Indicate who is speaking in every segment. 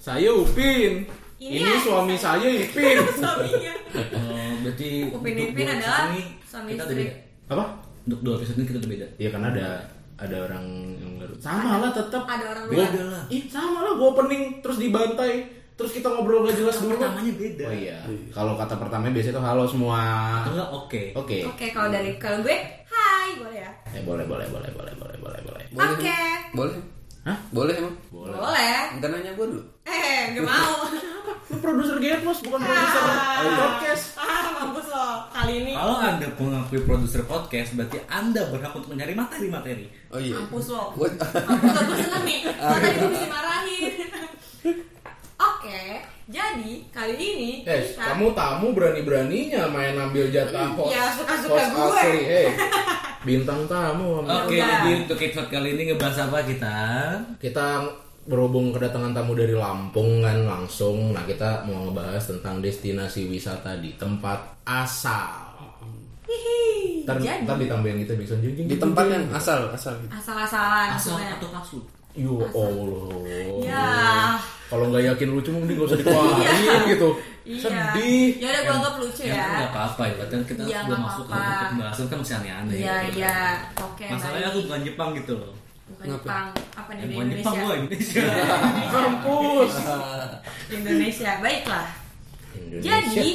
Speaker 1: Saya Upin. Ini,
Speaker 2: Iya,
Speaker 1: suami saya Ipin.
Speaker 2: suaminya.
Speaker 3: Oh, berarti
Speaker 2: Upin
Speaker 3: untuk
Speaker 2: Ipin
Speaker 3: dua episode
Speaker 2: adalah
Speaker 3: ini
Speaker 2: suami
Speaker 3: kita udah
Speaker 2: istri.
Speaker 3: beda.
Speaker 1: Apa?
Speaker 3: Untuk dua episode ini kita udah beda.
Speaker 4: Iya karena ada ada orang yang baru.
Speaker 1: Sama lah tetap.
Speaker 2: Ada orang
Speaker 3: Beda
Speaker 2: luar.
Speaker 3: lah.
Speaker 1: Ih, sama lah gua opening terus dibantai. Terus kita ngobrol gak jelas dulu.
Speaker 3: Namanya beda.
Speaker 4: Oh iya. Kalau kata pertamanya biasanya tuh halo semua.
Speaker 3: Ah, Enggak oke.
Speaker 4: Oke.
Speaker 2: Oke, kalau dari kalau gue, hai, boleh ya?
Speaker 4: Eh boleh boleh boleh boleh boleh boleh boleh.
Speaker 5: Boleh.
Speaker 2: Oke.
Speaker 5: emang? Boleh.
Speaker 1: Hah?
Speaker 5: Boleh emang?
Speaker 2: Boleh.
Speaker 5: Entar nanya gue dulu.
Speaker 2: Eh, gak mau.
Speaker 1: Lu produser Gearbox bukan produser podcast.
Speaker 2: ah, mampus lo. Kali ini
Speaker 3: Kalau Anda mengakui produser podcast, berarti Anda berhak untuk mencari materi-materi.
Speaker 5: Oh iya.
Speaker 2: mampus lo.
Speaker 5: Gua-
Speaker 2: Mampus lo, gue seneng nih. Kalau tadi gue bisa marahin. Oke, jadi kali ini
Speaker 1: Eh,
Speaker 2: kita
Speaker 1: kamu tamu berani-beraninya main ambil jatah host.
Speaker 2: Ya, suka-suka
Speaker 1: host
Speaker 2: gue.
Speaker 1: asli, hey. Bintang tamu. kamu.
Speaker 3: Oke,
Speaker 2: udah.
Speaker 3: jadi untuk episode kali ini ngebahas apa kita?
Speaker 4: Kita berhubung kedatangan tamu dari Lampung kan langsung. Nah kita mau ngebahas tentang destinasi wisata di tempat asal.
Speaker 2: Hihi.
Speaker 4: Ntar,
Speaker 2: Jadi
Speaker 4: ntar ditambahin gitu, kita bisa jing jing,
Speaker 5: Di
Speaker 4: jing,
Speaker 5: tempat
Speaker 4: jing.
Speaker 5: yang asal asal gitu.
Speaker 2: asal-asalan
Speaker 3: Asal
Speaker 2: semuanya.
Speaker 3: atau palsu?
Speaker 4: Ya Allah.
Speaker 2: Ya.
Speaker 4: Kalau nggak yakin lucu mending gak usah dikeluarin gitu.
Speaker 2: Iya.
Speaker 4: Sedih.
Speaker 2: Ya udah gue anggap lucu
Speaker 3: Ya, kan nggak
Speaker 2: ya.
Speaker 3: apa-apa ya, kan kita
Speaker 2: Iya,
Speaker 3: belum
Speaker 2: nggak
Speaker 3: masuk ke
Speaker 2: apa-apa.
Speaker 3: pembahasan kan masih aneh-aneh.
Speaker 2: Iya,
Speaker 3: gitu.
Speaker 2: iya. Oke.
Speaker 3: Masalahnya
Speaker 2: baik.
Speaker 3: aku bukan Jepang gitu loh.
Speaker 2: bukan Jepang, apa nih
Speaker 3: Yang
Speaker 2: di
Speaker 3: bukan Jepang
Speaker 2: Indonesia?
Speaker 3: gue Indonesia.
Speaker 1: Kampus.
Speaker 2: Di Indonesia. Baiklah.
Speaker 4: Indonesia.
Speaker 2: Jadi,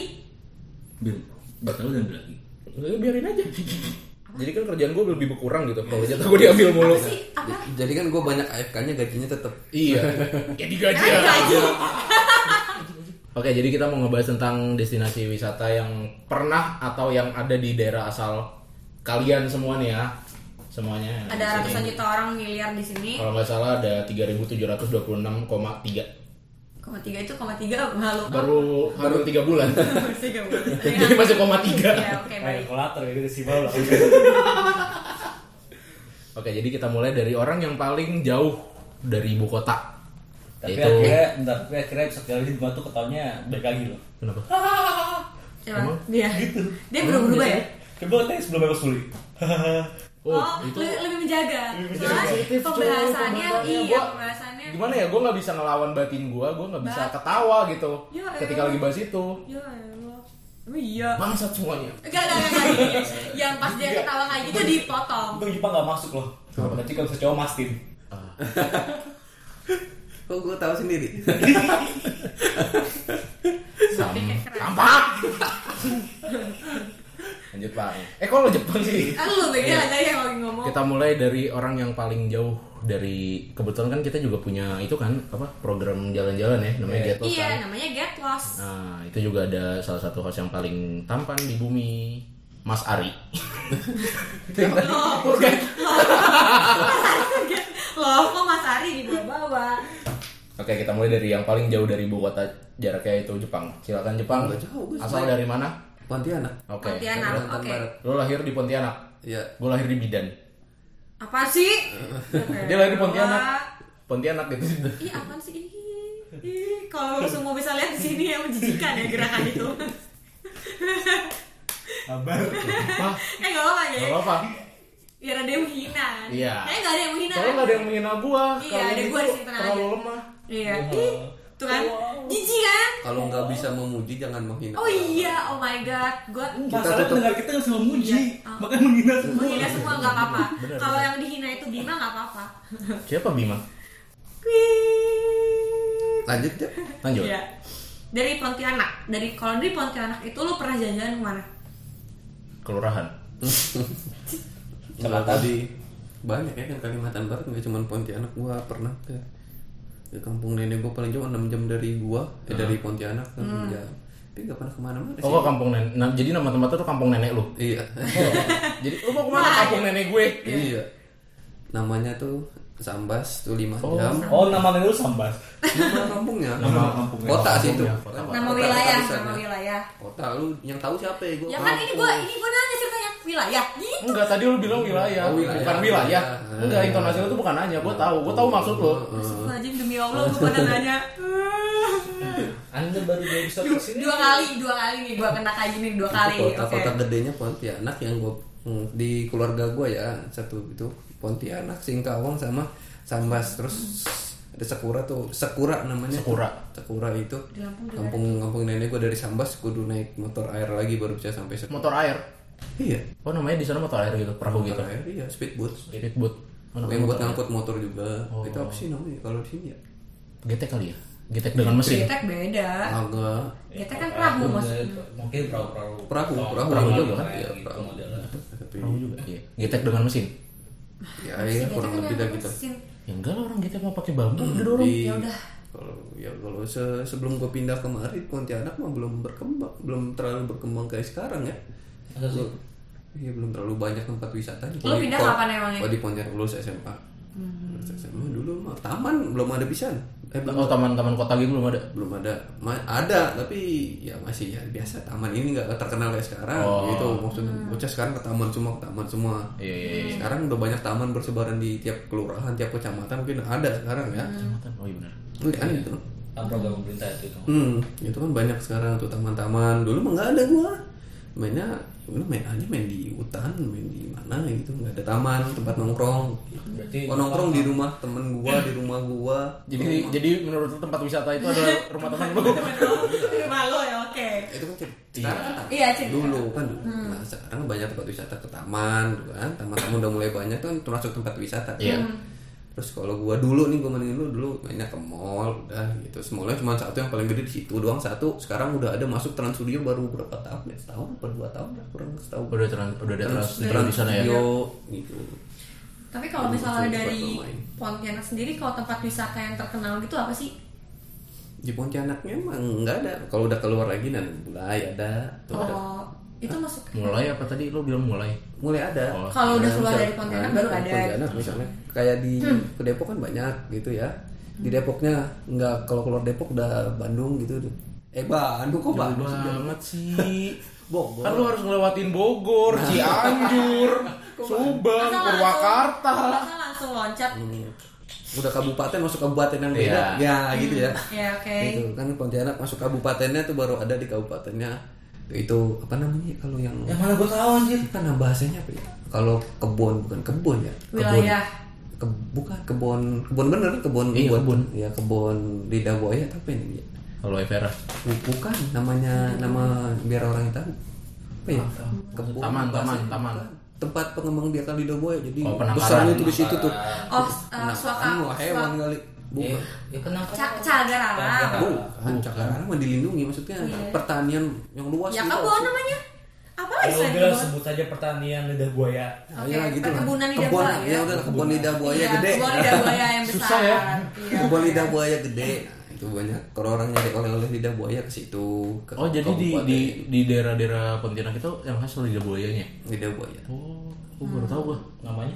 Speaker 3: Bil, batal dan lagi.
Speaker 4: Ya, biarin aja. Jadi kan kerjaan gue lebih berkurang gitu. Kalau jatah gue diambil mulu.
Speaker 2: apa sih? Apa?
Speaker 5: Jadi kan gue banyak AFK-nya gajinya tetap.
Speaker 4: Iya. Ya digaji.
Speaker 2: Kan gaji.
Speaker 4: Oke, jadi kita mau ngebahas tentang destinasi wisata yang pernah atau yang ada di daerah asal kalian semua nih ya. Semuanya. yang
Speaker 2: Ada
Speaker 4: di
Speaker 2: ratusan
Speaker 4: sini.
Speaker 2: juta orang miliar di sini.
Speaker 4: Kalau nggak salah ada 3.726,3
Speaker 2: Koma tiga itu koma tiga apa malu?
Speaker 4: baru baru tiga bulan
Speaker 2: Masih gak boleh.
Speaker 4: jadi masih koma tiga
Speaker 2: Ya, oke baik.
Speaker 3: kolater gitu sih bau lah.
Speaker 4: Oke, jadi kita mulai dari orang yang paling jauh dari ibu kota.
Speaker 3: Tapi
Speaker 4: Yaitu-
Speaker 3: akhirnya, bentar, tapi akhirnya episode kali ini batu ketahuannya balik lagi loh.
Speaker 4: Kenapa?
Speaker 2: Oh, Coba dia.
Speaker 4: Gitu.
Speaker 2: Dia berubah-ubah ya?
Speaker 3: Coba tes sebelum aku sulit.
Speaker 4: Oh,
Speaker 2: Oh,
Speaker 4: itu
Speaker 2: lebih, lebih menjaga. Soalnya
Speaker 4: sensitif, cuy.
Speaker 2: pembahasannya,
Speaker 4: Pembahasannya
Speaker 2: iya
Speaker 4: gua-
Speaker 2: pembahasannya.
Speaker 4: gimana ya? Gue nggak bisa ngelawan batin gue, gue nggak bisa
Speaker 2: Bat-
Speaker 4: ketawa gitu
Speaker 2: Ya elah.
Speaker 4: ketika lagi bahas itu.
Speaker 2: Ya Allah. Oh iya.
Speaker 4: Bangsat semuanya.
Speaker 2: Enggak, enggak, enggak, enggak. gini. Yang pas dia ketawa kayak gitu dipotong.
Speaker 3: Untung Jepang gak masuk loh. Berarti kalau bisa cowok mastin.
Speaker 5: Kok gue tahu sendiri.
Speaker 2: Kayak Iya, keren.
Speaker 4: Tampak. Lanjut bang. Eh, kok lo Jepang sih?
Speaker 2: Ah, lu
Speaker 4: Iya.
Speaker 2: beda lah tadi yang lagi ngomong.
Speaker 4: Kita mulai dari orang yang paling jauh dari kebetulan kan kita juga punya itu kan apa program jalan-jalan ya namanya Get Lost
Speaker 2: Iya,
Speaker 4: kan?
Speaker 2: namanya get lost.
Speaker 4: Nah, itu juga ada salah satu host yang paling tampan di bumi, Mas Ari.
Speaker 5: Ya
Speaker 2: Loh, loh, kok Mas Ari dibawa-bawa?
Speaker 4: Oke, kita mulai dari yang paling jauh dari ibu kota jaraknya itu Jepang. Silakan Jepang.
Speaker 5: Nggak jauh, gue
Speaker 4: Asal
Speaker 5: sebenarnya.
Speaker 4: dari mana?
Speaker 5: Pontianak.
Speaker 4: Oke.
Speaker 2: Pontianak, Ah, oke.
Speaker 4: Lo lahir di Pontianak.
Speaker 5: Iya.
Speaker 4: Gue lahir di Bidan.
Speaker 2: Apa sih?
Speaker 4: Dia lahir di Pontianak. Pontianak gitu.
Speaker 2: Ih, apa sih? Ih, ih, kalau lu semua bisa lihat di sini ya menjijikan ya gerakan itu.
Speaker 3: Kabar.
Speaker 4: Wah,
Speaker 2: eh, gak apa-apa ya.
Speaker 4: nggak apa-apa.
Speaker 2: Biar ada yang menghina.
Speaker 4: Iya.
Speaker 2: Kayaknya gak ada yang menghina. kan?
Speaker 4: Soalnya nggak ada yang menghina gua.
Speaker 2: Iya,
Speaker 4: Kalau
Speaker 2: ada
Speaker 4: gitu
Speaker 2: gua di sini, tenang
Speaker 4: Terlalu
Speaker 2: aja.
Speaker 4: lemah.
Speaker 2: Iya. Ih, tuh kan. Jijik kan?
Speaker 5: Kalau nggak bisa memuji jangan menghina.
Speaker 2: Oh iya, oh my god. Gua
Speaker 3: Masalah
Speaker 5: tutup.
Speaker 3: dengar kita yang semua
Speaker 2: Iya.
Speaker 3: muji,
Speaker 2: Ah.
Speaker 3: makanya menghina semua.
Speaker 2: menghina semua nggak apa-apa. Kalau yang dihina itu Bima nggak apa-apa.
Speaker 4: Siapa Bima?
Speaker 2: Wih.
Speaker 5: Lanjut ya.
Speaker 4: Lanjut.
Speaker 2: Iya. Dari Pontianak. Dari kalau dari Pontianak itu lu pernah jalan-jalan kemana?
Speaker 4: Kelurahan.
Speaker 5: Kalau tadi banyak ya kan Kalimantan Barat nggak cuma Pontianak. Gua pernah ke ke kampung nenek gua paling jauh 6 jam dari gua eh, dari Pontianak 6
Speaker 2: Hmm.
Speaker 5: jam. Tapi nggak pernah kemana-mana
Speaker 4: Oh,
Speaker 5: sih.
Speaker 4: kok kampung nenek. Nah, jadi nama tempatnya tuh kampung nenek lu.
Speaker 5: Iya.
Speaker 4: Jadi lu mau kemana kampung nenek gue?
Speaker 5: Iya. Namanya tuh Sambas tuh 5
Speaker 4: Oh,
Speaker 5: jam.
Speaker 3: Oh, nama lu sambas.
Speaker 5: Nama kampungnya.
Speaker 3: Nama kampungnya.
Speaker 5: Kota sih itu.
Speaker 4: Kampungnya, kota.
Speaker 2: Nama
Speaker 5: Kota-
Speaker 2: wilayah,
Speaker 5: kota
Speaker 2: nama
Speaker 5: tulisannya.
Speaker 2: wilayah.
Speaker 5: Kota lu yang tahu siapa ya gua.
Speaker 2: Ya kan ini gua
Speaker 5: kampung.
Speaker 2: ini gua nanya ceritanya wilayah. Gitu.
Speaker 4: Enggak, tadi lu bilang wilayah,
Speaker 5: Oh, wilayah. Oh,
Speaker 4: bukan wilayah.
Speaker 5: Wilayah.
Speaker 4: Enggak, intonasi lu tuh bukan aja. Gua tahu, gua tahu maksud lu.
Speaker 2: Astagfirullahaladzim demi Allah gua pada nanya.
Speaker 3: Anda baru di episode ke sini.
Speaker 2: dua kali, dua kali nih gua kena kayak gini dua kali. Oke.
Speaker 5: Kota-kota gedenya Pontianak yang gua hmm, di keluarga gua ya satu itu Pontianak, Singkawang sama Sambas terus ada Sakura tuh Sakura namanya tuh.
Speaker 4: Sakura.
Speaker 5: Sakura itu
Speaker 2: Di Lampung juga
Speaker 5: kampung kampung nenek gue dari Sambas kudu naik motor air lagi baru bisa sampai Sakura
Speaker 4: Motor air.
Speaker 5: iya
Speaker 4: Oh namanya di sana motor air gitu, perahu gitu.
Speaker 5: motor air iya speedboat
Speaker 4: Speedboat. Mana
Speaker 5: yang
Speaker 4: motor
Speaker 5: buat
Speaker 4: air?
Speaker 5: ngangkut motor juga itu apa sih namanya kalau di sini ya
Speaker 4: Getek kali ya? Getek dengan mesin.
Speaker 2: Getek beda.
Speaker 5: agak
Speaker 2: Getek kan perahu maksudnya.
Speaker 3: Mungkin perahu-perahu.
Speaker 5: Perahu, perahu juga kan? Iya, perahu. tapi
Speaker 4: Perahu juga. Iya. Getek dengan mesin.
Speaker 5: ya, ya kurang lebih lah kita
Speaker 2: kan Mesin.
Speaker 4: Ya enggak lah orang getek mau pakai bambu udah
Speaker 2: ya
Speaker 4: dorong.
Speaker 5: Di- kalau ya kalau se- sebelum gue pindah kemari Pontianak mah belum berkembang belum terlalu berkembang kayak sekarang ya Gua- Iya belum terlalu banyak tempat wisata.
Speaker 2: Lu pindah kapan emangnya? Hmm.
Speaker 5: Kalau di Pontianak lulus SMA. Lulus SMA dulu mah taman belum ada pisan. Eh
Speaker 4: Oh
Speaker 5: belum,
Speaker 4: taman-taman kota gitu belum ada.
Speaker 5: belum ada. Ma- ada tapi ya masih ya biasa taman ini nggak terkenal kayak sekarang gitu maksudnya. Bocah sekarang ke taman semua, ke taman semua.
Speaker 4: Iya, iya,
Speaker 5: Sekarang udah banyak taman bersebaran di tiap kelurahan, tiap kecamatan mungkin ada sekarang ya.
Speaker 4: Kecamatan. Oh iya benar.
Speaker 5: Ini kan gitu.
Speaker 3: program pemerintah itu. itu.
Speaker 5: Hmm, itu kan banyak sekarang tuh taman-taman. Dulu mah nggak ada gua. Mainnya, dulu main aja main di hutan, main di mana gitu, nggak ada taman, tempat nongkrong.
Speaker 3: Berarti-
Speaker 5: Oh, nongkrong di rumah temen gua, di rumah gua.
Speaker 4: Jadi jadi menurut lu tempat wisata itu ada rumah teman lu.
Speaker 2: Malu ya, oke.
Speaker 5: itu kan cerita. Sekarang kan taman.
Speaker 2: Iya, Hmm. cerita.
Speaker 5: Dulu kan, nah sekarang banyak tempat wisata ke taman, gitu kan taman-taman udah mulai banyak kan termasuk tempat wisata.
Speaker 4: Iya.
Speaker 2: Hmm.
Speaker 5: Terus kalau gua dulu nih gua mendingin lu dulu mainnya ke mall udah gitu. Semulanya cuma satu yang paling gede di situ doang satu. Sekarang udah ada masuk Trans Studio baru berapa tahun ya? Setahun atau dua tahun lah kurang setahu.
Speaker 4: Udah terang udah ada
Speaker 5: Trans,
Speaker 4: terus di sana ya.
Speaker 5: Studio gitu.
Speaker 2: Tapi kalau misalnya
Speaker 5: Tempat
Speaker 2: dari
Speaker 5: bermain.
Speaker 2: Pontianak sendiri, kalau tempat wisata yang terkenal gitu apa sih?
Speaker 5: Di Pontianak memang nggak ada. Kalau udah keluar lagi nanti mulai ada. Tuh ada.
Speaker 2: Oh, itu masuk.
Speaker 4: Mulai apa tadi lu bilang mulai?
Speaker 5: Mulai ada.
Speaker 4: Oh.
Speaker 2: Kalau udah
Speaker 5: Nah,
Speaker 2: keluar
Speaker 5: misal-
Speaker 2: dari Pontianak
Speaker 5: nah,
Speaker 2: baru
Speaker 5: dari
Speaker 2: ada. Hmm.
Speaker 5: Pontianak misalnya kayak di ke Depok kan banyak gitu ya. Di Depoknya nggak kalau keluar Depok udah Bandung gitu. Eh Bandung kok
Speaker 4: Jauh
Speaker 5: Bandung? sih?
Speaker 4: banget sih.
Speaker 5: Bogor.
Speaker 4: Kan lu harus ngelewatin Bogor, Cianjur, Subang,
Speaker 2: Masa langsung-
Speaker 4: Purwakarta.
Speaker 2: Masa langsung loncat.
Speaker 5: Iya. udah kabupaten masuk kabupaten yang beda ya gitu ya
Speaker 2: Ya, oke.
Speaker 5: gitu kan Pontianak masuk kabupatennya tuh baru ada di kabupatennya itu apa namanya kalau yang
Speaker 3: Yang mana gue tahu anjir.
Speaker 5: kan bahasanya apa ya kalau kebon bukan kebon ya
Speaker 2: Wilayah.
Speaker 5: Ke, bukan kebon kebon bener kebon
Speaker 4: Iya,
Speaker 5: buat-
Speaker 4: kebon.
Speaker 5: ya kebon lidah buaya atau apa ini ya
Speaker 4: Halo Evera.
Speaker 5: Bu- bukan namanya nama biar orang tahu apa
Speaker 4: Ah,
Speaker 5: ya kebon
Speaker 4: Iya. Taman, taman,
Speaker 5: bahasanya.
Speaker 4: taman.
Speaker 5: tempat pengembang biakan lidah buaya ya, jadi
Speaker 4: Oh, penangkaran.
Speaker 5: besarnya tuh di situ
Speaker 2: Oh,
Speaker 5: tuh
Speaker 2: eh,
Speaker 5: Penangkaran,
Speaker 2: suaka.
Speaker 5: Anu,
Speaker 2: Iya.
Speaker 5: wah, hewan kali bukan
Speaker 3: Nah, Ya, ya kenapa?
Speaker 2: Ca- Cagar alam.
Speaker 5: Bukan, cagar alam mah dilindungi maksudnya pertanian yang luas
Speaker 2: Iya. Ya
Speaker 5: gitu.
Speaker 2: kebun namanya. Apa lagi
Speaker 3: Kalau
Speaker 2: selain
Speaker 3: bilang
Speaker 2: kebun?
Speaker 3: sebut aja pertanian lidah buaya.
Speaker 5: Nah,
Speaker 2: Oke,
Speaker 5: ya gitu lah.
Speaker 2: perkebunan lidah
Speaker 5: Kebun,
Speaker 2: buaya.
Speaker 5: Ya udah kebun lidah buaya
Speaker 2: Iya,
Speaker 5: gede.
Speaker 2: Kebun lidah buaya yang besar.
Speaker 4: Susah ya.
Speaker 2: Iya.
Speaker 5: Kebun lidah buaya gede. Nah, itu banyak. Kalau orang nyari oleh-oleh lidah buaya ke situ. ke
Speaker 4: Oh jadi di
Speaker 5: kabupaten.
Speaker 4: di di daerah-daerah Pontianak itu yang khas lidah buayanya.
Speaker 5: lidah buaya.
Speaker 4: Oh, aku baru tahu gua.
Speaker 3: Namanya?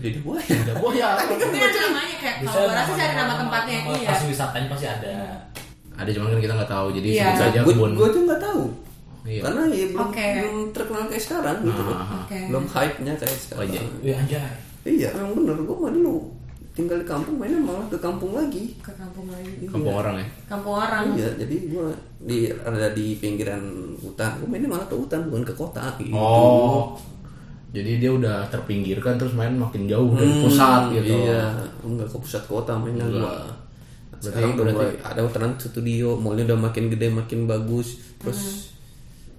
Speaker 5: Lidah buaya.
Speaker 4: Lidah buaya.
Speaker 2: Mungkin ada namanya kayak kalau gua rasa sih ada nama tempatnya
Speaker 3: nama-
Speaker 2: iya.
Speaker 3: Pas wisatanya pasti ada.
Speaker 4: Ada cuman kan kita nggak tahu jadi
Speaker 2: Iya.
Speaker 4: sebut saja
Speaker 5: Gue
Speaker 4: kebun.
Speaker 5: gue tuh nggak tahu.
Speaker 4: Iya.
Speaker 5: Karena ya belum,
Speaker 2: Oke.
Speaker 5: belum terkenal kayak sekarang gitu loh.
Speaker 2: Oke.
Speaker 5: Belum hype-nya kayak sekarang.
Speaker 4: iya.
Speaker 3: Wih anjay.
Speaker 5: Iya, emang bener gue mah dulu tinggal di kampung mainnya malah ke kampung lagi.
Speaker 2: Ke kampung lagi.
Speaker 4: Kampung orang ya.
Speaker 2: Kampung orang.
Speaker 5: Iya, jadi gua di ada di pinggiran hutan. Gua mainnya malah ke hutan bukan ke kota gitu.
Speaker 4: Oh. Jadi dia udah terpinggirkan terus main makin jauh dari pusat gitu.
Speaker 5: Hmm, Iya, enggak ke pusat kota mainnya gua. Sekarang udah mulai ada hutan studio, mallnya udah makin gede, makin bagus. Terus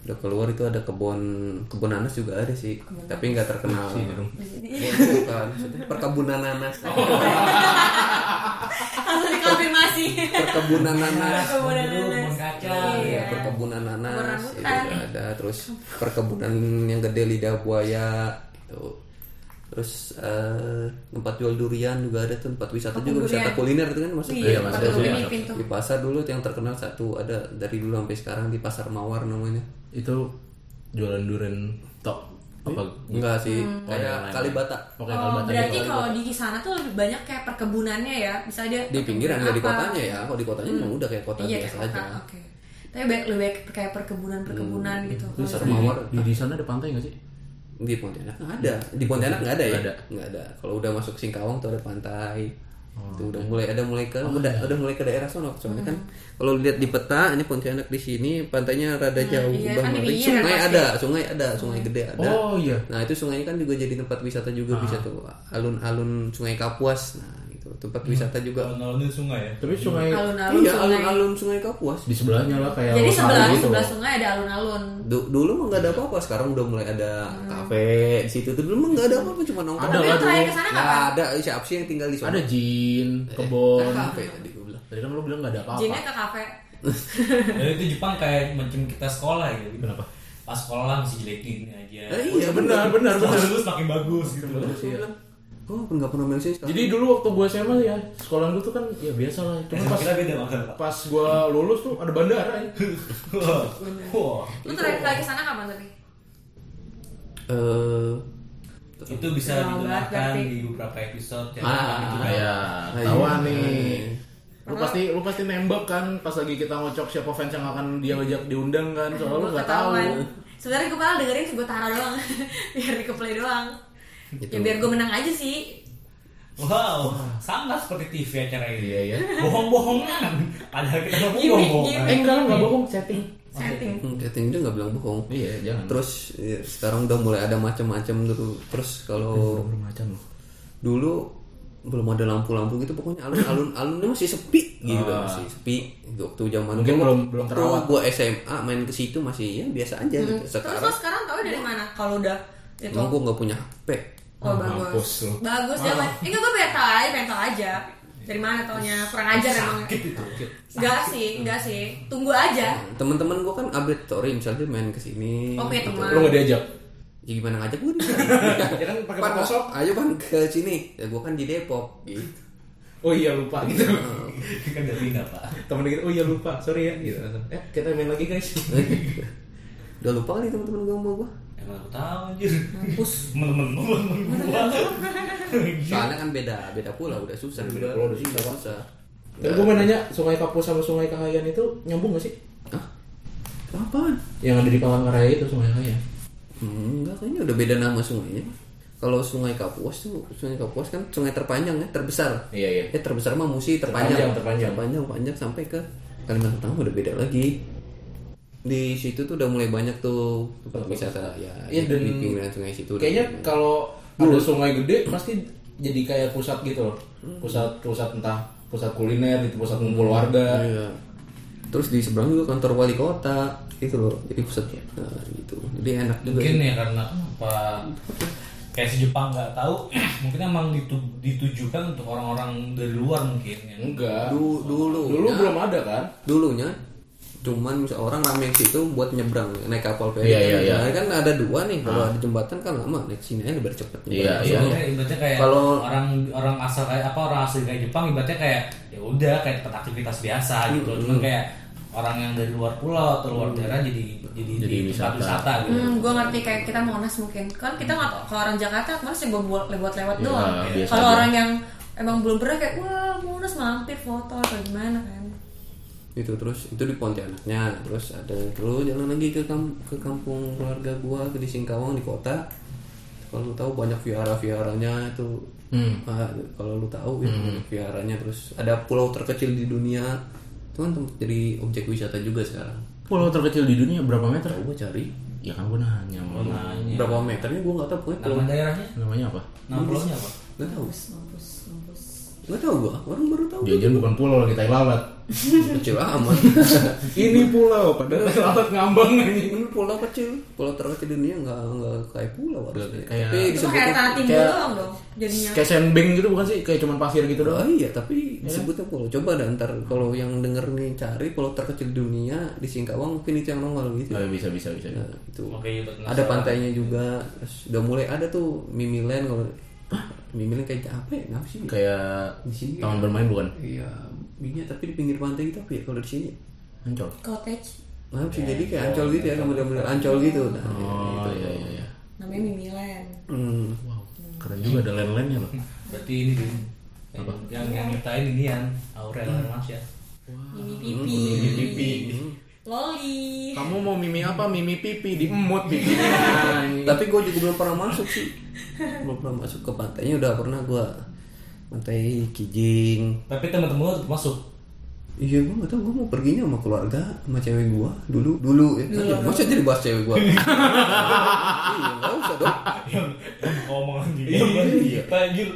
Speaker 5: udah keluar itu ada kebun kebun nanas juga ada sih, tapi nggak terkenal. Iya. Bukan, maksudnya perkebunan nanas.
Speaker 2: Langsung dikonfirmasi.
Speaker 5: Iya, Perkebunan nanas.
Speaker 2: Kemudian nanas.
Speaker 3: Mengkacang.
Speaker 5: Iya, perkebunan nanas itu juga ada terus perkebunan yang gede lidah buaya itu terus eh, tempat jual durian juga ada tuh tempat wisata juga wisata kuliner itu kan masuk
Speaker 2: Iya,
Speaker 5: Iya,
Speaker 4: Mas,
Speaker 2: pakai
Speaker 4: ada
Speaker 2: ini
Speaker 4: juga.
Speaker 2: pintu.
Speaker 5: di pasar dulu yang terkenal satu ada dari dulu sampai sekarang di pasar mawar namanya
Speaker 4: Itu jualan durian tok apa
Speaker 2: Iya.
Speaker 5: enggak sih
Speaker 2: Hmm.
Speaker 4: yang
Speaker 5: kayak
Speaker 4: lain.
Speaker 5: kalibata
Speaker 4: Pokoknya gitu. kalau
Speaker 2: Oh,
Speaker 4: baca
Speaker 2: berarti kalau di sana tuh lebih banyak kayak perkebunannya ya. Bisa dia
Speaker 5: di pinggiran nggak di
Speaker 2: apa.
Speaker 5: kotanya ya kalau di kotanya memang udah kayak kota
Speaker 2: Iya,
Speaker 5: biasa
Speaker 2: kayak
Speaker 5: aja
Speaker 2: kota, Oke. Tapi baik lebih baik kayak perkebunan-perkebunan gitu.
Speaker 4: Terus
Speaker 2: Kalau
Speaker 4: di,
Speaker 5: Mawar.
Speaker 4: di, di sana ada pantai nggak sih?
Speaker 5: di Pontianak nggak ada di Pontianak nggak ada ya
Speaker 4: Nggak ada.
Speaker 5: nggak ada kalau udah masuk Singkawang tuh ada pantai
Speaker 4: Oh.
Speaker 5: itu udah mulai ada mulai ke udah
Speaker 2: Oh.
Speaker 5: udah mulai ke daerah sono soalnya kan
Speaker 2: Hmm.
Speaker 5: kalau lihat di peta ini Pontianak di sini pantainya rada jauh
Speaker 2: iya,
Speaker 5: Bang
Speaker 2: kan di
Speaker 5: Mali.
Speaker 2: pinggir
Speaker 5: sungai
Speaker 2: pasti. Hmm.
Speaker 5: ada sungai ada sungai gede ada
Speaker 4: Oh iya.
Speaker 5: nah itu sungainya kan juga jadi tempat wisata juga bisa tuh alun-alun sungai Kapuas nah gitu gitu tempat wisata juga
Speaker 3: Alun-alunnya sungai ya.
Speaker 4: Tapi sungai
Speaker 2: Alun-alun
Speaker 5: iya
Speaker 2: sungai.
Speaker 5: alun-alun sungai Kapuas
Speaker 4: di sebelahnya lah kayak
Speaker 2: Jadi
Speaker 4: Losari
Speaker 2: sebelah
Speaker 4: gitu.
Speaker 2: sebelah sungai ada alun-alun.
Speaker 5: Du- dulu mah nggak ada apa-apa sekarang udah mulai ada kafe di situ tuh dulu mah nggak ada apa-apa cuma nongkrong
Speaker 4: Ada
Speaker 2: Hmm. Tapi
Speaker 4: lah
Speaker 2: terakhir
Speaker 4: dulu.
Speaker 2: kesana
Speaker 5: nggak
Speaker 2: kapan?
Speaker 5: ada Eh, siapa sih yang tinggal di sana
Speaker 4: Ada jin,
Speaker 5: Kan
Speaker 4: kebon.
Speaker 5: kafe tadi gue bilang
Speaker 4: Tadi kan lu bilang gak ada
Speaker 2: Jinnya
Speaker 4: apa-apa.
Speaker 2: ke kafe.
Speaker 3: Jadi Ya, itu Jepang kayak macam kita sekolah gitu.
Speaker 4: Kenapa?
Speaker 3: Pas sekolah masih jelekin
Speaker 5: Eh,
Speaker 4: Oh,
Speaker 3: aja.
Speaker 5: iya benar benar
Speaker 3: Terus lulus makin bagus gitu.
Speaker 4: Iya.
Speaker 5: gue nggak pernah main sih sekarang
Speaker 4: Jadi dulu waktu gue SMA ya, sekolah gue tuh kan ya biasa lah. Cuma
Speaker 3: Pas
Speaker 4: pas
Speaker 3: kita beda masalah.
Speaker 4: pas gue lulus tuh ada bandara ya.
Speaker 3: Wah. Wah.
Speaker 2: Lu terakhir kali kesana kapan tadi?
Speaker 5: eh
Speaker 3: Itu
Speaker 2: Lama
Speaker 3: bisa
Speaker 2: banget
Speaker 3: didengarkan
Speaker 2: berarti.
Speaker 3: di beberapa episode
Speaker 4: Ya.
Speaker 3: yang
Speaker 5: Ah,
Speaker 3: itu kan.
Speaker 4: Iya,
Speaker 5: Ayo.
Speaker 4: tawa nih. Lu pasti lu pasti nembak kan pas lagi kita ngocok siapa fans yang akan dia ajak diundang kan. Soalnya lu
Speaker 2: Gua
Speaker 4: gak tahu.
Speaker 2: ketahuan. Sebenarnya gue malah dengerin gue taruh doang, biar di play doang. Ya
Speaker 5: Gitu.
Speaker 2: biar gue menang aja sih.
Speaker 3: Wow, sama seperti TV acara ini.
Speaker 4: Iya ya.
Speaker 3: Bohong-bohongan. Padahal kita nggak
Speaker 2: Gimik,
Speaker 3: bohong-bohongan.
Speaker 4: Eh enggak lah, enggak bohong, setting.
Speaker 2: Setting.
Speaker 4: gitu.
Speaker 5: hmm, Katanya dia nggak bilang bohong
Speaker 4: Iya, jangan.
Speaker 5: terus ya, sekarang udah mulai ada macam-macam gitu terus kalau
Speaker 4: bermacam loh.
Speaker 5: dulu belum ada lampu-lampu gitu pokoknya alun-alun alunnya masih sepi gitu
Speaker 4: Ah.
Speaker 5: masih sepi waktu zaman
Speaker 4: Mungkin
Speaker 5: gua-
Speaker 4: belum- belum
Speaker 5: waktu
Speaker 4: terawat. Hmm.
Speaker 5: gua SMA main ke situ masih ya biasa aja gitu
Speaker 2: Terus lo
Speaker 5: sekarang
Speaker 2: sekarang tau dari mana? Kalau udah itu.
Speaker 5: emang gua nggak punya HP
Speaker 2: Oh
Speaker 4: Mampus
Speaker 2: bagus.
Speaker 4: lu.
Speaker 2: Bagus dia. main. Eh, Enggak gue pengen tahu aja, pengen tahu aja. Dari mana taunya? Kurang ajar emang. Enggak sih, enggak sih. Tunggu aja.
Speaker 5: teman-teman gua kan update story misalnya dia main ke sini
Speaker 4: Oh,
Speaker 2: Oke,
Speaker 5: gitu.
Speaker 2: teman.
Speaker 4: Lu gak diajak.
Speaker 5: ya gimana ngajak gua dia?
Speaker 4: Ya kan pakai
Speaker 5: Pan,
Speaker 4: proposal.
Speaker 5: ayo pan ke sini ya gua kan di Depok gitu
Speaker 4: Oh iya lupa gitu.
Speaker 3: Kan udah pindah, Pak.
Speaker 4: Temen kita, oh iya lupa, sorry ya gitu. Eh, kita main lagi guys.
Speaker 5: udah lupa kali teman-teman gua sama gua
Speaker 3: Emang aku tahu anjir. Mampus. Temen-temen gua, temen gua.
Speaker 5: soalnya kan beda beda pula udah susah
Speaker 4: Iya. Beda
Speaker 5: juga.
Speaker 4: pulau udah susah, Pak.
Speaker 5: susah
Speaker 4: Dan gue mau nanya, Sungai Kapus sama Sungai Kahayan itu nyambung gak sih?
Speaker 5: Hah? apaan
Speaker 4: Yang ada di Palangkaraya itu Sungai Kahayan.
Speaker 5: Hmm, enggak kayaknya udah beda nama sungainya. Kalau Sungai Kapuas tuh, Sungai Kapuas kan sungai terpanjang ya, terbesar.
Speaker 4: Iya, iya.
Speaker 5: Eh terbesar mah Musi terpanjang,
Speaker 4: Terpanjang, terpanjang.
Speaker 5: terpanjang, panjang sampai ke Kalimantan Tengah udah beda lagi. Di situ tuh udah mulai banyak tuh tempat wisata ya,
Speaker 4: Iya,
Speaker 5: di- di
Speaker 4: dan
Speaker 5: pinggiran sungai situ. udah
Speaker 4: Kayaknya
Speaker 5: mulai banyak.
Speaker 4: kalau Iya. ada sungai gede pasti jadi kayak pusat gitu loh. Pusat pusat entah pusat kuliner, itu pusat ngumpul warga.
Speaker 5: Iya. Terus di seberang juga kantor wali kota gitu loh, jadi pusat nah, gitu. Jadi enak juga.
Speaker 3: Mungkin ya karena kenapa kayak si Jepang nggak tahu, mungkin emang ditu- ditujukan untuk orang-orang dari luar mungkin. ya.
Speaker 4: Enggak.
Speaker 5: Du- dulu,
Speaker 4: Dulu belum ada kan?
Speaker 5: dulunya cuman misal orang rame ke situ buat nyebrang naik kapal feri
Speaker 4: Iya, iya, iya.
Speaker 5: Nah, kan ada dua nih kalau ada jembatan kan lama naik sini aja biar cepet nyebrang.
Speaker 4: Iya.
Speaker 3: Soalnya ibaratnya kayak
Speaker 5: Kalau-
Speaker 3: orang orang asal kayak apa orang asli kayak Jepang ibaratnya kayak ya udah kayak tempat aktivitas biasa gitu. Cuman kayak orang yang dari luar pulau atau luar daerah jadi jadi,
Speaker 4: Jadi
Speaker 3: di tempat
Speaker 4: wisata.
Speaker 3: wisata gitu.
Speaker 2: Hmm, gue ngerti kayak kita monas mungkin. Kan kita nggak kalau orang Jakarta monas ya buat lewat lewat
Speaker 4: Iya,
Speaker 2: doang.
Speaker 4: biasa
Speaker 2: Kalau
Speaker 4: aja.
Speaker 2: orang yang emang belum pernah kayak wah monas mampir foto atau gimana kan?
Speaker 5: itu Gitu, terus itu di Pontianaknya terus ada terus jalan lagi ke kam- ke kampung keluarga gua ke di Singkawang di kota kalau lu tahu banyak viara viaranya itu
Speaker 4: Hmm.
Speaker 5: Ah, kalau lu tahu itu banyak viaranya terus ada pulau terkecil di dunia itu kan tem- jadi objek wisata juga sekarang
Speaker 4: Pulau terkecil di dunia berapa meter?
Speaker 5: tahu gua cari
Speaker 4: Ya kan gue nanya sama lu.
Speaker 5: berapa meternya gua nggak tahu pokoknya pulau
Speaker 3: Nah, Nama daerahnya?
Speaker 4: Namanya apa?
Speaker 3: Nama pulaunya apa?
Speaker 5: nggak tahu nggak tahu gua orang baru tahu
Speaker 4: Jajan bukan pulau lagi tai lalat.
Speaker 5: kecil amat
Speaker 4: Ini pulau, padahal tai lalat ngambang ini.
Speaker 5: ini pulau kecil pulau terkecil di dunia nggak nggak kayak pulau harusnya
Speaker 4: Kayak-
Speaker 2: Itu
Speaker 5: tapi
Speaker 2: kayak
Speaker 5: disebutnya
Speaker 2: tanah timbul
Speaker 4: kayak-
Speaker 2: doang dong jadinya.
Speaker 4: Kayak sandbank gitu bukan sih? Kayak cuman pasir gitu doang.
Speaker 5: Oh iya tapi disebutnya pulau coba dan ntar kalau yang denger nih cari pulau terkecil di dunia di Singkawang mungkin itu yang nongol gitu
Speaker 4: Eh, bisa bisa bisa.
Speaker 5: Nah, itu
Speaker 3: Oke, iya, betul.
Speaker 5: ada pantainya juga terus udah mulai ada tuh Mimiland kalau Mimiland kayak apa ya Kenapa sih
Speaker 4: Kayak
Speaker 5: di sini
Speaker 4: taman bermain bukan?
Speaker 5: iya minyak tapi di pinggir pantai gitu apa ya kalau di sini
Speaker 4: Ancol.
Speaker 2: Cottage
Speaker 5: Nah, bisa jadi kayak ancol gitu ya, model-model ancol gitu. Nah,
Speaker 4: Eh, Oh iya iya iya.
Speaker 2: namanya Mimiland.
Speaker 5: Hmm.
Speaker 4: Wow, keren juga ada lain-lainnya loh.
Speaker 3: Berarti ini Din. Yang yang nyiptain ini yang Aurel
Speaker 2: Hmm.
Speaker 3: ya. Hermansyah.
Speaker 2: Mimi pipi. Loli.
Speaker 4: Kamu mau mimi apa? Mimi pipi di emut pipinya.
Speaker 5: Tapi gue juga belum pernah masuk sih. belum pernah masuk ke pantainya udah pernah gue pantai Kijing.
Speaker 3: Tapi teman-teman lu tetap masuk.
Speaker 5: Iya gue gak tau gue mau perginya sama keluarga sama cewek gue dulu dulu ya. Iya, Masa jadi bahas cewek gue? iya gak usah dong.
Speaker 3: Oh, Yang omongan juga. Iya. Anjir.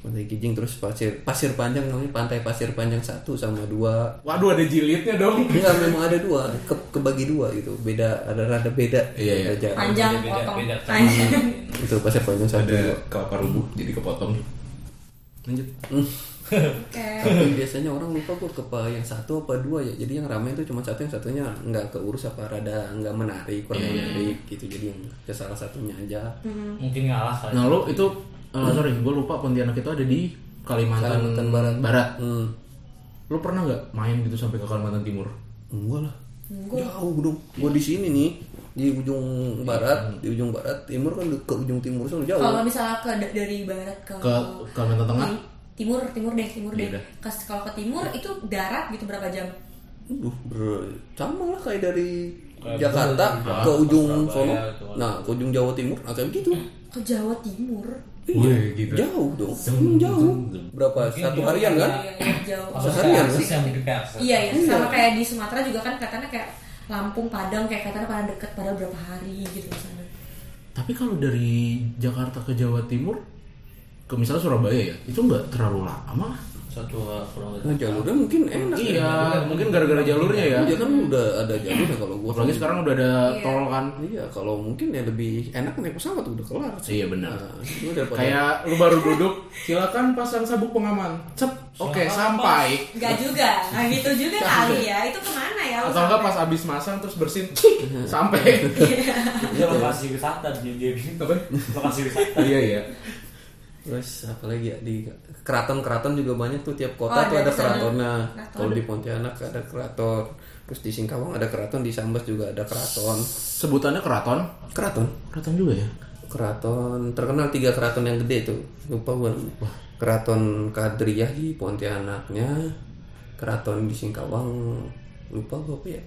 Speaker 5: Pantai Gijing terus pasir pasir panjang namanya pantai pasir panjang satu sama dua
Speaker 4: Waduh ada jilidnya dong.
Speaker 5: Enggak memang ada dua, ke, kebagi dua gitu. Beda ada rada beda.
Speaker 4: Iya, iya.
Speaker 5: Ada jarak.
Speaker 2: panjang
Speaker 3: beda-
Speaker 2: potong
Speaker 3: beda kan.
Speaker 2: panjang
Speaker 5: Itu pasir panjang satu.
Speaker 6: ada kelapa rubuh jadi kepotong
Speaker 4: Lanjut.
Speaker 5: Hmm.
Speaker 2: oke
Speaker 5: Tapi biasanya orang lupa gue ke pa- yang satu apa dua ya. Jadi yang ramai itu cuma satu yang satunya nggak keurus apa rada nggak menarik kurang menarik gitu. Jadi yang ke salah satunya aja.
Speaker 3: mungkin ngalah kali
Speaker 4: Nah lu itu eh, sorry gue lupa Pontianak itu ada di Kalimantan,
Speaker 5: Kalimantan Barat. Hmm.
Speaker 4: Lu pernah nggak main gitu sampai ke Kalimantan Timur?
Speaker 5: Enggak lah. Jauh dong. Gue di sini nih di ujung barat, di ujung barat, timur kan ke ujung timur sana jauh.
Speaker 2: kalau misalnya ke da- dari barat ke,
Speaker 4: Ke Kalimantan Tengah?
Speaker 2: timur timur deh timur deh
Speaker 4: Iya dah.
Speaker 2: Kas- kalau ke timur itu darat gitu berapa jam
Speaker 5: Aduh, ber- sama lah kayak dari Jakarta ke ujung sono. Nah, ke ujung Jawa Timur, nah kayak gitu.
Speaker 2: ke Jawa Timur
Speaker 4: Wih gitu.
Speaker 5: Jauh dong. Hmm, Iya. jauh. Berapa? Satu harian kan?
Speaker 2: Iya, iya, jauh
Speaker 4: Oh,
Speaker 3: Kasus
Speaker 5: Seharian,
Speaker 3: kasus yang mungkin kayak kasus.
Speaker 2: iya iya sama kayak di Sumatera juga kan katanya kayak Lampung Padang kayak katanya pada deket pada berapa hari gitu di sana
Speaker 4: Tapi kalau dari Jakarta ke Jawa Timur, ke misalnya Surabaya ya, itu nggak terlalu lama.
Speaker 3: satu uh, kurang
Speaker 5: Nah,
Speaker 3: lebih
Speaker 5: jalurnya mungkin enak. ya.
Speaker 4: Iya, mungkin gara-gara jalurnya ya.
Speaker 5: Dia kan udah ada jalurnya kalau gua.
Speaker 4: Apalagi sekarang udah ada tol kan.
Speaker 5: Iya, kalau mungkin ya lebih enak naik pesawat udah kelar.
Speaker 4: Iya benar.
Speaker 5: Nah, itu daripada
Speaker 4: Kayak lu baru duduk, silakan pasang sabuk pengaman. Cep, oke sampai.
Speaker 2: Enggak juga, nah gitu juga kali ya. Itu kemana ya?
Speaker 4: Atau enggak pas abis masang terus bersin, cik, sampai.
Speaker 3: Dia Iya, lokasi wisata dia dia gitu
Speaker 4: Apa?
Speaker 3: lokasi wisata
Speaker 4: Iya iya.
Speaker 5: Terus apalagi ya di keraton-keraton juga banyak tuh tiap
Speaker 2: Oh,
Speaker 5: kota tuh
Speaker 2: ada
Speaker 5: ada
Speaker 2: di sana.
Speaker 5: keratonnya.
Speaker 2: Keraton.
Speaker 5: Kalau di Pontianak ada keraton, terus di Singkawang ada keraton, di Sambas juga ada keraton.
Speaker 4: Sebutannya keraton.
Speaker 5: Keraton,
Speaker 4: Keraton juga ya.
Speaker 5: keraton terkenal tiga keraton yang gede tuh. Lupa gue namanya. Keraton Kadriyah di Pontianaknya, keraton di Singkawang lupa gue apa ya.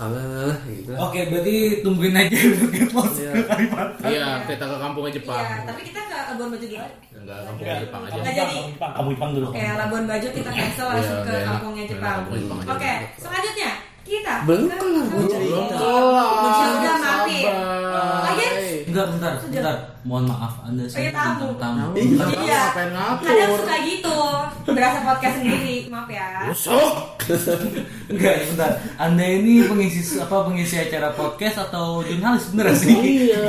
Speaker 5: Ah, gitu lah.
Speaker 3: oke berarti tungguin aja untuk Game Pass
Speaker 5: Iya.
Speaker 3: ke Kalimantan
Speaker 4: Iya, kita ke kampungnya Jepang.
Speaker 2: ya. Iya, tapi kita ke Labuan Bajo dulu.
Speaker 4: Enggak, kampungnya Ya, Jepang aja.
Speaker 2: Nggak jadi.
Speaker 3: Kamu Ipang, kamu Ipang dulu
Speaker 2: Oke, Labuan Bajo kita cancel langsung
Speaker 4: Iya,
Speaker 2: ke
Speaker 4: nggak enak.
Speaker 2: kampungnya
Speaker 4: Nggak
Speaker 2: Jepang.
Speaker 4: enak, kampungnya Jepang aja.
Speaker 2: Oke, selanjutnya kita
Speaker 5: Belum
Speaker 2: ke
Speaker 5: kelar gue
Speaker 2: Labuan
Speaker 5: cerita.
Speaker 2: Bajo.
Speaker 4: Kelar.
Speaker 2: Iya. Udah, Oh, Iya. maafin.
Speaker 4: Sabar.
Speaker 2: Oke.
Speaker 3: Enggak, bentar, bentar. Mohon maaf, Anda
Speaker 2: Kayak tamu.
Speaker 3: tamu.
Speaker 4: Iya.
Speaker 2: Iya.
Speaker 4: Ngapain
Speaker 2: Kadang
Speaker 4: ngatur?
Speaker 2: suka gitu, berasa podcast sendiri. Maaf ya.
Speaker 4: Sok.
Speaker 3: Enggak, bentar. Anda ini pengisi apa pengisi acara podcast atau jurnalis bener sih?
Speaker 4: Iya.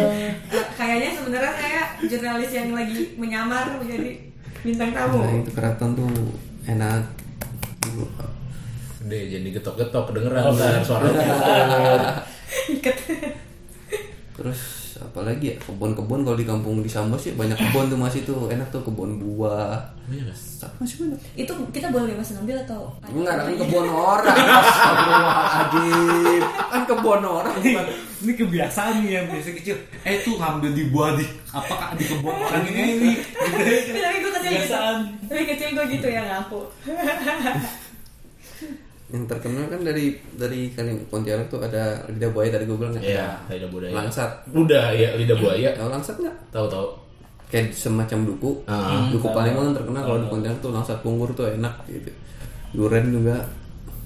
Speaker 2: Kayaknya sebenarnya saya jurnalis yang lagi menyamar menjadi bintang tamu.
Speaker 5: Nah, itu keraton tuh enak. Dulu,
Speaker 4: Deh, jadi getok-getok kedengeran ntar suaranya.
Speaker 5: Terus apalagi ya kebun-kebun kalau di kampung di Sambas sih banyak kebun tuh masih tuh enak tuh kebun buah.
Speaker 4: Iya,
Speaker 5: Tapi masih banyak.
Speaker 2: Itu kita boleh bebas ngambil atau?
Speaker 5: Enggak kan kebun orang. Astagfirullahaladzim. Kan kebun orang. bukan.
Speaker 3: ini kebiasaan nih yang biasa kecil. Eh tuh ngambil di buah di apa Kak, di kebun orang ini ini.
Speaker 2: tapi gue kecil gitu
Speaker 3: Kebiasaan.
Speaker 2: tapi kecil gue gitu ya ngaku
Speaker 5: Yang terkenal kan dari dari Kalim Pontianak tuh ada lidah buaya tadi gue bilang kan.
Speaker 4: Iya, lidah budaya.
Speaker 5: Langsat.
Speaker 4: Udah ya lidah buaya.
Speaker 5: Tahu langsat nggak?
Speaker 4: Tahu-tahu.
Speaker 5: Kayak semacam duku.
Speaker 4: Ah.
Speaker 5: duku Palembang kan terkenal kalau di Pontianak tuh langsat punggur tuh enak gitu. Duren juga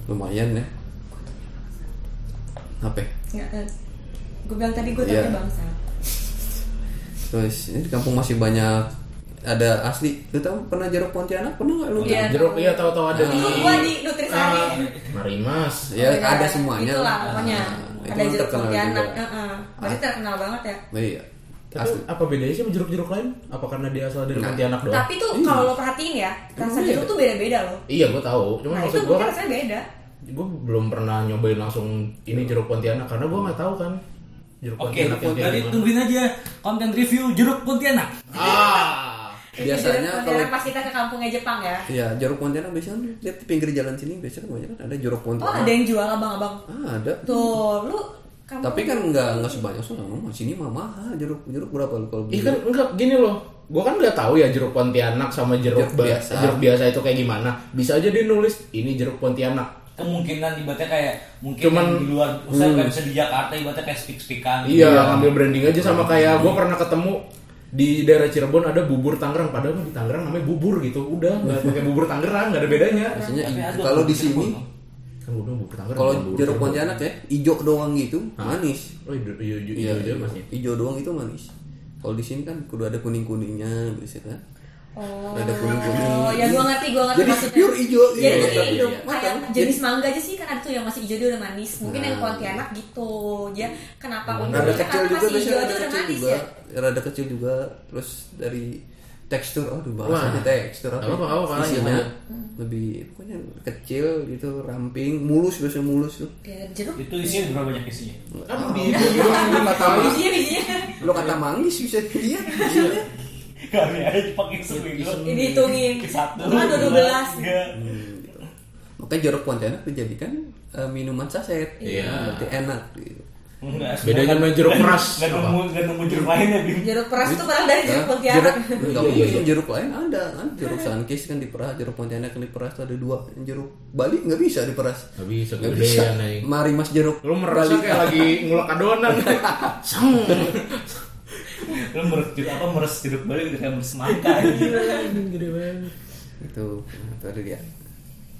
Speaker 5: lumayan ya. Apa? ya?
Speaker 2: gue eh, bilang tadi gue
Speaker 5: Iya.
Speaker 2: tanya bangsa
Speaker 5: Terus ini di kampung masih banyak ada asli. Lu tahu pernah jeruk Pontianak pernah nggak lu?
Speaker 2: Iya.
Speaker 4: Jeruk iya tahu-tahu ada di
Speaker 2: itu gue di nutrisari Iya.
Speaker 4: Ah, Marimas.
Speaker 5: Ya ada semuanya.
Speaker 2: itulah pokoknya
Speaker 5: Nah,
Speaker 2: ada
Speaker 5: itu
Speaker 2: jeruk
Speaker 5: terkenal
Speaker 2: pontianak
Speaker 5: juga. Ah.
Speaker 2: Heeh. berarti terkenal banget ya
Speaker 5: Iya.
Speaker 4: Tapi
Speaker 5: Asli.
Speaker 4: apa bedanya sih sama jeruk-jeruk lain? Apa karena dia asal dari Pontianak doang?
Speaker 2: tapi tuh
Speaker 5: Iya.
Speaker 2: kalau lo perhatiin ya rasa jeruk tuh beda-beda loh
Speaker 4: Iya, gua tahu. Cuma
Speaker 2: nah itu
Speaker 4: maksud gua
Speaker 2: mungkin
Speaker 4: kan
Speaker 2: rasanya beda
Speaker 4: gue belum pernah nyobain langsung ini jeruk Pontianak karena gue nggak tahu kan jeruk
Speaker 3: Oke,
Speaker 4: Pontianak yang kayak
Speaker 3: berarti
Speaker 4: gimana.
Speaker 3: tungguin aja konten review jeruk Pontianak.
Speaker 4: ah
Speaker 2: Itu
Speaker 5: Biasanya
Speaker 2: jeruk
Speaker 5: kalau
Speaker 2: pontianak pas kita ke kampungnya Jepang ya
Speaker 5: Iya, jeruk Pontianak biasanya kan lihat di pinggir jalan sini biasanya banyak kan ada jeruk
Speaker 2: oh ada
Speaker 5: Pontianak.
Speaker 2: yang jual abang-abang
Speaker 5: Ah, ada.
Speaker 2: tuh lu kamu
Speaker 5: Tapi kan nggak nggak sebanyak soalnya mah sini mah mahal jeruk jeruk berapa lu kalau
Speaker 4: iya
Speaker 5: beli?
Speaker 4: kan enggak gini loh gue kan nggak tahu ya jeruk Pontianak sama jeruk,
Speaker 5: Jeruk
Speaker 4: biasa
Speaker 5: biasa.
Speaker 4: jeruk biasa itu kayak gimana bisa aja dia nulis ini jeruk Pontianak
Speaker 3: Kemungkinan ibaratnya kayak mungkin
Speaker 4: Cuman-
Speaker 3: yang di luar saya nggak bisa di Jakarta ibaratnya kayak speak-speakan.
Speaker 4: iya ngambil branding aja sama kayak gue pernah ketemu di daerah Cirebon ada bubur Tangerang padahal mah di Tangerang namanya bubur gitu udah nggak pakai bubur Tangerang nggak ada bedanya
Speaker 5: Biasanya
Speaker 3: Tapi
Speaker 5: i-
Speaker 3: ada
Speaker 5: kalau di
Speaker 3: jeruk
Speaker 5: sini
Speaker 3: Pontianak.
Speaker 4: kan gue bilang bubur Tangerang
Speaker 5: kalau
Speaker 4: bukan bubur
Speaker 5: jeruk
Speaker 4: Cirebon.
Speaker 5: Pontianak ya ijo doang gitu manis.
Speaker 4: oh iya iya iya iya, iya, iya, iya, iya, iya, iya, iya,
Speaker 5: Ijo doang itu manis. Kalau di sini kan kudu ada kuning kuningnya gitu kan.
Speaker 2: Oh,
Speaker 5: Ada kuning-kuning.
Speaker 2: ya gua ngerti, gua ngerti
Speaker 5: Jadi
Speaker 2: maksudnya. Iya,
Speaker 5: pure hijau gitu,
Speaker 2: Jadi
Speaker 5: tapi
Speaker 2: ini
Speaker 5: udah
Speaker 2: kayak
Speaker 5: matang.
Speaker 2: jenis mangga aja sih kan ada tuh yang masih hijau dia udah manis. Mungkin yang Pontianak gitu. Dia kenapa kuning?
Speaker 5: Rada
Speaker 2: Karena
Speaker 5: Nah. kecil juga
Speaker 2: masih
Speaker 5: biasanya
Speaker 2: hijau aja
Speaker 5: rada
Speaker 2: udah
Speaker 5: kecil
Speaker 2: manis
Speaker 5: juga.
Speaker 2: ya.
Speaker 5: Rada kecil juga terus dari tekstur aduh
Speaker 4: Wah.
Speaker 5: bahasanya tekstur apa?
Speaker 4: Nggak apa-apa, nggak apa-apa,
Speaker 5: Isinya
Speaker 4: lanjut.
Speaker 5: lebih pokoknya kecil gitu, ramping, mulus biasanya mulus tuh.
Speaker 2: Ya, jeruk.
Speaker 3: Itu isinya berapa banyak isinya?
Speaker 1: Kan di
Speaker 5: Lu kata manggis,
Speaker 2: Bijinya, bijinya.
Speaker 5: lu kata manggis bisa dilihat.
Speaker 2: Iya.
Speaker 5: Iya.
Speaker 3: Kami aja pakai seminggu.
Speaker 2: Ini dihitungin.
Speaker 3: Satu.
Speaker 2: Kan ada 12.
Speaker 3: tiga.
Speaker 5: Makanya jeruk pontianak dijadikan eh, minuman saset.
Speaker 4: Iya.
Speaker 5: Berarti enak gitu.
Speaker 3: Enggak,
Speaker 4: Bedanya sama jeruk meras.
Speaker 3: Gak nemu, gak nemu jeruk lainnya Bim.
Speaker 2: Jeruk peras tuh padahal dari jeruk
Speaker 5: Nah,
Speaker 2: Pontianak. Iya,
Speaker 5: jeruk- nggak mungkin jeruk lain ada kan jeruk sankis kan diperas jeruk pontianak kan diperas tuh ada dua jeruk Bali nggak bisa diperas
Speaker 4: Nggak bisa,
Speaker 5: nggak
Speaker 4: kegedean,
Speaker 5: bisa
Speaker 4: anjing.
Speaker 5: mari mas jeruk
Speaker 4: Lu merasa kayak lagi ngulek adonan. Sang.
Speaker 3: Lu meres jeruk apa meres jeruk balik udah kayak meres semangka. gitu.
Speaker 5: itu nah, itu ada dia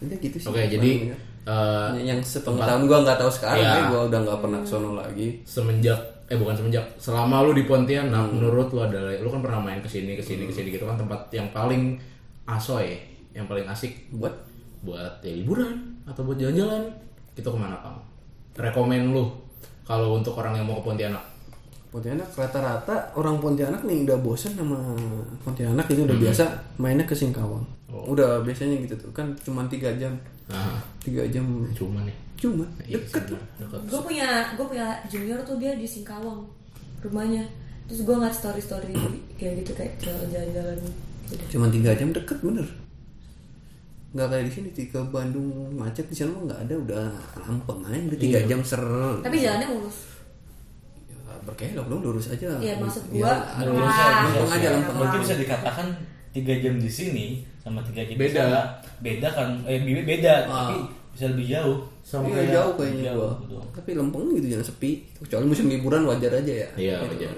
Speaker 5: udah gitu sih
Speaker 4: Oke, jadi
Speaker 5: Barangnya.
Speaker 4: eh,
Speaker 5: Yang- yang sepengetahuan gua nggak tahu sekarang
Speaker 4: Iya.
Speaker 5: ya. gua udah nggak pernah sono lagi
Speaker 4: semenjak eh bukan semenjak selama lu di Pontianak menurut lu adalah lu kan pernah main kesini kesini kesini gitu kan tempat yang paling asoy yang paling asik
Speaker 5: buat
Speaker 4: buat ya, liburan atau buat jalan-jalan itu kemana kamu? Rekomen lu kalau untuk orang yang mau ke Pontianak
Speaker 5: Pontianak rata-rata orang Pontianak nih udah bosen sama Pontianak itu
Speaker 4: Hmm.
Speaker 5: udah biasa mainnya ke Singkawang
Speaker 4: Oh.
Speaker 5: udah biasanya gitu tuh kan cuma tiga jam
Speaker 4: nah,
Speaker 5: tiga jam
Speaker 4: cuman ya
Speaker 5: cuma
Speaker 4: Iya,
Speaker 5: deket
Speaker 4: cuman, deket.
Speaker 2: gue punya gue punya junior tuh dia di Singkawang rumahnya terus gue ngeliat story story ya gitu kayak jalan- jalan-jalan gitu.
Speaker 5: Cuman tiga jam deket bener. Nggak kayak di sini di- ke Bandung macet di sana mah nggak ada udah lampeng aja udah tiga jam ser.
Speaker 2: tapi jalannya mulus
Speaker 5: Ya, berkelok dong lurus aja.
Speaker 2: Iya, maksud
Speaker 5: Ya,
Speaker 2: gua,
Speaker 5: ada
Speaker 2: lurus
Speaker 5: lurus
Speaker 2: aja,
Speaker 5: aja,
Speaker 2: lurus
Speaker 5: lampeng aja
Speaker 2: aja.
Speaker 5: lampeng.
Speaker 3: gitu. Berarti bisa dikatakan tiga jam di sini sama tiga jam di
Speaker 4: Beda.
Speaker 3: sana. Beda kan? Eh beda, beda tapi bisa lebih jauh.
Speaker 4: Sama
Speaker 5: Iya,
Speaker 4: kayak-
Speaker 5: Ah. jauh kayaknya
Speaker 3: jauh,
Speaker 5: gua.
Speaker 3: betul.
Speaker 5: Tapi lempeng gitu jangan sepi. Kecuali musim liburan wajar aja ya.
Speaker 4: iya
Speaker 5: Gitu.
Speaker 4: wajar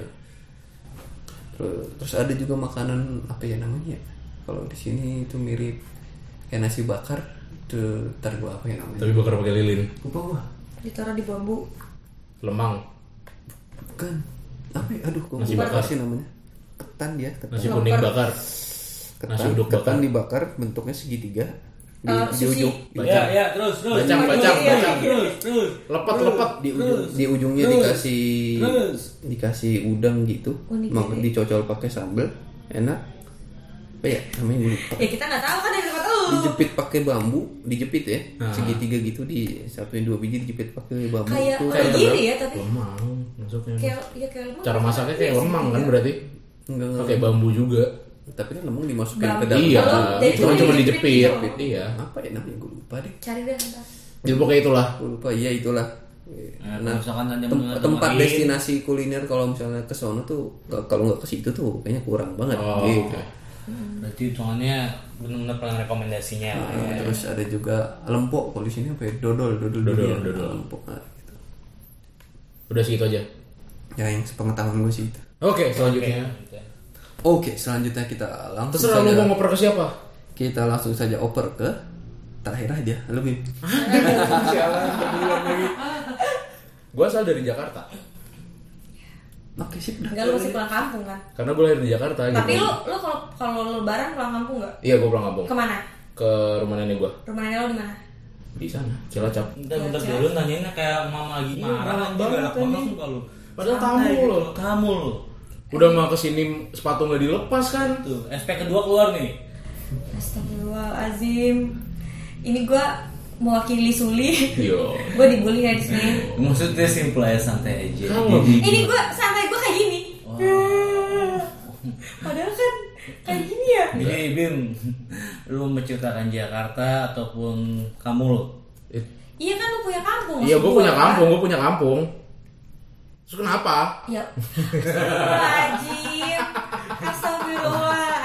Speaker 5: Terus, terus ada juga makanan apa ya namanya? ya? Kalau di sini itu mirip kayak nasi bakar. Tuh, ntar gua apa ya namanya?
Speaker 4: tapi bakar pakai lilin
Speaker 5: Lupa gua.
Speaker 2: ditaruh di bambu
Speaker 4: lemang
Speaker 5: Bukan. Apa ya? Aduh, gua
Speaker 4: Nasi
Speaker 5: lupa
Speaker 4: bakar.
Speaker 5: sih namanya. Ketan dia, ketan.
Speaker 4: nasi kuning bakar
Speaker 5: ketan,
Speaker 4: Nasi uduk
Speaker 5: ketan
Speaker 4: bakar.
Speaker 5: dibakar bentuknya segitiga di,
Speaker 2: Eh,
Speaker 5: di
Speaker 2: sushi.
Speaker 5: ujung
Speaker 4: Iya.
Speaker 3: Ya, ya, terus, terus.
Speaker 4: Bacang,
Speaker 3: terus,
Speaker 4: bacang,
Speaker 3: terus,
Speaker 4: bacang.
Speaker 3: Terus, terus.
Speaker 4: lepet lepet
Speaker 5: di, ujung, di ujungnya
Speaker 3: terus,
Speaker 5: dikasih
Speaker 3: terus.
Speaker 5: dikasih udang gitu
Speaker 2: Onigiri.
Speaker 5: mau dicocol pakai sambal enak apa ya namanya ini?
Speaker 2: ya kita nggak tahu kan dari tempat lu
Speaker 5: dijepit pakai bambu dijepit ya
Speaker 4: Ah.
Speaker 5: segitiga gitu di satu dua biji dijepit pakai bambu gitu.
Speaker 2: kayak
Speaker 5: itu
Speaker 2: orang gini ya tapi
Speaker 4: lemang masuknya
Speaker 2: kayak iya ya kayak lu
Speaker 4: cara masaknya kayak lemang kan berarti
Speaker 5: enggak enggak
Speaker 4: pakai bambu juga
Speaker 5: tapi kan lemang dimasukin ke
Speaker 2: Bambu.
Speaker 5: dalam
Speaker 4: iya
Speaker 2: Kalau dari
Speaker 4: cuma
Speaker 2: dulu
Speaker 4: cuma
Speaker 2: dijepit
Speaker 4: dijepit
Speaker 2: gitu.
Speaker 4: iya
Speaker 5: apa ya namanya gue lupa deh
Speaker 2: cari deh ntar
Speaker 4: jadi pokoknya itulah
Speaker 5: gue lupa iya itulah
Speaker 3: Nah, kalau misalkan hanya
Speaker 5: Tem-
Speaker 3: mendengar
Speaker 5: tempat
Speaker 3: dengerin,
Speaker 5: destinasi kuliner kalau misalnya ke sono tuh ke- kalau nggak ke situ tuh kayaknya kurang banget
Speaker 4: Oh,
Speaker 5: gitu.
Speaker 4: oke.
Speaker 3: Berarti hitungannya benar-benar pelan rekomendasinya. lah
Speaker 5: Nah,
Speaker 3: ya.
Speaker 5: terus ada juga lempok kalau di sini apa ya? Dodol, dodol,
Speaker 4: Dodol,
Speaker 5: durian.
Speaker 4: dodol.
Speaker 5: Lempok, nah, gitu.
Speaker 4: udah segitu aja
Speaker 5: Ya yang sepengetahuan gue sih itu.
Speaker 4: oke selanjutnya
Speaker 3: Gitu.
Speaker 5: Oke, selanjutnya kita langsung
Speaker 4: terserah lu
Speaker 5: saja.
Speaker 4: mau ngoper ke siapa
Speaker 5: Kita langsung saja oper ke terakhir aja lebih.
Speaker 4: gue asal dari Jakarta
Speaker 5: Oke, sip dah.
Speaker 2: nggak lu masih pulang kampung kan
Speaker 4: karena gue lahir di Jakarta
Speaker 2: tapi
Speaker 4: gitu
Speaker 2: lu lu kalau kalau lebaran pulang kampung nggak
Speaker 4: iya gue pulang kampung
Speaker 2: kemana
Speaker 4: ke rumah nenek gue
Speaker 2: rumah nenek lu di mana
Speaker 4: di sana cilacap
Speaker 3: Bentar, bentar
Speaker 4: Iya,
Speaker 3: dulu nanyainnya kayak mama lagi
Speaker 4: galak
Speaker 3: marah
Speaker 4: Iya, banget
Speaker 3: galak banget
Speaker 4: anjing.
Speaker 3: suka lu.
Speaker 4: Padahal
Speaker 3: Santai
Speaker 4: tamu
Speaker 3: gitu,
Speaker 4: lo.
Speaker 3: Tamu lo.
Speaker 4: udah mau kesini sepatu nggak dilepas kan
Speaker 3: Tuh, SP kedua keluar nih.
Speaker 2: Astagfirullahalazim ini gue mewakili Suli
Speaker 4: yo
Speaker 2: gue dibully ya di sini
Speaker 3: Maksudnya simple aja santai aja.
Speaker 2: ini gue santai gue kayak gini padahal kan kayak gini ya
Speaker 3: Jadi Bim, lu menceritakan Jakarta ataupun kamu lo?
Speaker 2: iya kan lu punya kampung
Speaker 4: iya gue
Speaker 2: maksud
Speaker 4: punya
Speaker 2: gua.
Speaker 4: kampung gue punya kampung terus kenapa
Speaker 2: ya wajib Astagfirullahaladzim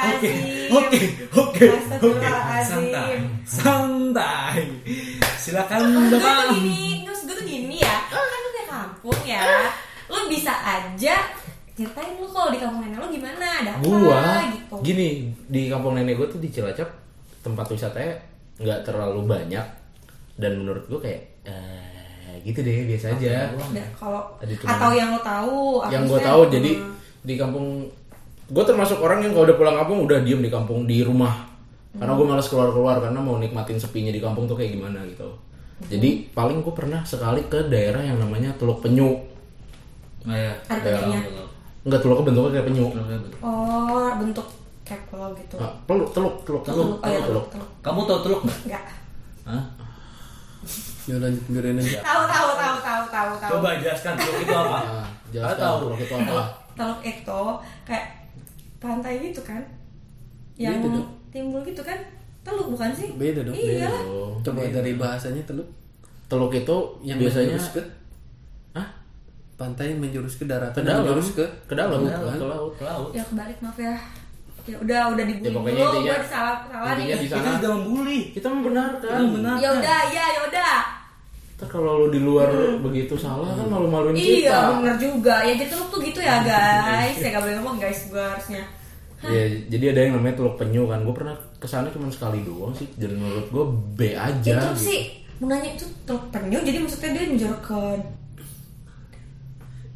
Speaker 3: Oke, oke, oke. Santai,
Speaker 2: Astagfirullahaladzim
Speaker 3: santai. Silakan
Speaker 2: Gue
Speaker 3: bapak.
Speaker 2: tuh gini, terus gue tuh gini ya Kan lu punya kampung ya Lu bisa aja Ceritain lu kalau di kampung nenek lu gimana Ada apa
Speaker 4: gua
Speaker 2: gitu
Speaker 4: gini di kampung nenek gue tuh di Cilacap tempat wisatanya nggak terlalu banyak dan menurut gue kayak eh, gitu deh biasa aja
Speaker 3: ya?
Speaker 2: Ada- kalau
Speaker 4: Ada cuma-
Speaker 2: atau yang lo tahu kan
Speaker 4: yang
Speaker 2: aku
Speaker 4: gue
Speaker 2: share.
Speaker 4: tahu jadi di kampung gue termasuk orang yang kalau udah pulang kampung udah diem di kampung di rumah karena gue malas keluar-keluar karena mau nikmatin sepinya di kampung tuh kayak gimana gitu jadi paling gue pernah sekali ke daerah yang namanya Teluk Penyu
Speaker 3: Nah, ya.
Speaker 2: Ada pentingnya.
Speaker 4: Enggak Teluk bentuknya kayak penyu
Speaker 2: Oh, bentuk kayak pulau gitu.
Speaker 4: Ah, Teluk Teluk Teluk Teluk
Speaker 2: Oh iya,
Speaker 4: Teluk
Speaker 2: teluk.
Speaker 3: Kamu tau teluk nggak?
Speaker 2: Enggak.
Speaker 3: Hah?
Speaker 5: Ya lanjut biarin aja.
Speaker 2: Tahu tahu tahu tahu tahu tahu.
Speaker 3: Coba jelaskan teluk itu
Speaker 4: Nah,
Speaker 3: apa? Tahu.
Speaker 4: jelaskan Teluk itu apa
Speaker 2: Teluk itu kayak pantai gitu kan. Yang
Speaker 5: Iya, itu dong.
Speaker 2: timbul gitu kan. Teluk bukan sih?
Speaker 5: Beda dong,
Speaker 2: Iya. lah.
Speaker 5: Coba dari bahasanya teluk
Speaker 4: Teluk itu yang biasanya
Speaker 5: menjurus ke
Speaker 4: Hah?
Speaker 5: pantai menjurus ke daratan
Speaker 4: ke dalam
Speaker 5: menjurus ke
Speaker 4: ke dalam
Speaker 5: laut, kan?
Speaker 4: ke laut
Speaker 3: Ke laut.
Speaker 2: Ya kebalik maaf ya. Ya udah udah dibully
Speaker 4: Ya,
Speaker 2: dulu,
Speaker 4: pokoknya intinya-
Speaker 2: gua disalah ya. salah
Speaker 4: intinya
Speaker 2: nih.
Speaker 4: di sana
Speaker 3: Kita membuli.
Speaker 4: kita membenarkan
Speaker 3: Hmm.
Speaker 4: benar kan?
Speaker 2: Ya udah, ya ya udah.
Speaker 4: Ntar kalau lu di luar begitu salah kan malu-maluin
Speaker 2: Iya,
Speaker 4: kita
Speaker 2: bener juga. Ya jadi teluk tuh gitu ya, guys. Ya gak boleh ngomong guys gua harusnya.
Speaker 4: ya, jadi ada yang namanya teluk penyu kan gue pernah kesana cuma sekali doang sih dan menurut gue B
Speaker 2: Ya,
Speaker 4: aja
Speaker 2: teluk
Speaker 4: gitu.
Speaker 2: sih mau nanya itu teluk penyu jadi maksudnya dia menjorok ke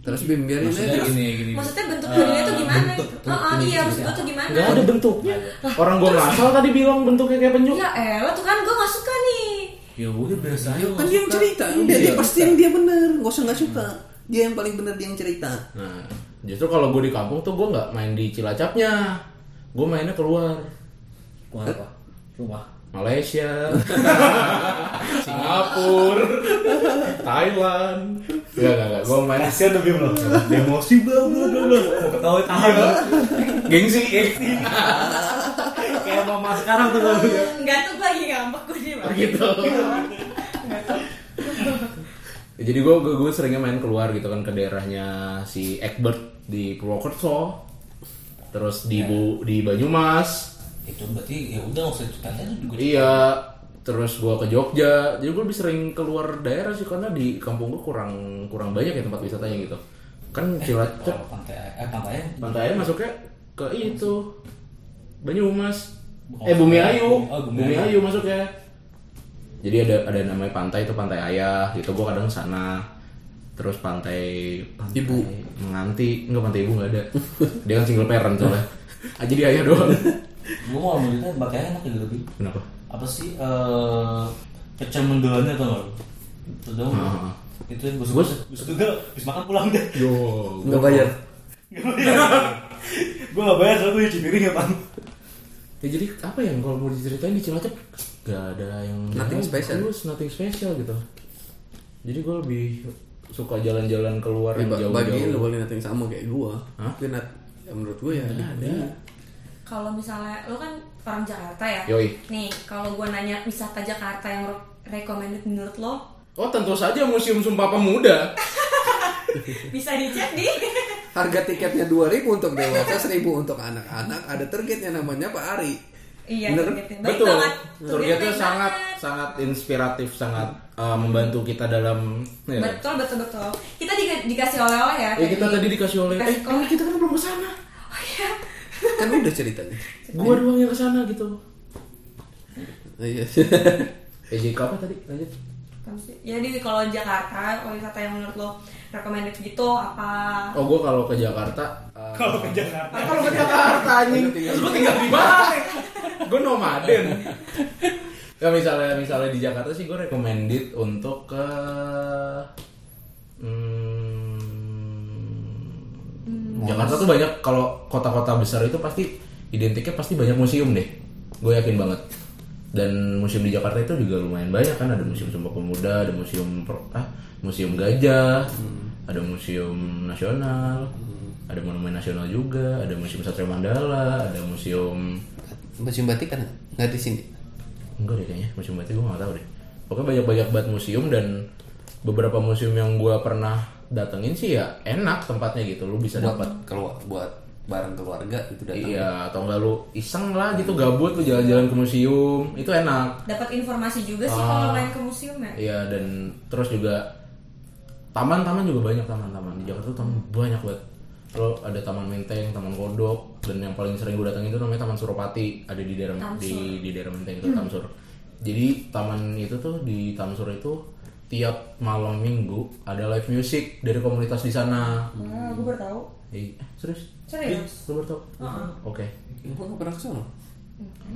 Speaker 5: Terus bim biarin aja.
Speaker 3: Maksudnya gini gini.
Speaker 2: maksudnya bentuk dunia itu gimana gitu. Oh, oh, iya maksud gua tuh gimana
Speaker 4: nggak ada bentuknya
Speaker 2: Iya.
Speaker 4: orang gue ngasal tadi bilang bentuknya kayak penyu
Speaker 2: ya elah tuh kan gua gak suka nih
Speaker 3: Ya udah biasa aja.
Speaker 5: Kan dia yang cerita,
Speaker 3: Iya.
Speaker 5: dia, dia pasti yang dia bener, gak usah nggak suka. Dia yang paling bener dia yang cerita.
Speaker 4: nah justru kalau gue di kampung tuh gue nggak main di cilacapnya gue mainnya keluar
Speaker 3: Rumah apa? Rumah.
Speaker 4: Malaysia, Singapura, Thailand, Iya, Gak, gak, gak, gue main
Speaker 6: Kasian tapi belum. Emosi banget.
Speaker 3: Mau ketawa tahan lu. Gengsi, gengsi. Kayak mama sekarang tuh kalau dia.
Speaker 2: Enggak tuh gua lagi ngambek gua nih Bang.
Speaker 4: gitu. Ya, jadi gue gue gue seringnya main keluar gitu kan ke daerahnya si Egbert di Purwokerto, terus
Speaker 3: Ya.
Speaker 4: di Bu- di Banyumas,
Speaker 3: Itu berarti ya udah nggak usah cerita aja juga.
Speaker 4: iya, terus gue ke Jogja. Jadi gue lebih sering keluar daerah sih karena di kampung gue kurang kurang banyak ya tempat wisatanya gitu. Kan Cilacap
Speaker 3: Kalau pantai, eh pantainya
Speaker 4: Pantai air masuknya ke itu Banyumas.
Speaker 3: Bukan
Speaker 4: eh Bumi
Speaker 3: Bumi
Speaker 4: Ayu.
Speaker 3: Ayu. Oh, Bumi
Speaker 4: Bumi Ayu
Speaker 3: Ayu.
Speaker 4: masuknya. Jadi ada ada namanya pantai itu pantai Ayah gitu. Gua kadang sana. Terus pantai, pantai
Speaker 5: Ibu.
Speaker 4: menganti enggak pantai ibu nggak ada. Dia kan single parent soalnya. Ah, jadi ayah doang.
Speaker 3: Gua mau ngomong cerita pantainya enak gitu lebih.
Speaker 4: Kenapa?
Speaker 3: Apa sih eh kecermendelannya tuh nggak? Itu dong.
Speaker 4: Ah.
Speaker 3: Itu yang gue suka. Gue suka gak? Habis makan pulang deh.
Speaker 4: Yo,
Speaker 5: Nggak bayar.
Speaker 3: Gue gak bayar soalnya gue cuci piring ya bang.
Speaker 4: Ya, jadi apa ya kalau mau diceritain di Cilacap gak ada yang
Speaker 5: Nothing
Speaker 4: yang
Speaker 5: special.
Speaker 4: bagus, nothing special gitu. Jadi gue lebih suka jalan-jalan keluar
Speaker 5: Ya,
Speaker 4: yang jauh-jauh.
Speaker 5: ba- bagiin lo paling nanti sama kayak gua.
Speaker 4: Hah?
Speaker 5: Tapi nat- ya, menurut gua ya ada.
Speaker 2: kalau misalnya lu kan orang Jakarta ya
Speaker 4: Yoi.
Speaker 2: nih kalau gua nanya wisata Jakarta yang re- recommended menurut lo
Speaker 4: Oh tentu saja Museum Sumpah Pemuda.
Speaker 2: bisa dicek di
Speaker 5: Harga tiketnya 2000 untuk dewasa, 1000 untuk anak-anak. Ada targetnya namanya Pak Ari.
Speaker 2: iya
Speaker 5: Bener. kan?
Speaker 2: targetnya. Baik
Speaker 4: Betul.
Speaker 2: banget.
Speaker 4: Surya itu
Speaker 2: baik
Speaker 4: sangat
Speaker 2: banget.
Speaker 4: sangat inspiratif, sangat eh, membantu kita dalam. Ya.
Speaker 2: betul betul betul kita di- dikasih oleh-oleh ya
Speaker 4: Ya, kita tadi dikasih oleh. Eh,
Speaker 2: Dikasih
Speaker 4: kan
Speaker 2: oleh.
Speaker 4: kita kan belum kesana.
Speaker 5: Kan udah ceritanya.
Speaker 4: Gua doang yang kesana gitu.
Speaker 5: Oh, Iya.
Speaker 4: Eh, jadi apa tadi? Lanjut.
Speaker 2: Apa sih? Jadi kalau Jakarta wisata yang menurut lo recommended gitu apa?
Speaker 4: Oh, gua kalau ke Jakarta. eh,
Speaker 3: Kalau ke Jakarta.
Speaker 4: kalau ke Jakarta anjing. Terus gua tinggal di mana? Gua nomaden. Ya misalnya misalnya di Jakarta sih gue recommended untuk ke hmm, Jakarta tuh banyak kalau kota-kota besar itu pasti identiknya pasti banyak museum deh. Gue yakin banget. Dan museum di Jakarta itu juga lumayan banyak kan ada museum Sumpah Pemuda, ada museum Pro- ah, museum Gajah, ada museum nasional, ada monumen nasional juga, ada museum Satria Mandala, ada museum
Speaker 5: Museum batik kan nggak di sini.
Speaker 4: Enggak deh kayaknya museum batik gue gak tau deh Pokoknya banyak-banyak banget museum dan beberapa museum yang gue pernah datengin sih ya enak tempatnya gitu Lu bisa dapat
Speaker 5: keluar buat bareng keluarga itu datang.
Speaker 4: Iya atau enggak lu iseng lah gitu gabut lu jalan-jalan ke museum Itu enak
Speaker 2: Dapat informasi juga sih kalau main ke museum ya.
Speaker 4: Iya dan terus juga taman-taman juga banyak taman-taman Di Jakarta tuh taman banyak banget Lo ada Taman Menteng, Taman Kodok dan yang paling sering gue datengin itu namanya Taman Suropati ada di daerah di di daerah Menteng itu Tamsur. Jadi taman itu tuh di Tamsur itu tiap malam minggu ada live music dari komunitas di sana.
Speaker 2: Ah, gue baru tahu.
Speaker 4: Iya, serius?
Speaker 2: Serius?
Speaker 4: Lu baru tau? Oke,
Speaker 5: Ya, gua nggak pernah kesana.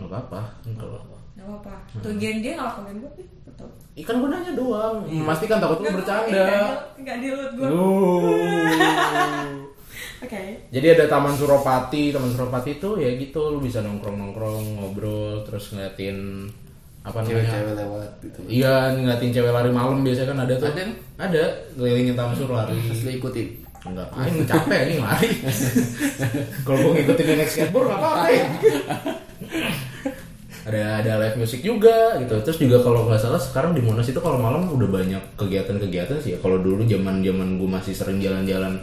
Speaker 4: nggak apa-apa. Kalau
Speaker 2: Gak apa-apa. Tungguin dia nggak komen gue, ih, betul.
Speaker 4: ikan gue nanya doang, memastikan takut
Speaker 2: eh,
Speaker 4: lu bercanda.
Speaker 2: Gak di loot gue. Oke.
Speaker 4: Jadi ada Taman Suropati, Taman Suropati itu ya gitu, lu bisa nongkrong-nongkrong, ngobrol, terus ngeliatin apa namanya?
Speaker 5: Cewek-cewek lewat gitu.
Speaker 4: Iya, ngeliatin cewek lari malam biasanya kan ada tuh.
Speaker 5: Ada?
Speaker 4: Ada, kelilingin Taman Sur lari.
Speaker 5: Terus lu ikutin.
Speaker 4: Enggak, aing capek anjing lari. Kalau gua ngikutin yang naik skateboard enggak apa-apa. ya. ada ada live music juga gitu. Terus juga kalau nggak salah sekarang di Monas itu kalau malam udah banyak kegiatan-kegiatan sih ya. Kalau dulu zaman-zaman gua masih sering jalan-jalan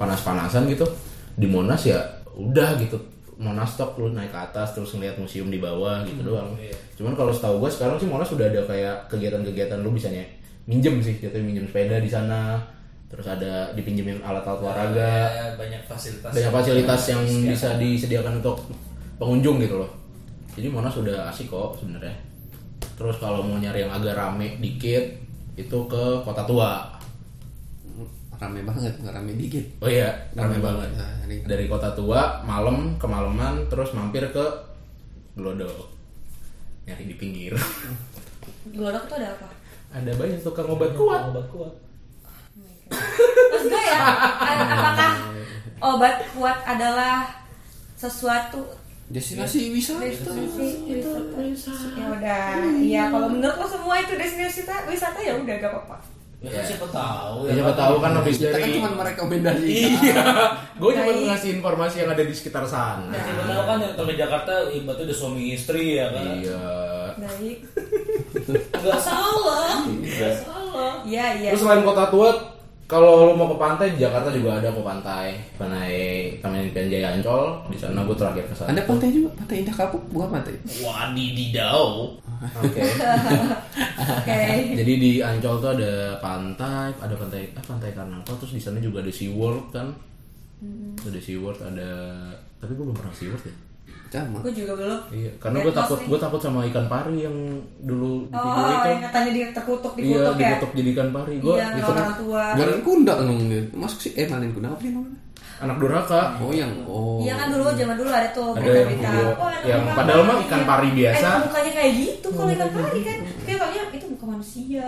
Speaker 4: panas-panasan gitu di Monas ya udah gitu. Monas tok lu naik ke atas terus ngeliat museum di bawah gitu doang. Cuman kalau setahu gua sekarang sih Monas udah ada kayak kegiatan-kegiatan lu bisa nye- minjem sih, jatuh minjem sepeda di sana. Terus ada dipinjemin alat-alat olahraga
Speaker 3: Ada Eh, banyak fasilitas.
Speaker 4: banyak fasilitas yang
Speaker 5: Iya.
Speaker 4: bisa disediakan untuk pengunjung gitu loh. Jadi Monas sudah asik kok sebenarnya. Terus kalau mau nyari yang agak rame dikit itu ke Kota Tua.
Speaker 5: Rame banget, nggak rame dikit.
Speaker 4: Oh iya, rame,
Speaker 5: Rame
Speaker 4: banget.
Speaker 5: banget. Nah, ini-
Speaker 4: Dari Kota Tua malam kemalaman terus mampir ke Glodok. Nyari di pinggir.
Speaker 2: Glodok tuh ada apa?
Speaker 4: Ada banyak tukang obat kuat.
Speaker 3: Obat kuat.
Speaker 2: Terus gue ya, a- apakah obat kuat adalah sesuatu
Speaker 5: Destinasi wisata.
Speaker 2: destinasi wisata? Ya udah, iya kalau menurut lo semua itu destinasi wisata, wisata ya udah gak apa-apa.
Speaker 3: Ya, kan siapa tahu.
Speaker 4: Ya, siapa tahu kan habis
Speaker 5: Kita kan
Speaker 4: dari
Speaker 5: cuma merekomendasi.
Speaker 4: Iya. Gue cuma
Speaker 2: Baik.
Speaker 4: ngasih informasi yang ada di sekitar sana.
Speaker 5: Nah.
Speaker 3: Siapa tahu kan yang ke Jakarta ibaratnya udah suami istri ya kan.
Speaker 4: Iya.
Speaker 2: Baik.
Speaker 3: Enggak
Speaker 2: Solo. Solo. Iya, iya.
Speaker 4: Terus selain kota tua, kalau lo mau ke pantai di Jakarta juga ada kok pantai. Pantai Taman Impian Jaya Ancol, di sana gue terakhir ke sana.
Speaker 5: Ada pantai juga, pantai Indah Kapuk, bukan pantai.
Speaker 3: Wadididau.
Speaker 4: Oke.
Speaker 2: Oke.
Speaker 4: Jadi di Ancol tuh ada pantai, ada pantai ah pantai Karnapa terus di sana juga ada SeaWorld kan. Ada SeaWorld, ada tapi gue belum pernah ke SeaWorld ya.
Speaker 5: Sama.
Speaker 2: Gue juga belum.
Speaker 4: Iya, karena
Speaker 2: Red
Speaker 4: gue
Speaker 2: Moss
Speaker 4: takut
Speaker 2: nih.
Speaker 4: gue takut sama ikan pari yang dulu di video
Speaker 2: Oh,
Speaker 4: itu.
Speaker 2: yang katanya dia terkutuk
Speaker 4: Iya,
Speaker 2: dikutuk ya.
Speaker 4: dikutuk jadi ikan pari. Gue
Speaker 2: Iya,
Speaker 4: itu
Speaker 2: orang tua.
Speaker 5: Galen Kunda ngomong dia. Masuk sih, eh Galen Kunda apa sih namanya?
Speaker 4: anak durhaka.
Speaker 5: Oh yang, oh.
Speaker 2: Iya kan dulu zaman dulu ada tuh
Speaker 4: Ada yang
Speaker 2: berita-berita.
Speaker 4: video
Speaker 2: Wah, anak
Speaker 4: yang
Speaker 2: ikan
Speaker 4: padahal mah
Speaker 2: pari.
Speaker 4: ikan pari biasa.
Speaker 2: Eh, mukanya kayak gitu kalau ikan pari kan. Kayak bangnya itu bukan manusia.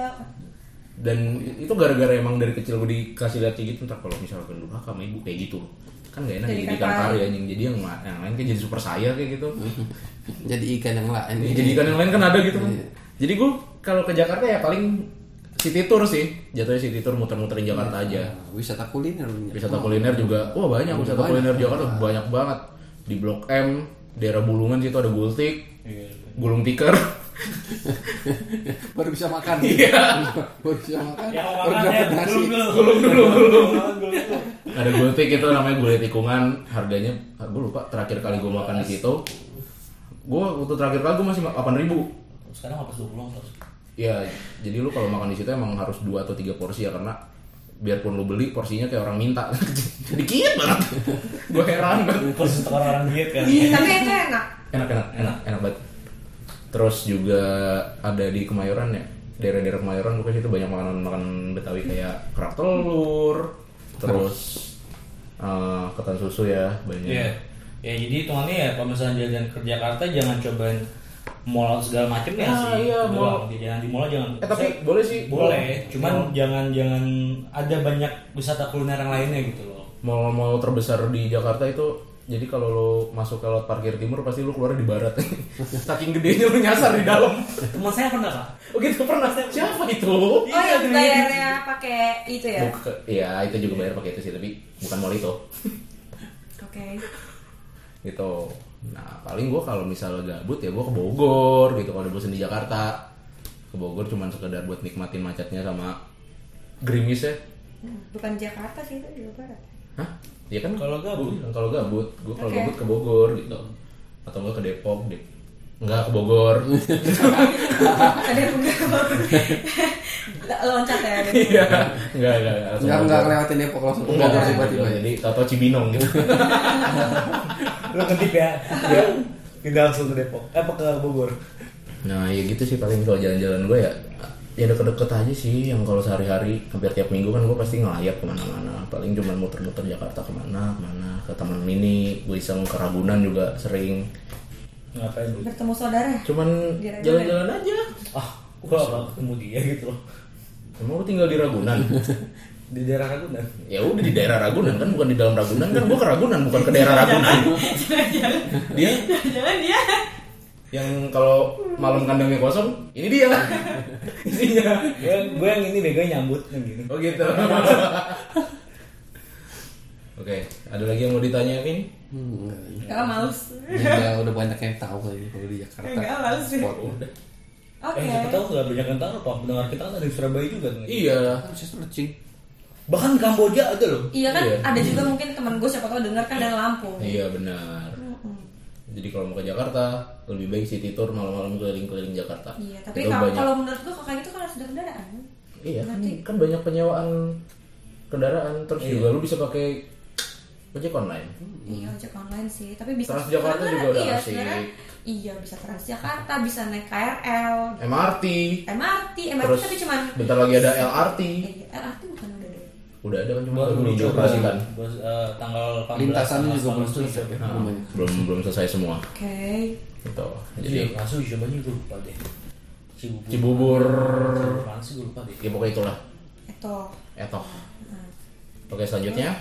Speaker 4: dan itu gara-gara emang dari kecil gue dikasih lihat kayak gitu ntar kalau misalkan dulu sama ibu kayak gitu kan gak enak
Speaker 2: Jadi
Speaker 4: jadi ikan
Speaker 2: kakak.
Speaker 4: pari anjing jadi yang, la- yang lain kan jadi super saya kayak gitu
Speaker 5: Jadi ikan yang lain.
Speaker 4: jadi ikan yang lain kan ada gitu kan
Speaker 2: Iya.
Speaker 4: jadi gue kalau ke Jakarta ya paling city tour sih jatuhnya city tour
Speaker 2: Iya.
Speaker 4: muter-muterin Jakarta aja
Speaker 5: Ya, Wisata kuliner.
Speaker 4: wisata kuliner juga wah banyak
Speaker 2: Iya,
Speaker 4: wisata
Speaker 5: banyak.
Speaker 4: kuliner Jakarta banyak banget di Blok M daerah Bulungan situ ada Gultik Gulung Tikar
Speaker 5: Baru bisa makan.
Speaker 4: Iya.
Speaker 5: Baru bisa makan.
Speaker 3: Yang mau
Speaker 5: Baru
Speaker 3: makan ya,
Speaker 5: dapat nasi.
Speaker 3: gulung dulu. Gulung dulu.
Speaker 4: ada gultik itu namanya gulai tikungan harganya gue lupa terakhir kali gue makan di situ gue waktu terakhir kali gue masih delapan ribu
Speaker 3: Sekarang apa tuh gulung terus?
Speaker 4: ya jadi lu kalau makan di situ emang harus dua atau tiga porsi ya karena biarpun lu beli porsinya kayak orang minta dikit banget gue heran banget
Speaker 3: Persis orang diet kan.
Speaker 4: Iya.
Speaker 2: Tapi itu enak.
Speaker 4: enak enak enak enak banget terus juga ada di Kemayoran ya daerah-daerah Kemayoran pokoknya itu banyak makanan makanan Betawi kayak kerak telur terus eh, ketan susu ya banyak
Speaker 3: Iya. Ya jadi hitungannya ya kalau misalnya jalan ke Jakarta jangan cobain mall segala macemnya
Speaker 4: Ah,
Speaker 3: sih.
Speaker 4: iya,
Speaker 3: Itu
Speaker 4: mall.
Speaker 3: doang. Jangan di mall jangan.
Speaker 4: Eh, tapi boleh sih.
Speaker 3: Boleh, cuman jangan jangan ada banyak wisata kuliner yang lainnya gitu loh.
Speaker 4: Mall-mall terbesar di Jakarta itu jadi kalau lo masuk ke lot parkir timur pasti lo keluar di barat. Saking gedenya lo nyasar di dalam.
Speaker 3: Teman saya pernah Pak.
Speaker 4: Oh gitu pernah siapa itu?
Speaker 2: Oh, yang bayarnya pakai itu ya.
Speaker 4: Iya, gitu. Buka, ya itu juga bayar pakai itu sih tapi bukan mall itu.
Speaker 2: Oke.
Speaker 4: Gitu. Nah paling gue kalau misalnya gabut ya gue ke Bogor gitu kalau udah bosen di Jakarta. Ke Bogor cuman sekedar buat nikmatin macetnya sama gerimis ya.
Speaker 2: Hmm, Bukan Jakarta sih itu Jawa Barat.
Speaker 4: Hah? Ya kan
Speaker 3: Kalau gabut.
Speaker 4: Gua bilang kalau gabut, gue kalau
Speaker 2: Oke.
Speaker 4: gabut ke Bogor gitu. Atau enggak ke Depok, Dep. Enggak ke Bogor.
Speaker 2: Ada yang enggak loncat ya. ada yang-
Speaker 4: Iya. Enggak, enggak, enggak. langsung
Speaker 5: Enggak, enggak
Speaker 4: Bogor.
Speaker 5: ngelewatin Depok langsung ke
Speaker 4: Enggak,
Speaker 5: Bogor
Speaker 4: enggak,
Speaker 5: tiba-tiba. ya.
Speaker 4: enggak. Jadi tato Cibinong gitu.
Speaker 3: Lo ketip ya. ya. Tidak langsung ke Depok. Eh apa ke Bogor.
Speaker 4: nah, ya gitu sih paling kalau jalan-jalan gue ya ya deket-deket aja sih yang kalau sehari-hari hampir tiap minggu kan gue pasti ngelayap kemana-mana paling cuman muter-muter Jakarta kemana kemana ke Taman Mini gue iseng ke Ragunan juga sering
Speaker 3: Ngapain lu?
Speaker 2: bertemu saudara
Speaker 4: cuman
Speaker 2: Di Ragunan.
Speaker 4: jalan-jalan aja
Speaker 3: Ah, gua apa ketemu dia gitu loh.
Speaker 4: emang lu tinggal di Ragunan
Speaker 3: Di daerah Ragunan.
Speaker 4: ya udah di daerah Ragunan kan bukan di dalam Ragunan kan gue ke Ragunan bukan ke daerah Ragunan dia
Speaker 2: jangan dia
Speaker 4: yang kalau malam kandangnya kosong ini dia isinya
Speaker 3: Iya. Gua gua yang ini bego nyambut yang gini.
Speaker 4: oh gitu oke ada lagi yang mau ditanyain Iya.
Speaker 5: Hmm, enggak.
Speaker 2: kalau males
Speaker 5: Enggak, udah banyak yang tahu kayaknya kalau di Jakarta.
Speaker 2: Enggak, males sih.
Speaker 4: Eh,
Speaker 5: Sport.
Speaker 2: oke
Speaker 3: Eh, siapa tahu nggak banyak yang tahu apa pendengar kita kan ada di Surabaya juga tuh.
Speaker 4: iya
Speaker 5: Harusnya searching.
Speaker 3: Bahkan Kamboja ada loh.
Speaker 2: Iya kan
Speaker 4: Iya.
Speaker 2: ada juga mungkin teman gue siapa tahu denger kan dari Lampung.
Speaker 4: Iya benar. Jadi kalau mau ke Jakarta lebih baik city tour malam-malam keliling-keliling Jakarta.
Speaker 2: Iya, tapi
Speaker 4: Itu
Speaker 2: kalau
Speaker 4: banyak.
Speaker 2: kalau menurut gue kalau kayak gitu kan harus ada kendaraan.
Speaker 4: iya kan,
Speaker 2: nanti-
Speaker 4: kan banyak penyewaan kendaraan terus juga lu bisa pakai ojek online.
Speaker 2: Iya ojek online sih, tapi bisa
Speaker 4: Hmm. Transjakarta
Speaker 2: sebenarnya-
Speaker 4: juga udah
Speaker 2: iya,
Speaker 4: asik.
Speaker 2: sebenarnya- Iya bisa Transjakarta, bisa naik KRL,
Speaker 4: MRT,
Speaker 2: MRT, MRT
Speaker 4: terus
Speaker 2: Iya, tapi cuman
Speaker 4: bentar lagi ada LRT.
Speaker 2: eh, LRT bukan udah deh.
Speaker 4: Udah ada kan cuma
Speaker 3: Baru
Speaker 4: belum
Speaker 3: dicoba
Speaker 4: dioperasikan.
Speaker 3: Gua, eh, tanggal 18
Speaker 5: Lintasannya juga belum
Speaker 3: selesai.
Speaker 5: selesai.
Speaker 4: Nah, belum belum selesai semua.
Speaker 2: Oke.
Speaker 4: Gitu. Jadi
Speaker 3: Jadi langsung cobanya gue lupa deh. Cibubur.
Speaker 4: Cibubur.
Speaker 3: Apaan sih gue lupa deh.
Speaker 4: ya pokoknya itulah.
Speaker 2: Itu.
Speaker 4: Etok. Oke selanjutnya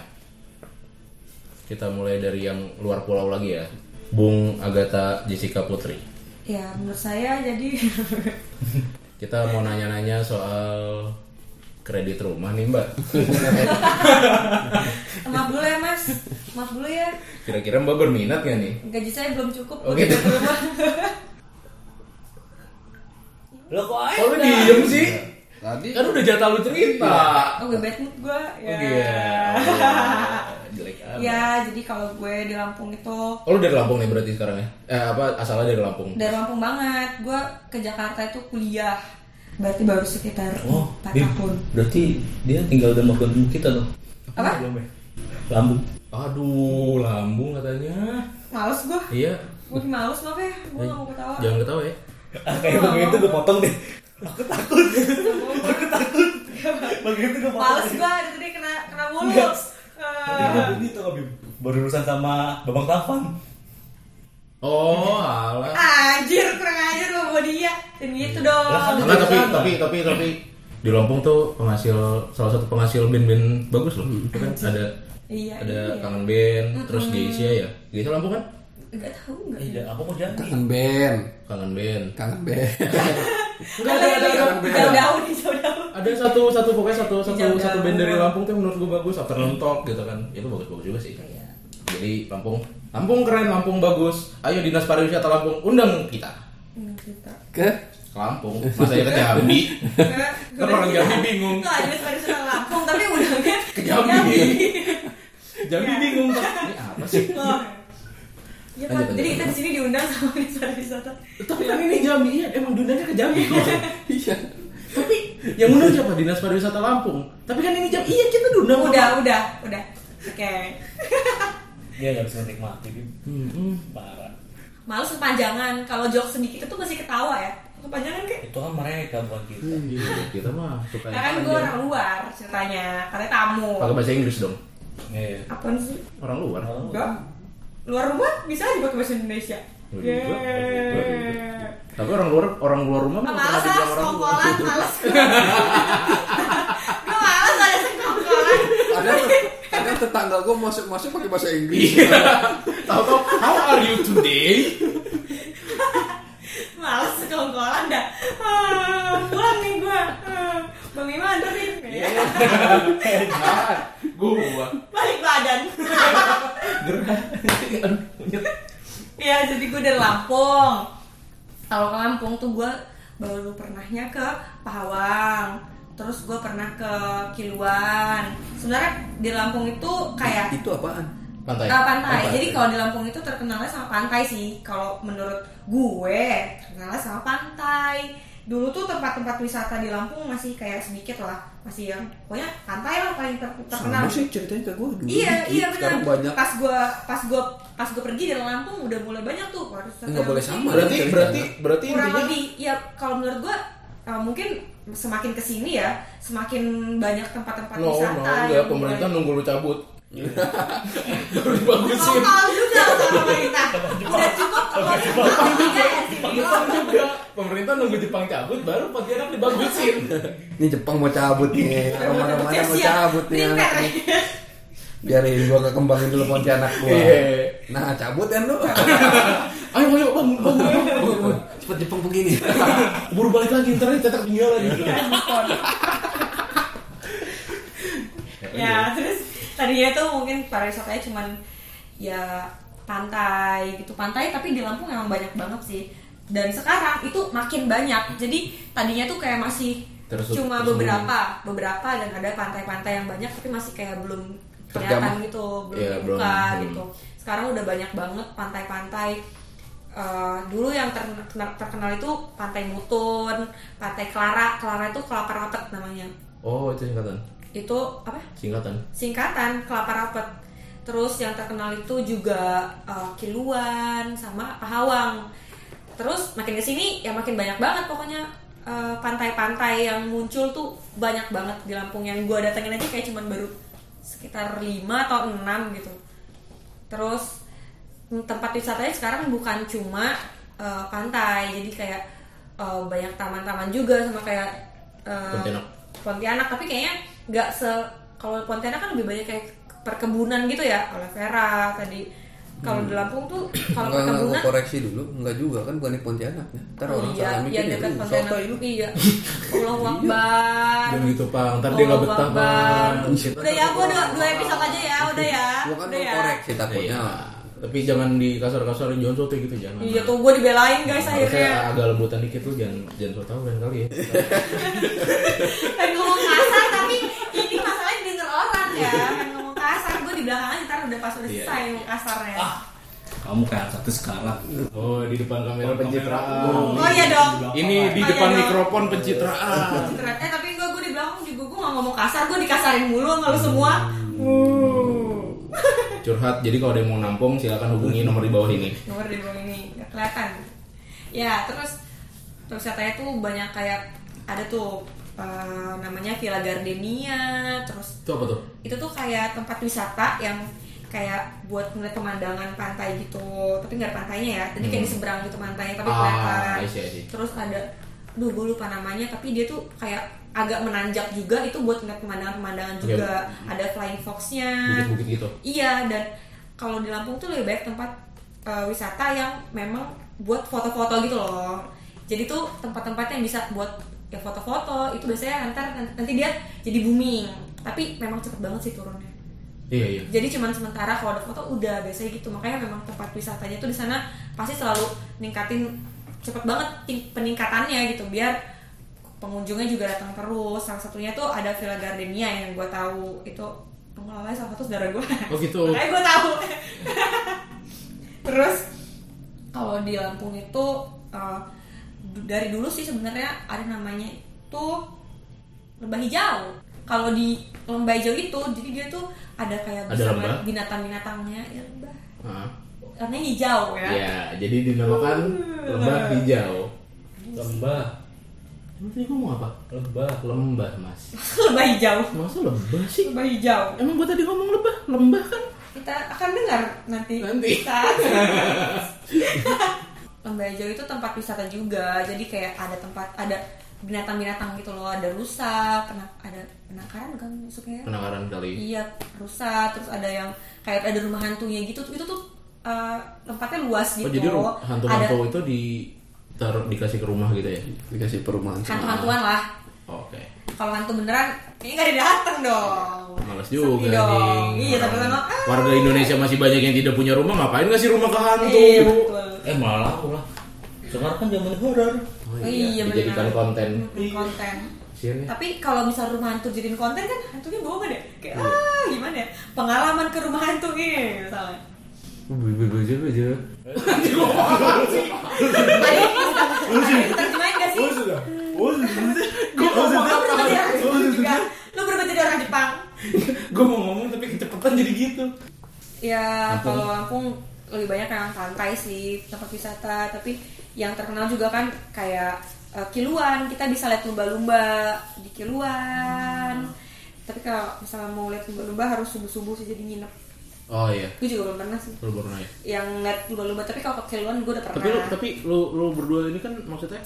Speaker 4: kita mulai dari yang luar pulau lagi ya. Bung Agatha Jessica Putri.
Speaker 2: Ya menurut saya jadi
Speaker 4: Kita mau nanya-nanya soal kredit rumah nih Mbak.
Speaker 2: maaf dulu ya mas, maaf dulu ya
Speaker 4: Kira-kira Mbak berminat gak nih?
Speaker 2: gaji saya belum cukup.
Speaker 4: Oh,
Speaker 2: buat
Speaker 4: gitu.
Speaker 2: beli rumah.
Speaker 3: Lo kok aja?
Speaker 4: Kalau diem sih?
Speaker 5: Tadi
Speaker 4: Kan udah jatah lu cerita.
Speaker 2: Oh gue bad mood gue. Ya.
Speaker 4: Oke. Oh,
Speaker 2: Iya.
Speaker 4: Wah, Nah, Jelek amat.
Speaker 2: Ya, jadi kalau gue di Lampung itu
Speaker 4: Oh lu dari Lampung nih berarti sekarang ya? Eh apa asalnya dari Lampung?
Speaker 2: dari Lampung banget. Gue ke Jakarta itu kuliah. Berarti baru sekitar
Speaker 3: Oh,
Speaker 2: empat
Speaker 3: Bim,
Speaker 2: tahun.
Speaker 3: berarti dia tinggal di rumah gedung kita dong.
Speaker 2: Apa?
Speaker 3: Belum ya? Lambung.
Speaker 4: Aduh, Lampung katanya.
Speaker 2: Males gue.
Speaker 4: Iya.
Speaker 2: Gue males maaf ya. Gue gak mau ketawa.
Speaker 4: Jangan ketawa ya.
Speaker 3: Ah, kayak
Speaker 2: Oh.
Speaker 3: begitu gue potong deh. Aku takut. Aku takut. Begitu gue potong.
Speaker 2: Males gue dari tadi kena kena mulu.
Speaker 3: Enggak.
Speaker 2: Eh,
Speaker 3: Ini gitu nggak Bim? Berurusan sama Bambang Tapan.
Speaker 4: Oh, alah.
Speaker 2: Eh, Anjir, kurang ajar lo sama dia. Dan gitu dong.
Speaker 3: Lah, kan
Speaker 4: Enggak, tapi, tapi tapi tapi di Lampung tuh penghasil salah satu penghasil band-band bagus loh. Itu kan ada
Speaker 2: Iya.
Speaker 4: ada
Speaker 2: iya.
Speaker 4: kangen band, terus Geisha ya. Geisha Lampung kan?
Speaker 2: Enggak tahu enggak.
Speaker 3: Iya, aku mau jadi.
Speaker 5: kangen band,
Speaker 4: Kangen band.
Speaker 5: kangen band.
Speaker 4: Enggak ada ada ada. Iya,
Speaker 2: Jauh-jauh nih, jauh-jauh.
Speaker 4: Ada satu satu pokoknya satu satu
Speaker 2: Jauh-jauh.
Speaker 4: satu band dari Lampung tuh menurut gua bagus, Afternoon Talk gitu kan. Itu bagus-bagus juga sih. Jadi Lampung, Lampung keren, Lampung bagus. Ayo Dinas Pariwisata Lampung undang kita.
Speaker 2: Hmm, gitu.
Speaker 5: Ke
Speaker 4: Ke Lampung, masa ya ke Jambi. Kan orang Jambi bingung.
Speaker 2: Enggak, jelas pada sana Lampung, tapi udangnya
Speaker 4: Ke Jambi. Jambi bingung. Ini apa sih?
Speaker 2: Oh. Ya, Pak.
Speaker 4: Lanjut, lanjut.
Speaker 2: Jadi kita di sini diundang sama Desa Wisata.
Speaker 4: Tapi kan ini Jambi ya, emang dunianya ke Jambi. Iya. Tapi yang undang siapa? Dinas Pariwisata Lampung. Tapi kan ini Jambi. Iya, kita diundang.
Speaker 2: Udah, udah, udah. Oke.
Speaker 3: Dia nggak bisa menikmati Bim. Parah.
Speaker 2: Males kepanjangan. Kalau jok sedikit itu masih ketawa ya. Kepanjangan kayak
Speaker 3: Itu kan mereka bukan kita.
Speaker 4: Iya, kita mah suka
Speaker 2: Karena kan
Speaker 4: yang
Speaker 2: gue
Speaker 4: panjang.
Speaker 2: orang luar ceritanya, karena tamu.
Speaker 4: Pakai bahasa Inggris dong.
Speaker 3: Iya.
Speaker 2: Apaan sih?
Speaker 4: Orang luar.
Speaker 3: Oh.
Speaker 2: Enggak. Luar rumah bisa aja pakai bahasa Indonesia.
Speaker 4: Luar
Speaker 2: Yeay.
Speaker 4: rumah, luar Tapi orang luar orang luar rumah
Speaker 2: Ah,
Speaker 4: mah
Speaker 2: Males
Speaker 4: pernah
Speaker 2: lah,
Speaker 4: dibilang orang luar.
Speaker 2: sekongkolan, males Gue males ada sekongkolan
Speaker 5: ada ada tetangga gue masuk masuk pakai bahasa Inggris.
Speaker 4: Tahu-tahu, how are you today?
Speaker 2: Males sekongkolan dah Ah, Pulang nih gue Bang Ima anterin
Speaker 4: Iya. Nah, gua
Speaker 2: Balik badan
Speaker 4: gerah. Aduh, nyet.
Speaker 2: Ya jadi gue dari Lampung Kalau ke Lampung tuh gue baru pernahnya ke Pahawang Terus gue pernah ke Kiluan Sebenarnya di Lampung itu kayak
Speaker 5: Itu apaan?
Speaker 4: Pantai.
Speaker 2: Ah, pantai. Jadi kalau di Lampung itu terkenalnya sama pantai sih. Kalau menurut gue terkenalnya sama pantai. Dulu tuh tempat-tempat wisata di Lampung masih kayak sedikit lah, masih yang pokoknya pantai lah paling ter- terkenal.
Speaker 5: Sama sih ceritanya ke gue dulu.
Speaker 2: Iya,
Speaker 5: dikit,
Speaker 2: iya
Speaker 5: Sekarang
Speaker 2: benar.
Speaker 5: banyak.
Speaker 2: Pas gue pas gue pas gue pergi dari Lampung udah mulai banyak tuh pariwisata
Speaker 5: Nggak boleh
Speaker 2: yang-
Speaker 5: sama.
Speaker 4: Berarti berarti berarti
Speaker 2: Kurang iya,
Speaker 4: intinya
Speaker 2: lebih ya kalau menurut gue eh, mungkin semakin kesini ya semakin banyak tempat-tempat
Speaker 4: No,
Speaker 2: wisata
Speaker 4: no,
Speaker 2: yang
Speaker 4: enggak. Pemerintah
Speaker 2: mulai-
Speaker 4: nunggu lu cabut.
Speaker 2: Total juga sama pemerintah udah cukup kalau juga ya sini
Speaker 4: juga. Pemerintah nunggu Jepang cabut, baru Pontianak dibagusin.
Speaker 5: Ini Jepang mau cabut
Speaker 2: Iya,
Speaker 5: nih, kemana-mana mau cabut nih anak nih. Biarin gua kekembangin dulu Pontianak gua. Nah, cabut kan lu.
Speaker 4: Iya.
Speaker 2: Iya.
Speaker 4: ayo, ayo, bangun, bangun.
Speaker 5: Cepet Jepang begini.
Speaker 4: Buru balik lagi, ntar ini cetak tinggal lagi. Iya.
Speaker 2: ya terus tadinya tuh mungkin pariwisatanya cuman ya pantai gitu pantai tapi di Lampung emang banyak banget sih dan sekarang itu makin banyak jadi tadinya tuh kayak masih
Speaker 4: Terus-
Speaker 2: cuma
Speaker 4: terus-
Speaker 2: beberapa beberapa dan ada pantai-pantai yang banyak tapi masih kayak belum kelihatan
Speaker 5: Terjamah.
Speaker 2: gitu belum
Speaker 4: Iya, belum.
Speaker 2: dibuka
Speaker 4: Hmm.
Speaker 2: gitu sekarang udah banyak banget pantai-pantai Eh, dulu yang terkenal, terkenal itu pantai Mutun pantai Clara Clara itu kelapa rapet namanya
Speaker 4: Oh, itu singkatan.
Speaker 2: itu apa
Speaker 4: Singkatan.
Speaker 2: singkatan kelapa rapet terus yang terkenal itu juga eh, kiluan sama pahawang terus makin kesini ya makin banyak banget pokoknya eh, pantai-pantai yang muncul tuh banyak banget di Lampung yang gua datengin aja kayak cuman baru sekitar 5 atau 6 gitu terus mm, tempat wisatanya sekarang bukan cuma eh, pantai jadi kayak eh, banyak taman-taman juga sama kayak eh,
Speaker 4: Pontianak.
Speaker 2: Pontianak tapi kayaknya nggak se kalau Pontianak kan lebih banyak kayak perkebunan gitu ya oleh Vera tadi kalau
Speaker 5: Hmm.
Speaker 2: di Lampung tuh kalau
Speaker 5: Enggak, enggak, gua
Speaker 2: perkebunan
Speaker 5: koreksi dulu. Enggak juga kan bukan di Pontianak. Ntar orang
Speaker 2: iya
Speaker 5: salah
Speaker 2: iya
Speaker 5: mikir ya.
Speaker 2: dekat
Speaker 5: "Uh,
Speaker 2: Pontianak
Speaker 5: sotoy lu."
Speaker 2: iya Allah Akbar
Speaker 5: Iya.
Speaker 4: Jangan gitu, Pang. Ntar dia
Speaker 2: Allah
Speaker 4: nggak betah,
Speaker 2: Akbar.
Speaker 4: Pang.
Speaker 2: Oh, udah ya gua udah dua episode aja ya udah ya
Speaker 5: Gua kan
Speaker 2: udah
Speaker 5: mau
Speaker 2: ya
Speaker 5: koreksi takutnya.
Speaker 4: Iya. Tapi jangan di kasar-kasarin, jangan sotoy gitu, jangan.
Speaker 2: iya tuh gua dibelain guys akhirnya
Speaker 4: Harusnya agak lembutan dikit tuh, jangan jangan so tau lain kali ya.
Speaker 2: pengen Eh, ngomong kasar tapi ini masalahnya denger orang ya
Speaker 5: Iya.
Speaker 2: pengen ngomong kasar gue di belakang aja ntar udah pas udah selesai ngomong kasarnya
Speaker 5: Ah.
Speaker 3: Kamu kayak satu sekarang.
Speaker 4: Oh, di depan kamera pencitraan.
Speaker 2: oh iya dong
Speaker 4: Ini di
Speaker 2: Oh, iya
Speaker 4: depan
Speaker 2: dong.
Speaker 4: mikrofon pencitraan.
Speaker 2: Ternyata- eh tapi gue gue di belakang juga gue gak ngomong kasar gue dikasarin mulu sama lu semua Uh.
Speaker 4: Curhat. Jadi kalau ada yang mau nampung silakan hubungi nomor di bawah ini.
Speaker 2: nomor di bawah ini nggak kelihatan ya terus wisatanya tuh banyak kayak ada tuh eh, namanya Villa Gardenia terus
Speaker 4: Itu apa tuh?
Speaker 2: itu tuh kayak tempat wisata yang kayak buat ngeliat pemandangan pantai gitu tapi nggak ada pantainya ya jadi kayak di seberang gitu pantainya tapi
Speaker 4: Hmm. Ah,
Speaker 2: kelihatan
Speaker 4: I see, I see.
Speaker 2: terus ada duh gue lupa namanya tapi dia tuh kayak agak menanjak juga itu buat ngeliat pemandangan-pemandangan
Speaker 4: Oke.
Speaker 2: juga ada flying foxnya
Speaker 4: Bukit-bukit gitu.
Speaker 2: iya dan kalau di Lampung tuh lebih banyak tempat eh, wisata yang memang buat foto-foto gitu loh jadi tuh tempat-tempat yang bisa buat ya foto-foto itu biasanya ntar nanti dia jadi booming tapi memang cepet banget sih turunnya
Speaker 4: Iya, iya.
Speaker 2: jadi cuman sementara kalau ada foto udah biasanya gitu makanya memang tempat wisatanya tuh di sana pasti selalu ningkatin cepet banget ting- peningkatannya gitu biar pengunjungnya juga datang terus salah satunya tuh ada Villa Gardenia yang gue tahu itu pengelolanya salah satu saudara gue
Speaker 4: Oh, gitu.
Speaker 2: makanya gue tahu terus kalau di Lampung itu eh, du- dari dulu sih sebenarnya ada namanya itu lembah hijau kalau di lembah hijau itu jadi dia tuh ada kayak
Speaker 4: Ada
Speaker 2: bersama
Speaker 4: lembah?
Speaker 2: binatang-binatangnya ya lembah
Speaker 4: Hah?
Speaker 2: warnanya hijau ya
Speaker 4: Ah.
Speaker 2: Uh.
Speaker 4: Iya, jadi dinamakan lembah hijau.
Speaker 3: Lembah,
Speaker 4: Emang tadi gua mau apa?
Speaker 3: lembah.
Speaker 4: Lembah, Mas.
Speaker 2: lembah hijau
Speaker 4: Masa lembah sih?
Speaker 2: lembah hijau
Speaker 4: Emang gua tadi ngomong lebah, lembah kan?
Speaker 2: kita akan dengar nanti
Speaker 4: Nanti.
Speaker 2: Saat- lembah hijau itu tempat wisata juga jadi kayak ada tempat ada binatang-binatang gitu loh ada rusa kena- ada penangkaran kan maksudnya
Speaker 4: Penakaran kali.
Speaker 2: Iya, rusak. Terus ada yang kayak ada rumah hantunya gitu. Itu tuh eh, tempatnya luas gitu.
Speaker 4: Oh, jadi ru-
Speaker 2: ada
Speaker 4: hantu-hantu itu di taruh dikasih ke rumah gitu ya?
Speaker 5: Dikasih perumahan.
Speaker 2: hantu-hantuan lah.
Speaker 4: Oke.
Speaker 2: Kalau hantu beneran, ini gak ada yang dateng dong.
Speaker 4: Males
Speaker 2: Sepi
Speaker 4: juga
Speaker 2: dong.
Speaker 4: nih.
Speaker 2: Iya, tapi
Speaker 4: Orang-
Speaker 2: memang ah,
Speaker 4: Warga Indonesia masih banyak yang tidak punya rumah, ngapain ngasih rumah ke hantu? Oh,
Speaker 2: iya, betul.
Speaker 3: Eh malah aku lah. Sekarang kan zaman horor.
Speaker 4: Oh,
Speaker 2: Oh, iya,
Speaker 4: dijadikan
Speaker 2: benar.
Speaker 4: konten.
Speaker 2: Mm, konten.
Speaker 4: Sian ya.
Speaker 2: Tapi kalau misal rumah hantu jadiin konten kan hantunya bohong deh. Kayak ah gimana ya? Pengalaman ke rumah hantu ini misalnya. Tadi tadi terjemahin gak sih?
Speaker 6: sudah. Oh, sudah.
Speaker 2: Gue mau juga. Lu berubah jadi orang Jepang.
Speaker 1: Gue mau ngomong tapi kecepatan jadi gitu.
Speaker 2: Ya kalau Lampung lebih banyak yang pantai sih tempat wisata, tapi yang terkenal juga kan kayak eh, Kiluan kita bisa lihat lumba-lumba di Kiluan
Speaker 4: Hmm.
Speaker 2: tapi kalau misalnya mau lihat lumba-lumba harus subuh-subuh sih jadi nginep
Speaker 4: Oh iya,
Speaker 2: gue juga belum pernah sih
Speaker 4: lu Borneo ya.
Speaker 2: yang lihat lumba-lumba tapi kalau ke Kiluan gue udah pernah
Speaker 4: Tapi lu tapi lu lu berdua ini kan maksudnya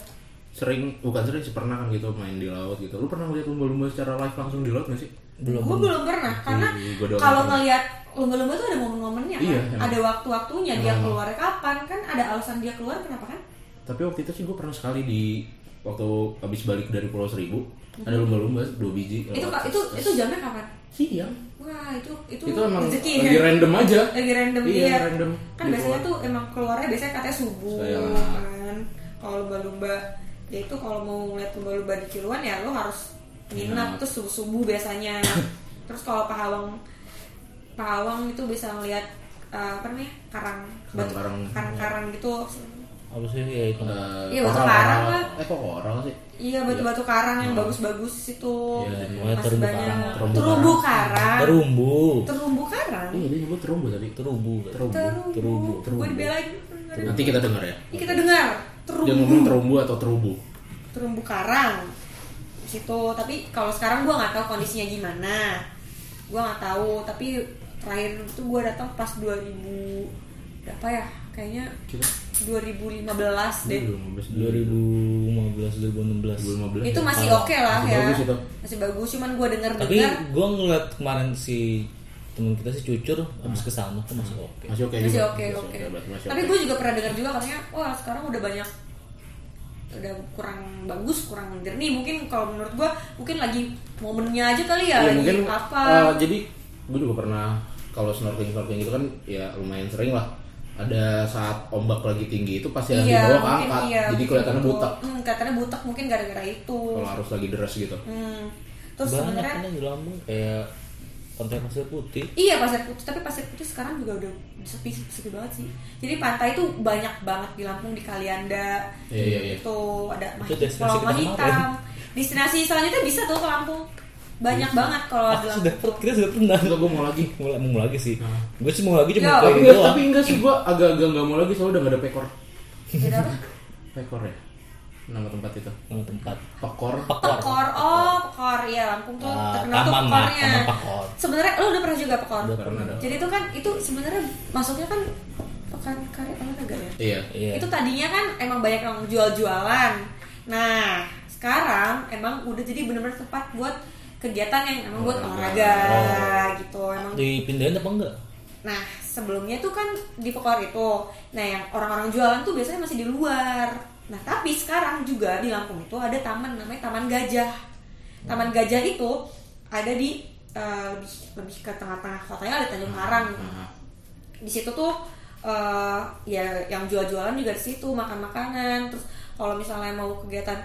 Speaker 4: sering bukan sering sih pernah kan gitu main di laut gitu. Lu pernah ngeliat lumba-lumba secara live langsung di laut gak sih?
Speaker 2: belum gue belum pernah karena
Speaker 4: Iya, gua doang
Speaker 2: kalau
Speaker 4: pernah.
Speaker 2: ngelihat lumba-lumba tuh ada momen-momennya kan
Speaker 4: Iya, emang.
Speaker 2: ada waktu-waktunya dia keluar kapan kan ada alasan dia keluar kenapa kan
Speaker 4: Tapi waktu itu sih gue pernah sekali di waktu habis balik dari Pulau Seribu ada lumba-lumba dua biji.
Speaker 2: Hmm. itu
Speaker 4: lewat.
Speaker 2: itu itu jamnya kapan
Speaker 4: siang.
Speaker 2: wah itu itu,
Speaker 4: Itu emang
Speaker 2: rezeki
Speaker 4: lagi
Speaker 2: ya?
Speaker 4: random aja.
Speaker 2: lagi random
Speaker 4: Iya,
Speaker 2: dia
Speaker 4: random.
Speaker 2: kan
Speaker 4: Dia
Speaker 2: biasanya
Speaker 4: keluar.
Speaker 2: tuh emang keluarnya biasanya katanya subuh
Speaker 4: Sayang.
Speaker 2: kan kalau lumba-lumba dia itu kalau mau ngeliat lumba-lumba di kiluan ya lo harus nginep terus subuh subuh biasanya terus kalau pahawang pahawang itu bisa ngeliat eh, apa namanya karang batu
Speaker 4: Karang-karang.
Speaker 2: karang-karang gitu
Speaker 3: Apa sih ya itu?
Speaker 4: Eh,
Speaker 2: Iya, waktu
Speaker 4: koral,
Speaker 2: parang
Speaker 4: koral.
Speaker 2: lah.
Speaker 4: Eh kok koral sih?
Speaker 2: iya batu-batu karang yang bagus-bagus itu
Speaker 4: Iya, iya.
Speaker 3: Pokoknya terumbu karang.
Speaker 4: Terumbu
Speaker 2: terumbu karang
Speaker 3: Terumbu.
Speaker 2: terumbu karang
Speaker 4: Iya, dia nyebut terumbu tadi.
Speaker 3: Terumbu.
Speaker 2: terumbu,
Speaker 3: Terumbu.
Speaker 2: gue dibelain
Speaker 4: Nanti kita dengar ya.
Speaker 2: ini kita dengar
Speaker 4: Dia
Speaker 2: terumbu
Speaker 4: ngomong terumbu atau terubu.
Speaker 2: terumbu karang di situ tapi kalau sekarang gue nggak tahu kondisinya gimana gue nggak tahu tapi terakhir itu gue datang pas 2000 berapa ya kayaknya 2015 deh
Speaker 3: 2015
Speaker 4: 2015.
Speaker 3: 2016.
Speaker 2: itu masih
Speaker 3: Parang.
Speaker 2: oke lah
Speaker 4: Masih
Speaker 2: ya
Speaker 4: bagus itu.
Speaker 2: masih bagus cuman gue denger
Speaker 3: Tapi
Speaker 2: dengar
Speaker 3: gua ngeliat kemarin si temen kita si Cucur habis ke sana tuh masih oke.
Speaker 4: Masih oke
Speaker 2: masih oke
Speaker 4: juga. gitu. Masih
Speaker 2: oke
Speaker 4: berarti masih
Speaker 2: tapi
Speaker 4: oke.
Speaker 2: gue juga pernah dengar juga katanya wah sekarang udah banyak udah kurang bagus kurang jernih mungkin kalau menurut gue mungkin lagi momennya aja kali ya,
Speaker 4: Iya,
Speaker 2: lagi
Speaker 4: mungkin
Speaker 2: apa
Speaker 4: eh, jadi gue juga pernah kalau snorkeling snorkeling gitu kan ya lumayan sering lah ada saat ombak lagi tinggi itu pasti yang di bawah
Speaker 2: mungkin iya,
Speaker 4: keangkat jadi
Speaker 2: mungkin
Speaker 4: kelihatannya
Speaker 2: gitu.
Speaker 4: butak
Speaker 2: Hmm, kelihatannya butek mungkin gara-gara itu.
Speaker 4: kalau arus lagi deras gitu
Speaker 2: Hmm. Terus
Speaker 3: Banyak
Speaker 2: sebenarnya
Speaker 3: kan yang di Lampung kayak pantai pasir putih.
Speaker 2: iya pasir putih, tapi pasir putih sekarang juga udah sepi sepi banget sih. Jadi pantai itu banyak banget di Lampung di Kalianda.
Speaker 4: Iya, iya, iya.
Speaker 2: Itu ada
Speaker 3: Itu
Speaker 2: Mahi-
Speaker 3: destinasi
Speaker 2: Pulau
Speaker 3: kita
Speaker 2: Mahitam.
Speaker 3: kemarin.
Speaker 2: Destinasi selanjutnya bisa tuh ke Lampung. Banyak banget kalau di
Speaker 3: Ah, sudah
Speaker 2: Lampung.
Speaker 3: kita sudah pernah.
Speaker 4: Enggak, gua mau lagi. gitu
Speaker 3: Mulai mau lagi sih. Gue sih mau lagi
Speaker 2: Ya,
Speaker 4: tapi
Speaker 3: cuma kayak
Speaker 4: enggak,
Speaker 3: doang.
Speaker 4: tapi enggak sih gue agak-agak nggak mau lagi soalnya udah gak ada pekor
Speaker 2: Ada apa?
Speaker 4: pekor ya nama tempat itu
Speaker 3: Nama tempat.
Speaker 4: pekor
Speaker 2: Pekor, oh Pekor, iya Lampung tuh
Speaker 3: Ah,
Speaker 2: terkenal tuh
Speaker 3: taman lah,
Speaker 2: Pekornya.
Speaker 3: taman Pekor.
Speaker 2: Sebenarnya lo udah pernah juga Pekor.
Speaker 4: Udah pernah, udah.
Speaker 2: Jadi itu kan itu sebenarnya masuknya kan pekan karya olahraga ya.
Speaker 4: iya
Speaker 3: Iya.
Speaker 2: Itu tadinya kan emang banyak yang jual-jualan. Nah sekarang emang udah jadi bener-bener tempat buat kegiatan yang emang buat olahraga gitu emang
Speaker 3: Dipindahin apa enggak?
Speaker 2: Nah, sebelumnya tuh kan di Pekor itu. Nah, yang orang-orang jualan tuh biasanya masih di luar. Nah, tapi sekarang juga di Lampung itu ada taman namanya Taman Gajah. Taman Gajah itu ada di eh, lebih lebih ke tengah-tengah kotanya ada Tanjung Karang. Di situ tuh eh, ya yang jual-jualan juga di situ, makan-makanan. Terus kalau misalnya mau kegiatan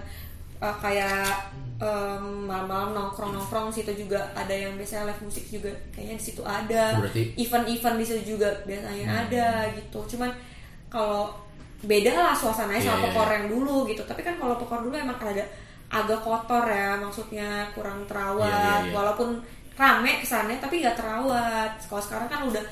Speaker 2: eh, kayak em, malam-malam nongkrong-nongkrong di situ juga ada yang biasanya live musik juga kayaknya di situ ada
Speaker 4: Berarti
Speaker 2: event-event bisa juga biasanya
Speaker 4: Hmm.
Speaker 2: ada gitu cuman kalau beda lah suasananya
Speaker 4: Iya,
Speaker 2: sama
Speaker 4: iya,
Speaker 2: pekor yang dulu gitu tapi kan kalau pekor dulu emang ada agak kotor ya maksudnya kurang terawat
Speaker 4: Iya, iya, iya.
Speaker 2: walaupun rame kesannya tapi nggak terawat kalau sekarang kan udah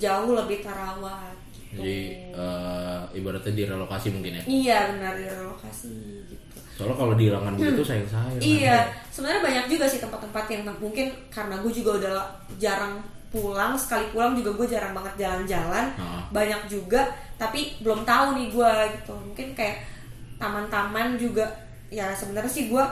Speaker 2: jauh lebih terawat gitu.
Speaker 4: jadi eh, ibaratnya direlokasi mungkin ya
Speaker 2: iya benar di lokasi gitu
Speaker 4: soalnya kalau gitu, dihilangkan begitu sayang sayang
Speaker 2: Iya, sebenarnya banyak juga sih tempat-tempat yang mungkin karena gue juga udah jarang pulang, sekali pulang juga gue jarang banget jalan-jalan,
Speaker 4: Heeh.
Speaker 2: banyak juga, tapi belum tahu nih gue gitu. Mungkin kayak taman-taman juga, ya sebenarnya sih gue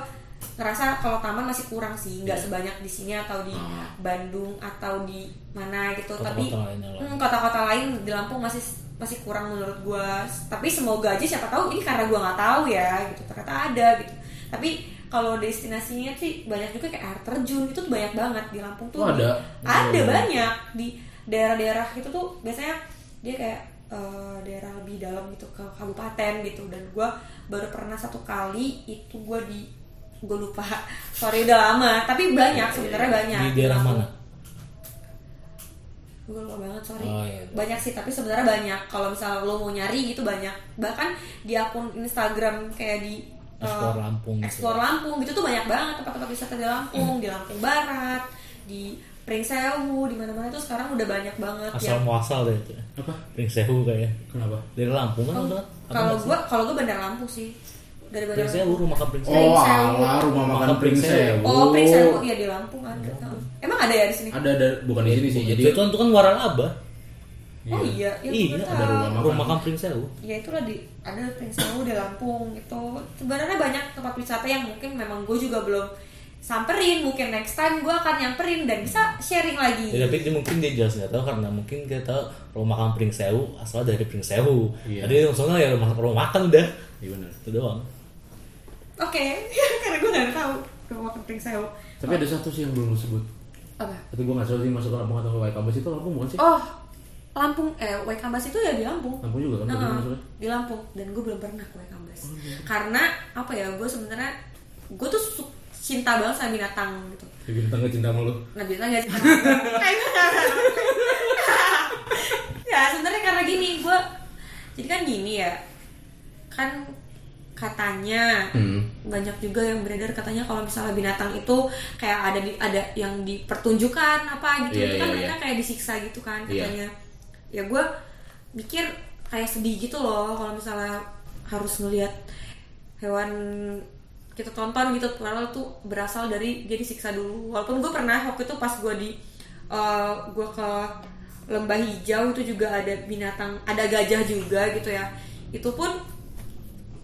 Speaker 2: ngerasa kalau taman masih kurang sih, nggak sebanyak di sini atau di
Speaker 4: Heeh.
Speaker 2: Bandung atau di mana gitu, tapi
Speaker 3: Kota-kota lainnya lah.
Speaker 2: Hmm, kota-kota lain di Lampung masih masih kurang menurut gue tapi semoga aja siapa tahu ini karena gue nggak tahu ya gitu ternyata ada gitu tapi kalau destinasinya sih banyak juga kayak air terjun itu tuh banyak banget di Lampung tuh
Speaker 4: Oh, ada?
Speaker 2: ada
Speaker 4: Iya.
Speaker 2: banyak di daerah-daerah itu tuh biasanya dia kayak eh, daerah lebih dalam gitu ke kabupaten gitu dan gue baru pernah satu kali itu gue di gue lupa sorry udah lama tapi banyak sebenarnya banyak
Speaker 3: Iya, Di daerah
Speaker 2: Lampung
Speaker 3: mana?
Speaker 2: gue lupa banget sorry
Speaker 3: Oh, iya.
Speaker 2: banyak sih tapi sebenarnya banyak kalau misalnya lo mau nyari gitu banyak bahkan di akun Instagram kayak di eh,
Speaker 3: Explore Lampung gitu. Hmm.
Speaker 2: Explore Lampung gitu tuh banyak banget tempat-tempat wisata di Lampung di Lampung Barat di Pringsewu di mana-mana tuh sekarang udah banyak banget
Speaker 3: Asal
Speaker 2: yang
Speaker 3: muasal deh itu.
Speaker 4: apa
Speaker 3: Pringsewu kayaknya.
Speaker 4: kenapa
Speaker 2: Oh,
Speaker 3: Dari Lampung kan udah.
Speaker 2: kalau gue kalau gue bandar Lampung sih dari Bandar
Speaker 3: Biasanya lu rumah kampung
Speaker 2: Pring
Speaker 1: Oh,
Speaker 2: Sewu.
Speaker 1: ala rumah makan
Speaker 3: Makan
Speaker 1: Pring
Speaker 3: Pring Sewu.
Speaker 1: Sewu.
Speaker 2: Oh, Pring Sewu ya di Lampung ada. Emang ada ya di sini?
Speaker 4: Ada ada bukan di sini sih. Jadi
Speaker 3: Jadi itu itu kan waralaba.
Speaker 2: Oh iya, ya,
Speaker 3: Iya,
Speaker 2: gua
Speaker 3: ada
Speaker 2: tahu.
Speaker 3: rumah rumah kampung sewu.
Speaker 2: Ya itulah di ada Pring Sewu di Lampung gitu. Sebenarnya banyak tempat wisata yang mungkin memang gue juga belum samperin. Mungkin next time gue akan nyamperin dan bisa sharing lagi.
Speaker 3: Ya, tapi dia mungkin dia jelas nggak tahu karena mungkin kita tahu rumah makan Pring Sewu asal dari Pring Sewu.
Speaker 4: Iya.
Speaker 3: Tadi langsungnya ya rumah rumah makan udah. Iya benar. Itu doang.
Speaker 2: Oke, karena gue nggak tahu rumah Pring Sewu.
Speaker 4: tapi ada satu sih yang belum disebut.
Speaker 2: Apa?
Speaker 4: Tapi gue nggak tahu sih masuk ke Lampung atau ke kampus itu Lampung bukan sih?
Speaker 2: Oh, Lampung, eh, Waikambas itu ya di Lampung.
Speaker 4: Lampung juga kan
Speaker 2: Nah,
Speaker 4: tadi masuknya.
Speaker 2: di Lampung dan gue belum pernah ke Waikambas. Karena apa ya? Gue sebenarnya gue tuh su- cinta banget sama binatang gitu.
Speaker 4: Bikin tangga cinta sama lu.
Speaker 2: Nah binatang gak sih? ya sebenarnya karena gini gue, jadi kan gini ya, kan katanya
Speaker 4: Hmm.
Speaker 2: banyak juga yang beredar katanya kalau misalnya binatang itu kayak ada di, ada yang dipertunjukkan apa gitu
Speaker 4: Iya,
Speaker 2: Itu kan
Speaker 4: iya,
Speaker 2: mereka
Speaker 4: iya.
Speaker 2: kayak disiksa gitu kan
Speaker 4: Iya.
Speaker 2: katanya ya gue mikir kayak sedih gitu loh kalau misalnya harus ngelihat hewan kita tonton gitu padahal tuh berasal dari dia disiksa dulu walaupun gue pernah waktu itu pas gue di eh, gue ke lembah hijau itu juga ada binatang ada gajah juga gitu ya itu pun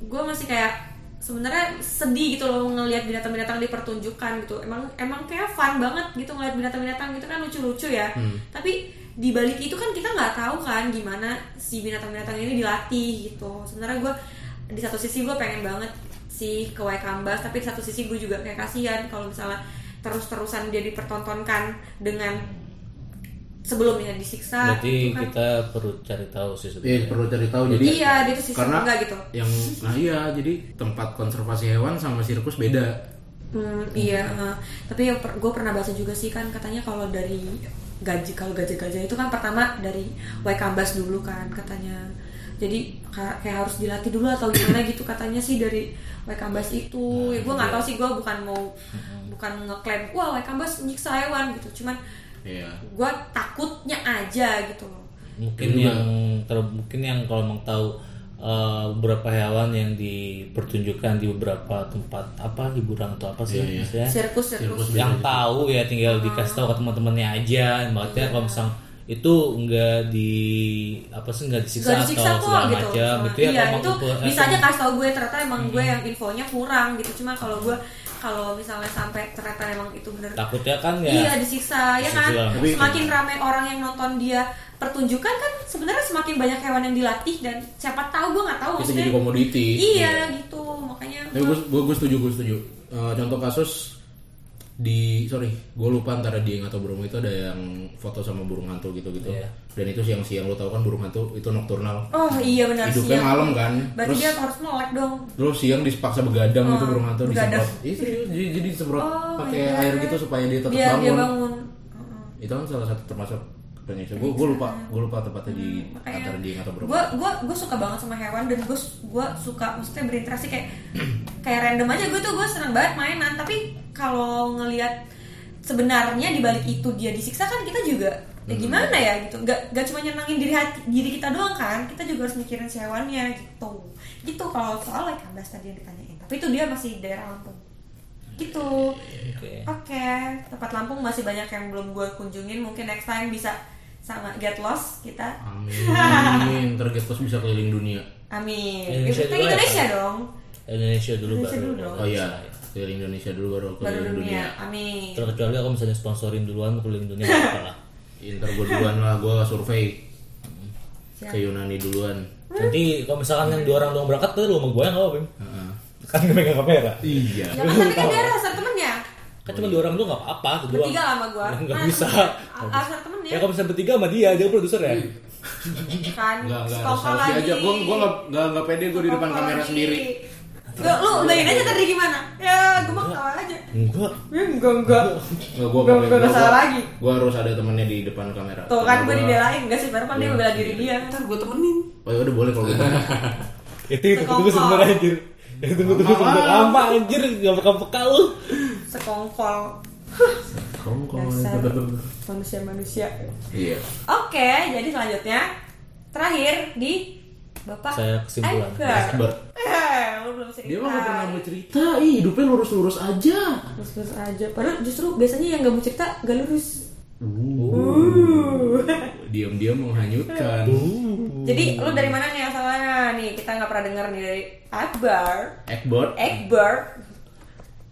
Speaker 2: gue masih kayak sebenarnya sedih gitu loh ngelihat binatang-binatang dipertunjukkan gitu emang emang kayak fun banget gitu ngelihat binatang-binatang gitu kan lucu-lucu ya tapi di balik itu kan kita nggak tahu kan gimana si binatang-binatang ini dilatih gitu sebenarnya gue di satu sisi gue pengen banget sih ke Waikambas tapi di satu sisi gue juga kayak kasihan kalau misalnya terus-terusan dia dipertontonkan dengan sebelumnya disiksa
Speaker 3: Berarti
Speaker 2: gitu kan.
Speaker 3: kita perlu cari tahu sih
Speaker 4: Iya
Speaker 3: sebenarnya.
Speaker 4: perlu cari tahu jadi.
Speaker 2: iya di satu sisi
Speaker 4: karena
Speaker 2: enggak gitu
Speaker 4: yang nah iya jadi tempat konservasi hewan sama sirkus beda.
Speaker 2: Hmm, iya, eh, tapi yang per, gue pernah baca juga sih kan katanya kalau dari gaji kalau gajah-gajah itu kan pertama dari Waikambas dulu kan katanya. Jadi ka- kayak harus dilatih dulu atau gimana gitu katanya sih dari Waikambas itu. ya gue nggak tahu sih gue bukan mau bukan ngeklaim wah Waikambas nyiksa hewan gitu. Cuman
Speaker 4: Iya.
Speaker 2: gue takutnya aja gitu loh.
Speaker 3: mungkin
Speaker 4: Iya.
Speaker 3: yang ter, mungkin yang kalau mau tahu eh, beberapa hewan yang dipertunjukkan di beberapa tempat apa hiburan atau apa
Speaker 4: Iya,
Speaker 3: sih misalnya
Speaker 2: Sirkus Ya. sirkus.
Speaker 3: yang tahu ya tinggal dikasih tahu ke teman-temannya aja maksudnya kalau misal itu enggak di apa sih enggak disiksa,
Speaker 2: Gak disiksa
Speaker 3: atau
Speaker 2: kok
Speaker 3: segala
Speaker 2: gitu.
Speaker 3: macam
Speaker 2: Cuma-
Speaker 3: gitu ya
Speaker 2: iya
Speaker 3: kalau
Speaker 2: itu
Speaker 3: mau- eh, Hmm.
Speaker 2: bisa aja kasih tau gue ternyata emang gue yang infonya kurang gitu. Cuma kalau gue kalau misalnya sampai ternyata emang itu bener
Speaker 3: takutnya kan ya
Speaker 2: Iya disiksa ya
Speaker 3: Disiksa
Speaker 2: kan.
Speaker 3: dalam
Speaker 4: Tapi-
Speaker 2: semakin ramai orang yang nonton dia pertunjukan kan sebenarnya semakin banyak hewan yang dilatih dan siapa tahu gue nggak tahu
Speaker 4: Itu jadi komoditi.
Speaker 3: ya.
Speaker 2: Iya gitu makanya.
Speaker 4: Tapi gue gue setuju gue setuju. Eh, contoh kasus di sorry gue lupa antara Dieng atau Bromo itu ada yang foto sama burung hantu gitu gitu.
Speaker 3: Iya.
Speaker 4: Dan itu siang-siang lo tau kan burung hantu itu nokturnal.
Speaker 2: Oh iya benar sih.
Speaker 4: Hidupnya malam kan.
Speaker 2: Berarti
Speaker 4: Terus
Speaker 2: dia harus melek dong.
Speaker 4: terus siang dipaksa begadang gitu burung hantu
Speaker 2: begadang.
Speaker 4: disemprot. Iya serius jadi, jadi disemprot
Speaker 2: Oh,
Speaker 4: pakai
Speaker 2: my God.
Speaker 4: air gitu supaya dia tetap
Speaker 2: Iya, Dia dia
Speaker 4: bangun.
Speaker 2: bangun.
Speaker 4: Itu kan salah satu termasuk penyiksa. Gue gue lupa gue lupa tepatnya di
Speaker 2: Hmm,
Speaker 4: antara Dieng atau Bromo.
Speaker 2: Gue gue gue suka banget sama hewan dan gue gue suka maksudnya berinteraksi kayak kayak random aja gue tuh gue seneng banget mainan tapi kalau ngelihat sebenarnya di balik itu dia disiksa kan kita juga ya gimana ya gitu nggak nggak cuma nyenengin diri hati, diri kita doang kan kita juga harus mikirin si hewannya gitu gitu kalau soal like Ambas tadi yang ditanyain tapi itu dia masih daerah Lampung gitu
Speaker 3: oke.
Speaker 2: Oke, tempat Lampung masih banyak yang belum gue kunjungin. Mungkin next time bisa sama Get Lost kita.
Speaker 4: Amin. Target terus bisa keliling dunia.
Speaker 2: Amin.
Speaker 3: Indonesia
Speaker 2: kita
Speaker 3: dulu ya,
Speaker 2: Indonesia
Speaker 3: Pak?
Speaker 2: dong,
Speaker 3: Indonesia dulu
Speaker 2: Indonesia
Speaker 3: baru
Speaker 2: dulu dong.
Speaker 4: Oh iya, keliling Indonesia dulu baru
Speaker 2: baru
Speaker 4: keliling Oh, iya, dunia.
Speaker 2: dunia. Amin.
Speaker 3: terkecuali aku misalnya sponsorin duluan keliling dunia nggak apa lah
Speaker 4: Inter gue Iya, duluan lah, gue survei
Speaker 2: Siap.
Speaker 4: ke Yunani duluan.
Speaker 3: nanti kalau misalkan yang dua orang doang berangkat tuh rumah gue yang apa Bim
Speaker 4: Heeh.
Speaker 3: kan gue megang kamera
Speaker 4: Iya.
Speaker 2: Jangan tapi kan dia ada asal temennya.
Speaker 3: kan cuma dua orang tuh nggak apa-apa berdua
Speaker 2: Bertiga sama gue.
Speaker 3: Ya, nggak bisa
Speaker 2: Asal temennya
Speaker 3: ya kalau misalnya bertiga sama dia dia produser ya
Speaker 2: Hmm. kan.
Speaker 4: Enggak, enggak, harus
Speaker 2: Sekongkol
Speaker 4: selfie
Speaker 2: lagi.
Speaker 4: aja. Gue gue nggak nggak pede gue di depan
Speaker 2: Sekongkol
Speaker 4: kamera
Speaker 2: lagi.
Speaker 4: sendiri.
Speaker 2: Lu, lu bayangin aja tadi gimana? Ya, gue mah ketawa aja.
Speaker 3: enggak
Speaker 2: Ya, enggak, enggak.
Speaker 4: Nggak gue
Speaker 2: Nggak- nggak salah lagi.
Speaker 4: Gue harus ada temennya di depan kamera.
Speaker 2: Tuh kan gue
Speaker 4: Karena
Speaker 2: dibelain, enggak sih? Padahal kan dia membela diri dia.
Speaker 5: ntar gue temenin
Speaker 4: Oh ya udah boleh kalau gitu.
Speaker 3: itu itu Ya, tunggu sebentar anjir itu tunggu tunggu sebentar lama anjir nggak bakal peka lu
Speaker 2: Sekongkol
Speaker 4: Kongkong.
Speaker 2: Dasar. manusia-manusia.
Speaker 4: Iya.
Speaker 2: Oke, jadi selanjutnya terakhir di Bapak
Speaker 3: Saya kesimpulan.
Speaker 2: Edgar.
Speaker 4: Ber.
Speaker 2: Eh, lu lu belum cerita.
Speaker 4: Dia mah gak pernah mau cerita, Iya. ih hidupnya lurus-lurus aja.
Speaker 2: Lurus-lurus aja. Padahal justru biasanya yang gak mau cerita gak lurus.
Speaker 4: Diam-diam menghanyutkan.
Speaker 3: Hmm.
Speaker 2: Jadi lu dari mana nih asalnya nih? Kita nggak pernah dengar nih dari Akbar,
Speaker 4: Ekbert,
Speaker 2: Ekbar.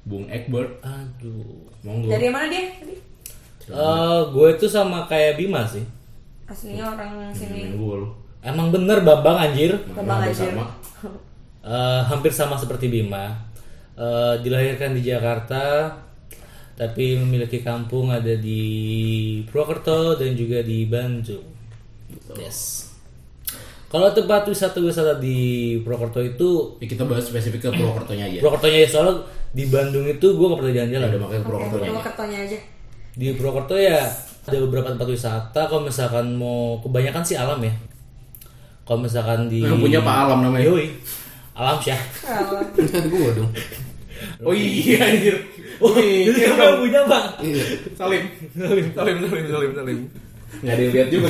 Speaker 4: Bung Ekbert,
Speaker 3: Aduh.
Speaker 4: monggo.
Speaker 2: Dari mana dia? tadi?
Speaker 3: Eh, gue tuh sama kayak Bima sih.
Speaker 2: Aslinya orang
Speaker 3: Hmm.
Speaker 2: sini.
Speaker 4: Monggo lu.
Speaker 3: Emang bener Bambang anjir.
Speaker 2: Bambang
Speaker 4: Hampir
Speaker 2: Anjir.
Speaker 4: Nah, sama.
Speaker 3: Eh, hampir sama seperti Bima. Eh, dilahirkan di Jakarta, tapi memiliki kampung ada di Purwokerto dan juga di Bandung. Yes. Kalau tempat wisata-wisata di Purwokerto itu
Speaker 4: Ya, kita bahas spesifik ke Purwokertonya aja.
Speaker 3: Purwokertonya ya soalnya di Bandung itu gue gak pernah jalan-jalan.
Speaker 4: Ada makanya Purwokertonya.
Speaker 2: Cuma kertonya aja.
Speaker 3: Di Purwokerto ya ada beberapa tempat wisata. Kalau misalkan mau kebanyakan sih alam ya. Kalau misalkan di
Speaker 4: Yang punya Pak Alam ya? namanya.
Speaker 3: Yoi. Alam Syah.
Speaker 2: Kalau
Speaker 5: gue dong
Speaker 4: Oh iya anjir.
Speaker 3: Oh, itu
Speaker 4: Iya,
Speaker 3: yang punya bang.
Speaker 1: Salim. Salim, salim, salim, salim, salim.
Speaker 4: Enggak ada yang lihat juga.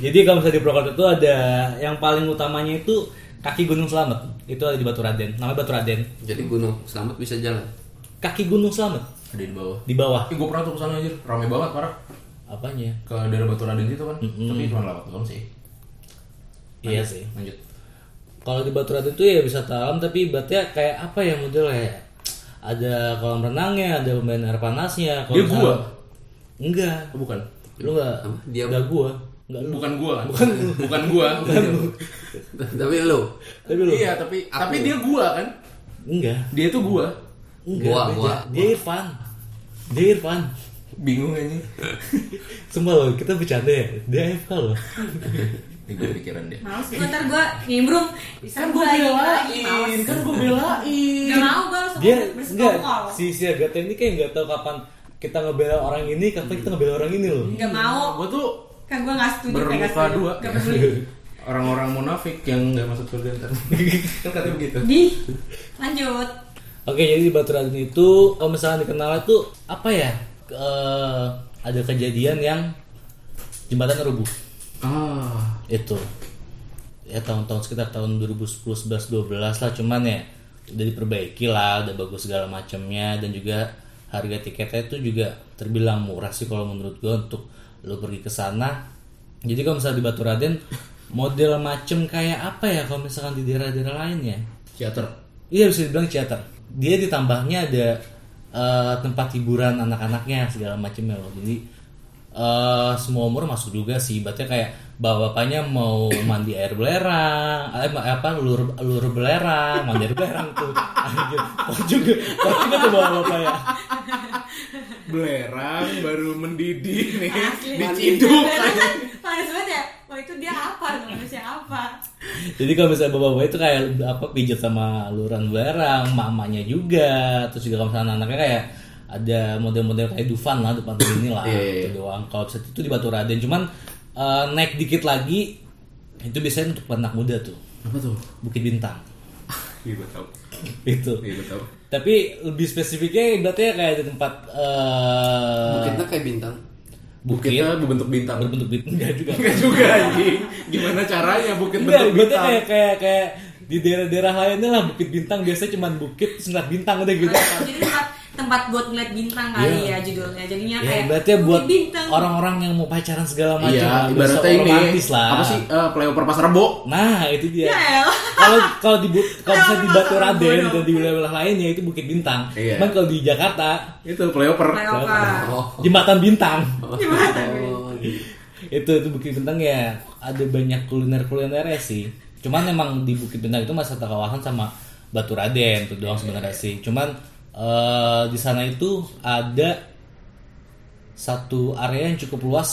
Speaker 3: Jadi kalau misalnya di Purwokerto itu ada yang paling utamanya itu kaki Gunung Slamet. Itu ada di Batu Raden. Namanya Batu Raden.
Speaker 5: jadi gunung selamat bisa jalan
Speaker 3: Kaki Gunung Slamet
Speaker 4: ada di bawah.
Speaker 3: di bawah.
Speaker 4: Tapi gue pernah tuh kesana anjir, rame banget parah.
Speaker 3: Apanya?
Speaker 4: Ke daerah Batu Raden itu kan, tapi cuma lewat doang sih.
Speaker 3: Iya sih.
Speaker 4: Lanjut.
Speaker 3: Kalau di Batu Raden itu ya wisata alam tapi ibaratnya kayak apa ya modelnya ya? Ada kolam renangnya, ada pemain air panasnya. Kalau
Speaker 4: Dia
Speaker 3: misalnya-
Speaker 4: gua?
Speaker 3: Enggak.
Speaker 4: Oh, bukan.
Speaker 3: Lu enggak.
Speaker 5: Apa? Dia-
Speaker 3: enggak gua. Enggak lu.
Speaker 4: Bukan gua. Bukan bukan gua.
Speaker 5: tapi lo
Speaker 3: Tapi lu.
Speaker 4: Iya, tapi tapi dia gua kan.
Speaker 3: Enggak.
Speaker 4: Dia tuh gua.
Speaker 3: Enggak.
Speaker 5: Gua,
Speaker 3: Dia-
Speaker 5: gua,
Speaker 3: Dia Irfan. Dia Irfan.
Speaker 4: Bingung anjir.
Speaker 3: Sumpah loh, kita bercanda ya. Dia AFK loh.
Speaker 4: Ini gue pikiran dia.
Speaker 2: males gue ntar gue nimbrung bisa gue lagi males.
Speaker 4: kan gue belain.
Speaker 2: Gak mau gue
Speaker 3: dia
Speaker 2: langsung
Speaker 3: enggak
Speaker 2: bersekongkol.
Speaker 3: si si Agatha ini kayak nggak tahu kapan kita ngebela orang ini kapan kita ngebela orang ini loh
Speaker 2: Gak mau.
Speaker 4: Gue tuh
Speaker 2: Kan gue gak setuju. kayak nggak
Speaker 4: bermuka
Speaker 2: setuju.
Speaker 4: dua.
Speaker 2: Nggak peduli.
Speaker 4: Orang-orang munafik yang nggak masuk surga ntar. kan katanya begitu.
Speaker 2: Di lanjut.
Speaker 3: oke jadi di Batu Raden itu kalau misalnya dikenal itu apa ya Ke- eh, ada kejadian yang jembatan rubuh
Speaker 4: Ah,
Speaker 3: itu ya tahun-tahun sekitar tahun 2010 11 12 lah cuman ya udah diperbaiki lah udah bagus segala macamnya dan juga harga tiketnya itu juga terbilang murah sih kalau menurut gue untuk lo pergi ke sana jadi kalau misalnya di Batu Raden model macem kayak apa ya kalau misalkan di daerah-daerah ya? lainnya
Speaker 4: teater.
Speaker 3: iya bisa dibilang theater dia ditambahnya ada eh, tempat hiburan anak-anaknya segala macamnya loh jadi eh, semua umur masuk juga sih ibaratnya kayak bapak-bapaknya mau mandi air belerang eh, ma- apa lur lur belerang mandi air belerang tuh anjir pojok pojok tuh bapak-bapaknya
Speaker 4: Belerang baru mendidih nih.
Speaker 2: Asli.
Speaker 4: Diciduk.
Speaker 2: Padahal kan, Panas banget ya. Wah itu dia apa? Manusia apa?
Speaker 3: Jadi kalau misalnya bapak-bapak itu kayak apa pijat sama luran barang, mamanya juga, terus juga kalau misalnya anak-anaknya kayak ada model-model kayak Dufan lah, Dufan ini lah,
Speaker 4: Iya,
Speaker 3: itu doang. Kalau bisa itu di Batu Raden, cuman eh, naik dikit lagi itu biasanya untuk anak muda tuh,
Speaker 4: Apa tuh?
Speaker 3: Bukit Bintang
Speaker 4: Iya gue tau.
Speaker 3: itu.
Speaker 4: Iya gue tau.
Speaker 3: Tapi lebih spesifiknya ibaratnya kayak di tempat eh,
Speaker 5: bukitnya kayak bintang
Speaker 3: bukit,
Speaker 4: Bukitnya berbentuk bintang.
Speaker 3: berbentuk bintang enggak juga.
Speaker 4: Enggak juga anjing. Gimana caranya bukit
Speaker 3: Enggak,
Speaker 4: bentuk
Speaker 3: ibaratnya
Speaker 4: bintang?
Speaker 3: kayak kayak kayak di daerah-daerah lainnya lah bukit bintang biasanya cuman bukit terus ngeliat bintang udah gitu kan.
Speaker 2: Jadi tempat tempat buat ngeliat bintang kali ya judulnya. Jadinya
Speaker 3: Ya,
Speaker 2: kayak
Speaker 3: ibaratnya
Speaker 2: bukit
Speaker 3: buat ya.
Speaker 2: bintang.
Speaker 3: orang-orang yang mau pacaran segala macam.
Speaker 4: Iya,
Speaker 3: lah,
Speaker 4: ibaratnya
Speaker 3: besok
Speaker 4: ini
Speaker 3: romantis lah.
Speaker 4: apa sih eh, playoper pasar rebo?
Speaker 3: Nah, itu dia.
Speaker 2: Ya elah.
Speaker 3: Kalau kalau di Bu- kalau bisa di
Speaker 2: Kenapa
Speaker 3: Batu
Speaker 2: pasaran
Speaker 3: Raden
Speaker 2: bodoh?
Speaker 3: dan di wilayah-wilayah lainnya itu Bukit Bintang.
Speaker 4: Iya.
Speaker 3: Cuman kalau di Jakarta
Speaker 4: Itu playoper.
Speaker 2: Kenapa?
Speaker 3: Jembatan Bintang.
Speaker 2: Gimana?
Speaker 3: itu itu Bukit Bintang ya ada banyak kuliner-kulinernya sih. Cuman emang di Bukit Bintang itu masih satu kawasan sama Batu Raden itu doang sebenarnya sih. Cuman eh, di sana itu ada satu area yang cukup luas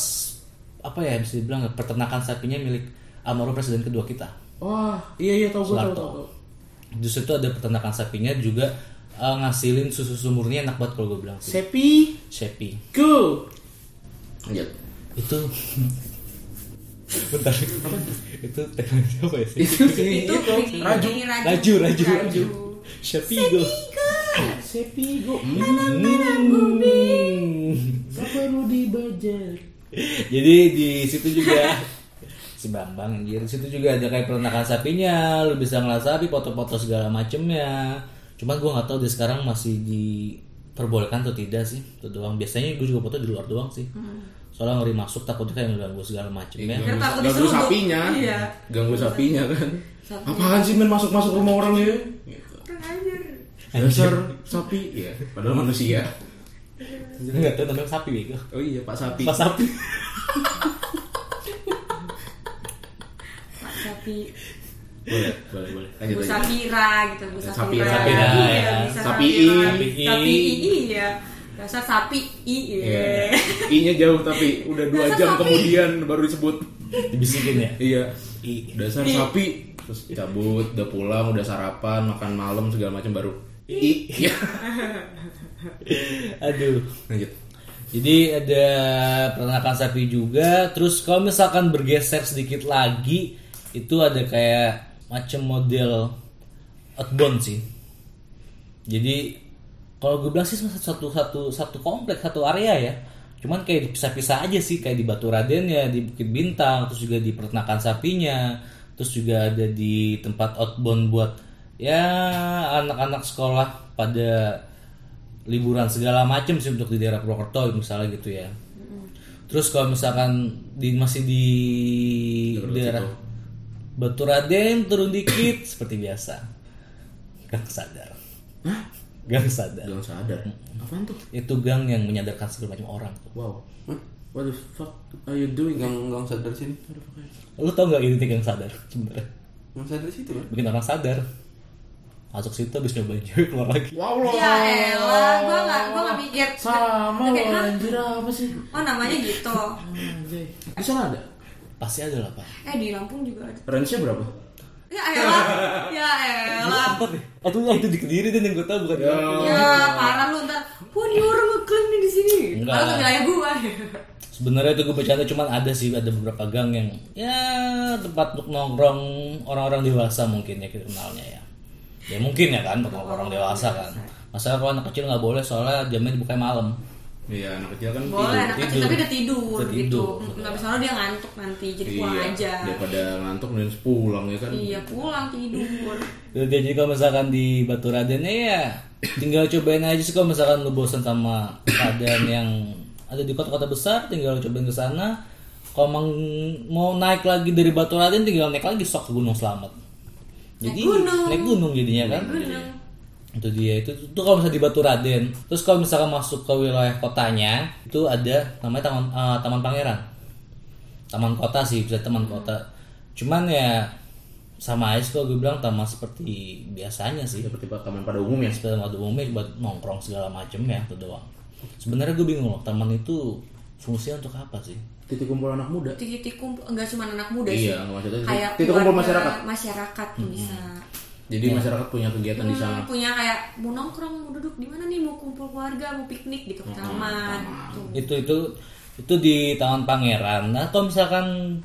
Speaker 3: apa ya bisa dibilang ya, peternakan sapinya milik Amaro presiden kedua kita
Speaker 4: Wah, iya iya tau gue tau. tau, tau.
Speaker 3: Soeharto justru itu ada peternakan sapinya juga eh, ngasilin susu sumurnya enak banget kalau gue bilang sih
Speaker 4: Sepi,
Speaker 3: Shepi
Speaker 4: go. Lanjut.
Speaker 3: itu bentar itu teknologi apa ya sih
Speaker 4: Itu sih
Speaker 2: Itu ini-
Speaker 4: iya. Raju.
Speaker 2: ini
Speaker 3: raju raju
Speaker 2: Raju.
Speaker 3: Shepi go
Speaker 4: Sepi, go.
Speaker 3: Hmm.
Speaker 4: Gak perlu dibajak.
Speaker 3: jadi di situ juga si bang bang anjir di situ juga ada kayak peternakan sapinya lu bisa ngelas sapi foto-foto segala macemnya cuman gue nggak tahu deh sekarang masih diperbolehkan atau tidak sih itu doang biasanya gue juga foto di luar doang sih soalnya ngeri masuk takutnya kayak ngeganggu segala macemnya
Speaker 4: Iya.
Speaker 2: Kan takut
Speaker 4: ganggu
Speaker 2: diseruduk.
Speaker 4: sapinya
Speaker 2: Iya.
Speaker 4: ganggu sapinya kan apaan sih men masuk masuk rumah orang ya gitu. dasar sapi ya padahal manusia
Speaker 3: nggak tahu namanya sapi bego
Speaker 4: oh iya pak sapi
Speaker 3: pas sapi
Speaker 2: Pak Sapi
Speaker 4: boleh boleh boleh lanjut
Speaker 2: Bu
Speaker 4: lagi
Speaker 2: Sapira gitu Bu
Speaker 4: Sapi-
Speaker 2: Sapira,
Speaker 4: Sapira,
Speaker 2: iya,
Speaker 3: ya.
Speaker 2: bisa
Speaker 4: Sapi I.
Speaker 2: Sapira.
Speaker 4: Sapi
Speaker 3: I.
Speaker 2: Sapi I, iya dasar sapi i
Speaker 4: Iya.
Speaker 2: iya
Speaker 4: I-nya jauh tapi udah dua
Speaker 2: Dasar
Speaker 4: jam
Speaker 2: sapi.
Speaker 4: kemudian baru disebut.
Speaker 3: dibisikin ya
Speaker 4: Iya.
Speaker 3: I.
Speaker 4: Dasar sapi. Terus cabut, udah pulang, udah sarapan, makan malam segala macam baru. I. Iya.
Speaker 3: aduh
Speaker 4: Lanjut.
Speaker 3: Jadi ada peternakan sapi juga. Terus kalau misalkan bergeser sedikit lagi, itu ada kayak macam model outbound sih. Jadi kalau gue bilang sih satu satu satu satu komplek satu area ya. Cuman kayak dipisah-pisah aja sih kayak di Batu Raden ya, di Bukit Bintang, terus juga di peternakan sapinya, terus juga ada di tempat outbound buat ya anak-anak sekolah pada liburan segala macem sih untuk di daerah Purwokerto misalnya gitu ya. Terus kalau misalkan di masih di daerah Batu Raden turun dikit seperti biasa. Gang sadar. Gang sadar.
Speaker 4: Bilang sadar. Apaan tuh?
Speaker 3: Itu gang yang menyadarkan segala macam orang.
Speaker 4: Wow.
Speaker 5: Hmm? What the fuck are you doing? Gang gang sadar sini. What the fuck are
Speaker 3: Lu
Speaker 5: you-
Speaker 3: tau gak ini gang sadar sebenarnya?
Speaker 5: Gang sadar situ kan?
Speaker 3: Bikin orang sadar. Masuk situ habis nyobain cewek keluar lagi.
Speaker 4: Wow loh.
Speaker 2: ya elah gua nggak gua nggak mikir
Speaker 4: Oh. Sama
Speaker 2: Gua
Speaker 4: loh
Speaker 2: kayak, "Hah?
Speaker 4: anjir apa sih?
Speaker 2: oh namanya gitu
Speaker 4: Anjay. Di sana ada.
Speaker 3: Pasti ada lah pak.
Speaker 2: eh di Lampung juga ada
Speaker 4: Range-nya berapa?
Speaker 2: ya elah ya elah
Speaker 3: Atau ya itu di kediri dan yang gue tau bukan. di Lampung.
Speaker 2: ya parah lu ntar wah ini orang ngeklaim nih di sini
Speaker 3: Enggak.
Speaker 2: kalau ke wilayah gua
Speaker 3: Sebenarnya itu gue bercanda cuman ada sih ada beberapa gang yang ya tempat untuk nongkrong orang-orang dewasa mungkin ya kita kenalnya ya. Ya mungkin ya kan tempat orang dewasa kan. Masalah kalau anak kecil nggak boleh soalnya jamnya dibuka malam.
Speaker 4: Iya, anak kecil kan
Speaker 2: boleh anak kecil
Speaker 3: tidur.
Speaker 2: tapi udah tidur,
Speaker 3: Udah
Speaker 2: gitu
Speaker 3: tidur. Iya.
Speaker 2: nggak bisa dia ngantuk nanti jadi pulang aja
Speaker 4: Iya, Daripada ngantuk dan pulang ya kan.
Speaker 2: iya pulang tidur
Speaker 3: Jadi jadi kalau misalkan di Batu Raden ya tinggal cobain aja sih kalau misalkan lu bosan sama keadaan yang ada di kota-kota besar tinggal cobain ke sana. Kalau emang mau naik lagi dari Batu Raden tinggal naik lagi sok ke Gunung Selamat. Jadi
Speaker 2: Naik gunung.
Speaker 3: naik gunung jadinya kan. Itu dia itu itu kalau misalnya di Batu Raden. Terus kalau misalkan masuk ke wilayah kotanya itu ada namanya Taman eh, Taman Pangeran. Taman kota sih bisa taman kota. Cuman ya sama aja sih kalau gue bilang taman seperti biasanya sih
Speaker 4: Seperti Iya, taman pada ya? umumnya.
Speaker 3: sepeda motor umumnya buat nongkrong segala macem ya itu doang sebenarnya gue bingung loh taman itu fungsinya untuk apa sih
Speaker 4: Titik kumpul anak muda.
Speaker 2: titik-titik kumpul enggak cuma anak muda sih
Speaker 4: Iya, maksudnya titik-
Speaker 2: kayak
Speaker 4: titik kumpul
Speaker 2: keluarga,
Speaker 4: masyarakat. Iya.
Speaker 2: masyarakat tuh bisa
Speaker 4: Jadi masyarakat punya kegiatan di sana.
Speaker 2: Hmm, punya kayak mau nongkrong mau duduk di mana nih mau kumpul keluarga mau piknik gitu
Speaker 4: Hmm,
Speaker 2: ke taman tuh
Speaker 3: itu itu itu di Taman Pangeran nah kalau misalkan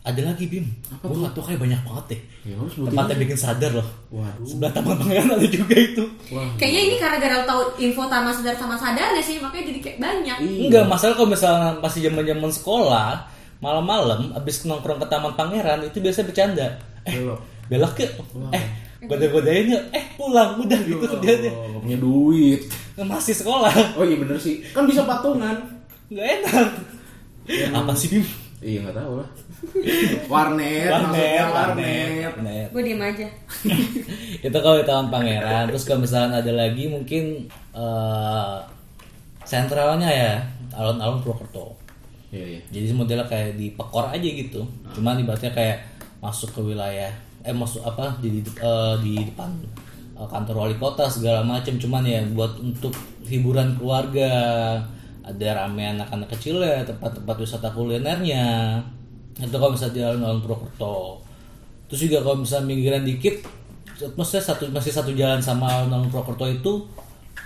Speaker 3: ada lagi Bim gue nggak tahu kayak banyak banget deh
Speaker 4: Ya, harus sebutin
Speaker 3: tempatnya bikin sadar loh
Speaker 4: Waduh.
Speaker 3: sebelah Taman Pangeran ada juga itu
Speaker 4: iya.
Speaker 2: kayaknya ini karena gara tahu info taman sadar sama sadar ya sih makanya jadi kayak banyak
Speaker 4: Iya.
Speaker 3: enggak masalah kalau misalnya masih zaman zaman sekolah malam-malam abis nongkrong ke Taman Pangeran itu biasa bercanda eh
Speaker 4: Belok.
Speaker 3: belok yuk eh goda-godain yuk eh pulang udah gitu kerjanya
Speaker 4: Oh, nggak punya duit.
Speaker 3: masih sekolah
Speaker 4: Oh iya bener sih. Kan bisa patungan.
Speaker 3: nggak enak
Speaker 4: Ya.
Speaker 3: apa sih Bim?
Speaker 4: Iya nggak tahu lah. Warnet, Ya, maksudnya warnet.
Speaker 3: warnet.
Speaker 2: gue diem aja
Speaker 3: itu kalau di Taman Pangeran terus kalau misalkan ada lagi mungkin eh, sentralnya ya alun-alun Purwokerto
Speaker 4: Iya iya.
Speaker 3: jadi modelnya kayak di pekor aja gitu cuman ibaratnya kayak masuk ke wilayah eh masuk apa di di- eh, di depan eh, kantor wali kota segala macam cuman ya buat untuk hiburan keluarga ada ramean anak-anak kecil ya tempat-tempat wisata kulinernya itu kalau misalnya di alun-alun Purwokerto terus juga kalau misalnya minggiran dikit maksudnya satu masih satu jalan sama alun-alun Purwokerto itu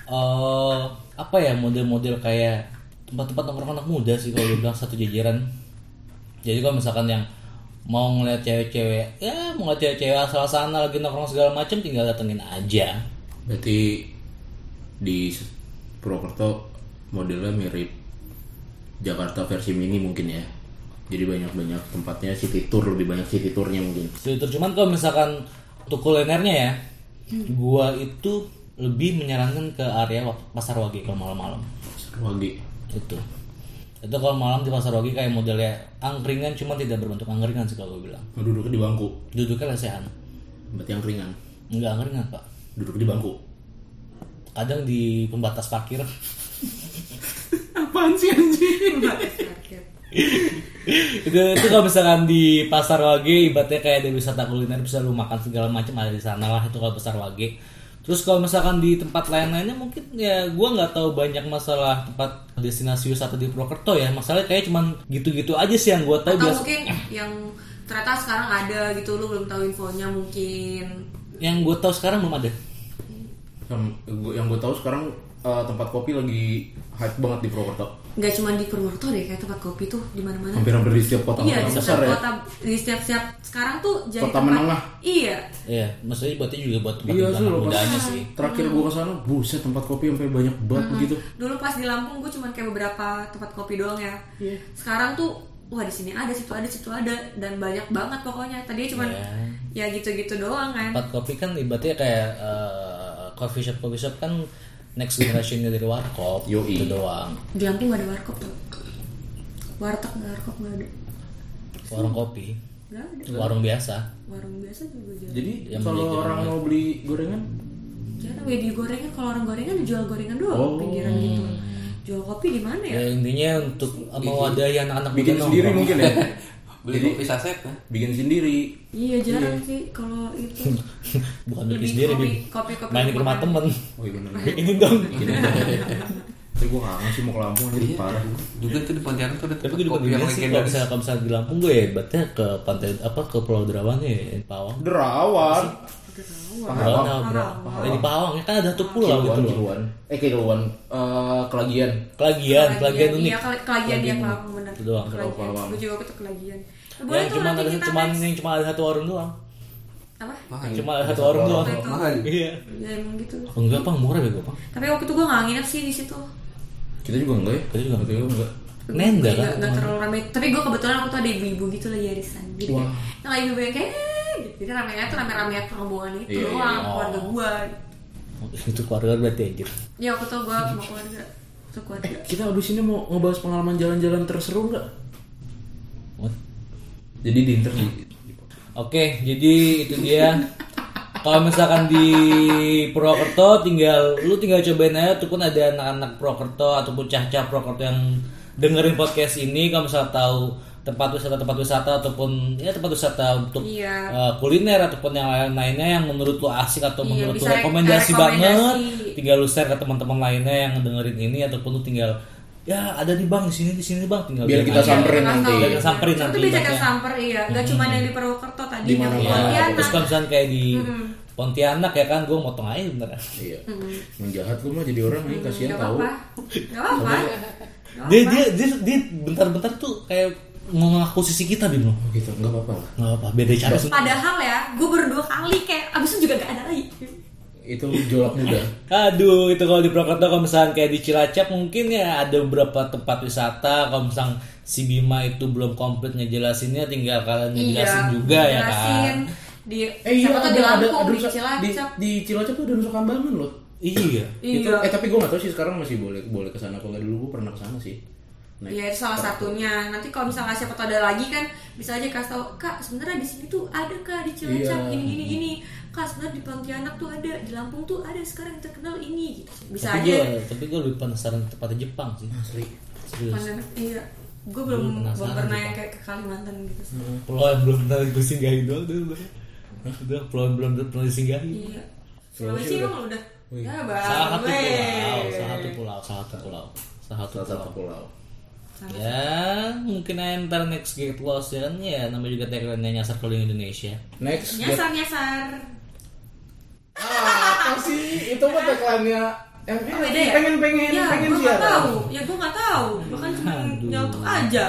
Speaker 3: eh apa ya model-model kayak tempat-tempat nongkrong anak muda sih kalau gue bilang satu jajaran jadi kalau misalkan yang mau ngeliat cewek-cewek ya mau ngeliat cewek-cewek asal sana lagi nongkrong segala macem tinggal datengin aja
Speaker 4: Berarti di S- Purwokerto modelnya mirip Jakarta versi mini mungkin ya. Jadi banyak-banyak tempatnya city tour lebih banyak city tournya mungkin.
Speaker 3: Twitter Gitu. cuman kalau misalkan untuk kulinernya ya, gua itu lebih menyarankan ke area wa- pasar Wage kalau malam-malam.
Speaker 4: Wagi.
Speaker 3: Itu. Itu kalau malam di pasar Wage kayak modelnya angkringan cuman tidak berbentuk angkringan sih kalau gua bilang.
Speaker 4: Duduknya di bangku.
Speaker 3: Duduknya lesehan.
Speaker 4: Berarti yang ringan.
Speaker 3: Enggak angkringan, Pak.
Speaker 4: Duduk di bangku.
Speaker 3: Kadang di pembatas parkir. itu, itu kalau misalkan di pasar Wage ibaratnya kayak ada wisata kuliner bisa lu makan segala macam ada di sana lah itu kalau pasar Wage terus kalau misalkan di tempat lain-lainnya mungkin ya gua nggak tahu banyak masalah tempat destinasi wisata di Purwokerto ya masalahnya kayak cuman gitu-gitu aja sih yang gua
Speaker 4: Oh,
Speaker 3: tahu
Speaker 2: atau
Speaker 3: biasa
Speaker 2: mungkin yang ternyata sekarang ada gitu lu belum tahu infonya mungkin
Speaker 3: yang gua tahu sekarang belum ada
Speaker 4: Yang, gua- yang gue tahu sekarang eh, tempat kopi lagi hype banget di Purwokerto.
Speaker 2: nggak cuma di Purwokerto deh kayak tempat kopi tuh di mana mana
Speaker 4: Hampir-hampir di setiap kota
Speaker 2: iya di
Speaker 4: kota besar
Speaker 2: setiap
Speaker 4: ya.
Speaker 2: kota di setiap setiap sekarang tuh jadi
Speaker 4: Kota
Speaker 2: tempat-
Speaker 4: menengah.
Speaker 2: iya
Speaker 3: ya maksudnya buatnya juga buat tempat
Speaker 4: Iya
Speaker 3: hiburan
Speaker 4: sih
Speaker 3: anak
Speaker 4: loh.
Speaker 3: mudanya sih
Speaker 4: Terakhir gue kesana, buset tempat kopi sampai banyak banget gitu. begitu.
Speaker 2: dulu pas di Lampung gue cuma kayak beberapa tempat kopi doang ya sekarang tuh wah di sini ada situ ada situ ada dan banyak banget pokoknya tadinya cuma
Speaker 3: Iya.
Speaker 2: ya gitu-gitu doang kan
Speaker 3: tempat kopi kan ibaratnya kayak eh, coffee shop coffee shop kan next generationnya dari warkop
Speaker 4: Yoi.
Speaker 3: itu doang
Speaker 2: di Lampung gak ada warkop tuh warteg nggak warkop nggak ada
Speaker 3: warung kopi
Speaker 2: nggak ada
Speaker 3: warung biasa
Speaker 2: warung biasa juga jarang
Speaker 4: Jadi
Speaker 3: Yang beli
Speaker 4: kalau orang mau beli gorengan,
Speaker 2: jarang ya di gorengan kalau orang gorengan jual gorengan doang
Speaker 3: Oh.
Speaker 2: pinggiran gitu jual kopi di mana ya
Speaker 3: Ya, intinya untuk mewadahi anak-anak
Speaker 4: bikin
Speaker 3: muda
Speaker 4: sendiri
Speaker 3: nongkrong.
Speaker 4: mungkin ya.
Speaker 5: Beli kopi saset kan?
Speaker 4: bikin sendiri.
Speaker 2: iya jarang sih kalau itu
Speaker 3: Hmm. bukan
Speaker 2: Lebih
Speaker 3: bikin sendiri
Speaker 2: kopi-
Speaker 3: Bim.
Speaker 2: kopi-kopi
Speaker 3: main ke rumah temen
Speaker 4: Oh iya benar.
Speaker 3: bikinin dong
Speaker 4: Tapi gue kangen sih mau ke Lampung aja parah.
Speaker 5: Juga tuh di Pontianak tuh ada
Speaker 3: tapi
Speaker 5: tempat
Speaker 3: gue juga
Speaker 5: kopi yang
Speaker 3: bingung sih kalau
Speaker 5: legendaris.
Speaker 3: misalnya, kalau misalnya di Lampung gue ya ibaratnya ke pantai apa ke Pulau Derawan ya di Pawang
Speaker 4: Derawan.
Speaker 3: Derawan apa Pawang. Ya, di Pawang ya kan ada tuh
Speaker 4: Iya,
Speaker 3: pulau gitu loh
Speaker 4: Kiluan. Eh kiluan. Eh kelagian.
Speaker 3: kelagian Ya, kelagian unik
Speaker 2: iya kela- kelagian dia kelabang bener
Speaker 3: Itu doang, Ya,
Speaker 2: kelagian gue juga waktu kelagian boleh
Speaker 3: yang
Speaker 2: tuh
Speaker 3: cuma
Speaker 2: nanti
Speaker 3: ada
Speaker 2: kita
Speaker 3: cuma
Speaker 2: next.
Speaker 3: yang cuma ada satu warung doang
Speaker 2: apa
Speaker 3: cuma ada satu warung doang
Speaker 5: Mahal.
Speaker 3: iya
Speaker 2: ya emang gitu
Speaker 3: enggak pang murah ya, bego pang
Speaker 2: tapi waktu itu gue nggak nginep sih di situ
Speaker 4: Kita juga enggak ya?
Speaker 3: Kita juga enggak.
Speaker 4: enggak.
Speaker 3: nenda
Speaker 2: Nggak-
Speaker 3: kan
Speaker 2: nggak terlalu ramai tapi gue kebetulan aku tuh ada ibu-ibu gitu lagi arisan gitu Wah. nah kayak ibu-ibu yang kayak "Eh," gitu jadi ramainya tuh rame-rame rombongan itu
Speaker 4: Iya, iya,
Speaker 2: doang keluarga gue
Speaker 3: Oh, itu keluarga berarti anjir
Speaker 2: ya aku tuh gue sama keluarga tuh keluarga
Speaker 4: Kita abis ini mau ngebahas pengalaman jalan-jalan terseru nggak?
Speaker 3: What?
Speaker 4: Jadi di inter
Speaker 3: Oke, jadi itu dia. Kalau misalkan di Purwokerto, tinggal lu tinggal cobain aja. Ataupun ada anak-anak Purwokerto ataupun cah-cah Purwokerto yang dengerin podcast ini, kalau misalnya tahu tempat wisata tempat wisata ataupun ya tempat wisata untuk
Speaker 2: Iya.
Speaker 3: eh, kuliner ataupun yang lain-lainnya yang menurut lu asik atau
Speaker 2: Iya,
Speaker 3: menurut lu
Speaker 2: bisa re-
Speaker 3: rekomendasi, banget,
Speaker 2: rekomendasi.
Speaker 3: tinggal lu share ke teman-teman lainnya yang dengerin ini ataupun lu tinggal ya ada di bang di sini di sini bang tinggal
Speaker 4: Biar
Speaker 3: bilang
Speaker 4: kita
Speaker 3: aja.
Speaker 4: samperin
Speaker 2: Iya,
Speaker 4: nanti.
Speaker 2: iya.
Speaker 3: Jangan samperin
Speaker 2: Cuma tuh
Speaker 3: nanti,
Speaker 2: bisa
Speaker 3: ibaratnya.
Speaker 2: jangan samper iya nggak cuma yang di Purwokerto tadi yang di
Speaker 3: Iya,
Speaker 2: Pontianak
Speaker 3: terus kalau misalkan kayak di Pontianak ya kan gue motong aja beneran
Speaker 4: Iya. Menjahat lu mah jadi orang nih kasihan
Speaker 2: Mm, nggak
Speaker 4: tahu.
Speaker 2: apa-apa nggak apa-apa
Speaker 3: Iya.
Speaker 2: Nggak
Speaker 3: dia,
Speaker 2: apa-apa.
Speaker 3: dia dia dia bentar-bentar tuh kayak mau ngaku sisi kita bimo
Speaker 4: Oh gitu, enggak apa-apa. lah.
Speaker 3: nggak apa beda cara sih
Speaker 2: padahal ya gue baru dua kali kayak abis itu juga gak ada lagi
Speaker 4: Itu jolak muda.
Speaker 3: aduh itu kalau di Purwokerto kalau misalkan kayak di Cilacap mungkin ya ada beberapa tempat wisata kalau misalkan si Bima itu belum komplit ngejelasinnya
Speaker 2: Iya,
Speaker 3: tinggal kalian ngejelasin juga ya kan
Speaker 2: jelasin. di
Speaker 4: Eh, iya,
Speaker 2: siapa tuh di Lampung di
Speaker 4: rusak- di,
Speaker 2: Cilacap
Speaker 4: di Cilacap tuh ada rusak Kambangan loh.
Speaker 3: iya
Speaker 4: Itu,
Speaker 2: iya
Speaker 4: eh tapi gue gak tau sih sekarang masih boleh boleh kesana apa nggak dulu gue pernah kesana sih. Naik
Speaker 2: Iya itu salah satunya. Nanti kalau misalnya siapa tahu ada lagi kan bisa aja kasih tahu kak sebenarnya di sini tuh ada kak di Cilacap gini gini gini. Kak sebenarnya di Pontianak tuh ada, di Lampung tuh ada sekarang yang terkenal ini gitu. Bisa
Speaker 3: tapi
Speaker 2: aja.
Speaker 3: gue tapi gue lebih penasaran tempatnya Jepang sih asli serius
Speaker 2: Pontianak, iya. Gue belum belum pernah yang kayak ke Kalimantan gitu. sih.
Speaker 3: pulau yang belum pernah gue singgahi doang tuh udah pulau yang belum pernah disinggahi
Speaker 2: Iya. Sulawesi emang udah. Ya
Speaker 3: salah
Speaker 2: bang,
Speaker 3: satu ya.
Speaker 2: weh.
Speaker 3: pulau salah satu pulau salah satu pulau salah satu
Speaker 4: Salah satu
Speaker 3: pulau
Speaker 4: pulau.
Speaker 3: ya mungkin aja ntar next get lost ya kan ya namanya juga tagline nya nyasar keliling Indonesia
Speaker 4: Next, buat-
Speaker 2: Nyasar nyasar.
Speaker 4: apa sih? Itu mah tagline-nya yang
Speaker 2: Oh, beda ya?
Speaker 4: pengen pengen
Speaker 2: ya,
Speaker 4: pengen
Speaker 2: gua nggak
Speaker 4: siaran.
Speaker 2: tahu. Ya gue nggak tahu. Gue kan cuma nyontok aja.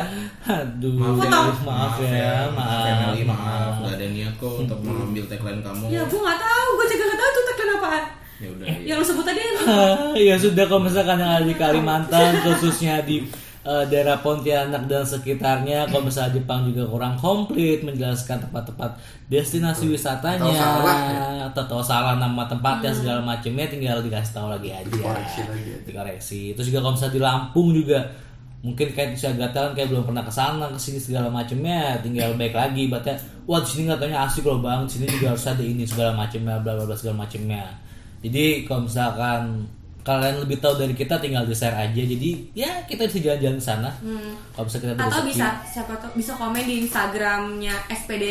Speaker 3: aduh
Speaker 4: Maaf ya,
Speaker 3: maaf ya maaf
Speaker 4: Family, Eh, maaf, nggak ada niat kok untuk mengambil tagline kamu.
Speaker 2: Ya Eh, gue nggak tahu. Gue juga nggak tahu tuh tekan apaan.
Speaker 4: Ya udah.
Speaker 2: Yang lu sebut tadi kan
Speaker 3: Ah, ya sudah kalau misalkan yang ada di Kalimantan khususnya di eh, daerah Pontianak dan sekitarnya kalau misalnya Jepang juga kurang komplit menjelaskan tempat-tempat destinasi wisatanya atau tahu salah nama tempatnya segala macamnya tinggal dikasih tahu lagi aja
Speaker 5: Dikoreksi lagi aja.
Speaker 3: dikoreksi terus juga kalau misalnya di Lampung juga mungkin kayak bisa gatalan kan kayak belum pernah kesana kesini segala macamnya tinggal baik lagi ibaratnya wah di sini katanya asik loh bang di sini juga harus ada ini segala macamnya bla bla bla segala macamnya jadi kalau misalkan kalian lebih tahu dari kita tinggal di share aja jadi ya kita bisa jalan-jalan ke sana kalau bisa kita ada
Speaker 2: atau
Speaker 3: rezeki.
Speaker 2: bisa siapa tuh bisa komen di Instagramnya SPD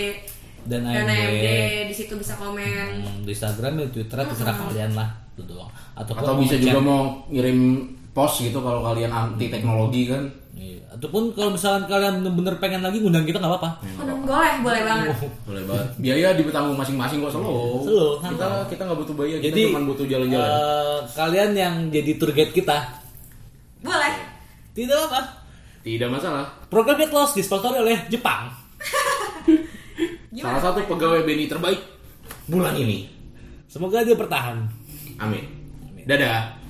Speaker 3: dan
Speaker 2: dan
Speaker 3: AMD
Speaker 2: AMD di situ bisa komen
Speaker 3: Hmm, di Instagram di Twitter terserah kalian lah itu doang atau,
Speaker 4: Atau bisa juga mau ngirim post gitu kalau kalian anti teknologi kan.
Speaker 3: Iya. ataupun kalau misalkan kalian bener-bener pengen lagi ngundang kita nggak apa-apa
Speaker 2: Menang boleh, boleh banget.
Speaker 4: Oh.
Speaker 7: Boleh banget.
Speaker 4: Biaya ditanggung masing-masing kok selalu.
Speaker 3: Slow,
Speaker 4: Kita kita nggak butuh biaya, kita
Speaker 3: Jadi,
Speaker 4: cuma butuh jalan-jalan.
Speaker 3: Eh, kalian yang jadi tour guide kita
Speaker 2: Boleh.
Speaker 3: tidak apa
Speaker 4: Tidak masalah.
Speaker 3: program Get Lost disponsori oleh Jepang
Speaker 4: Salah satu pegawai BNI terbaik bulan ini.
Speaker 3: semoga dia bertahan
Speaker 4: Amin. Dadah.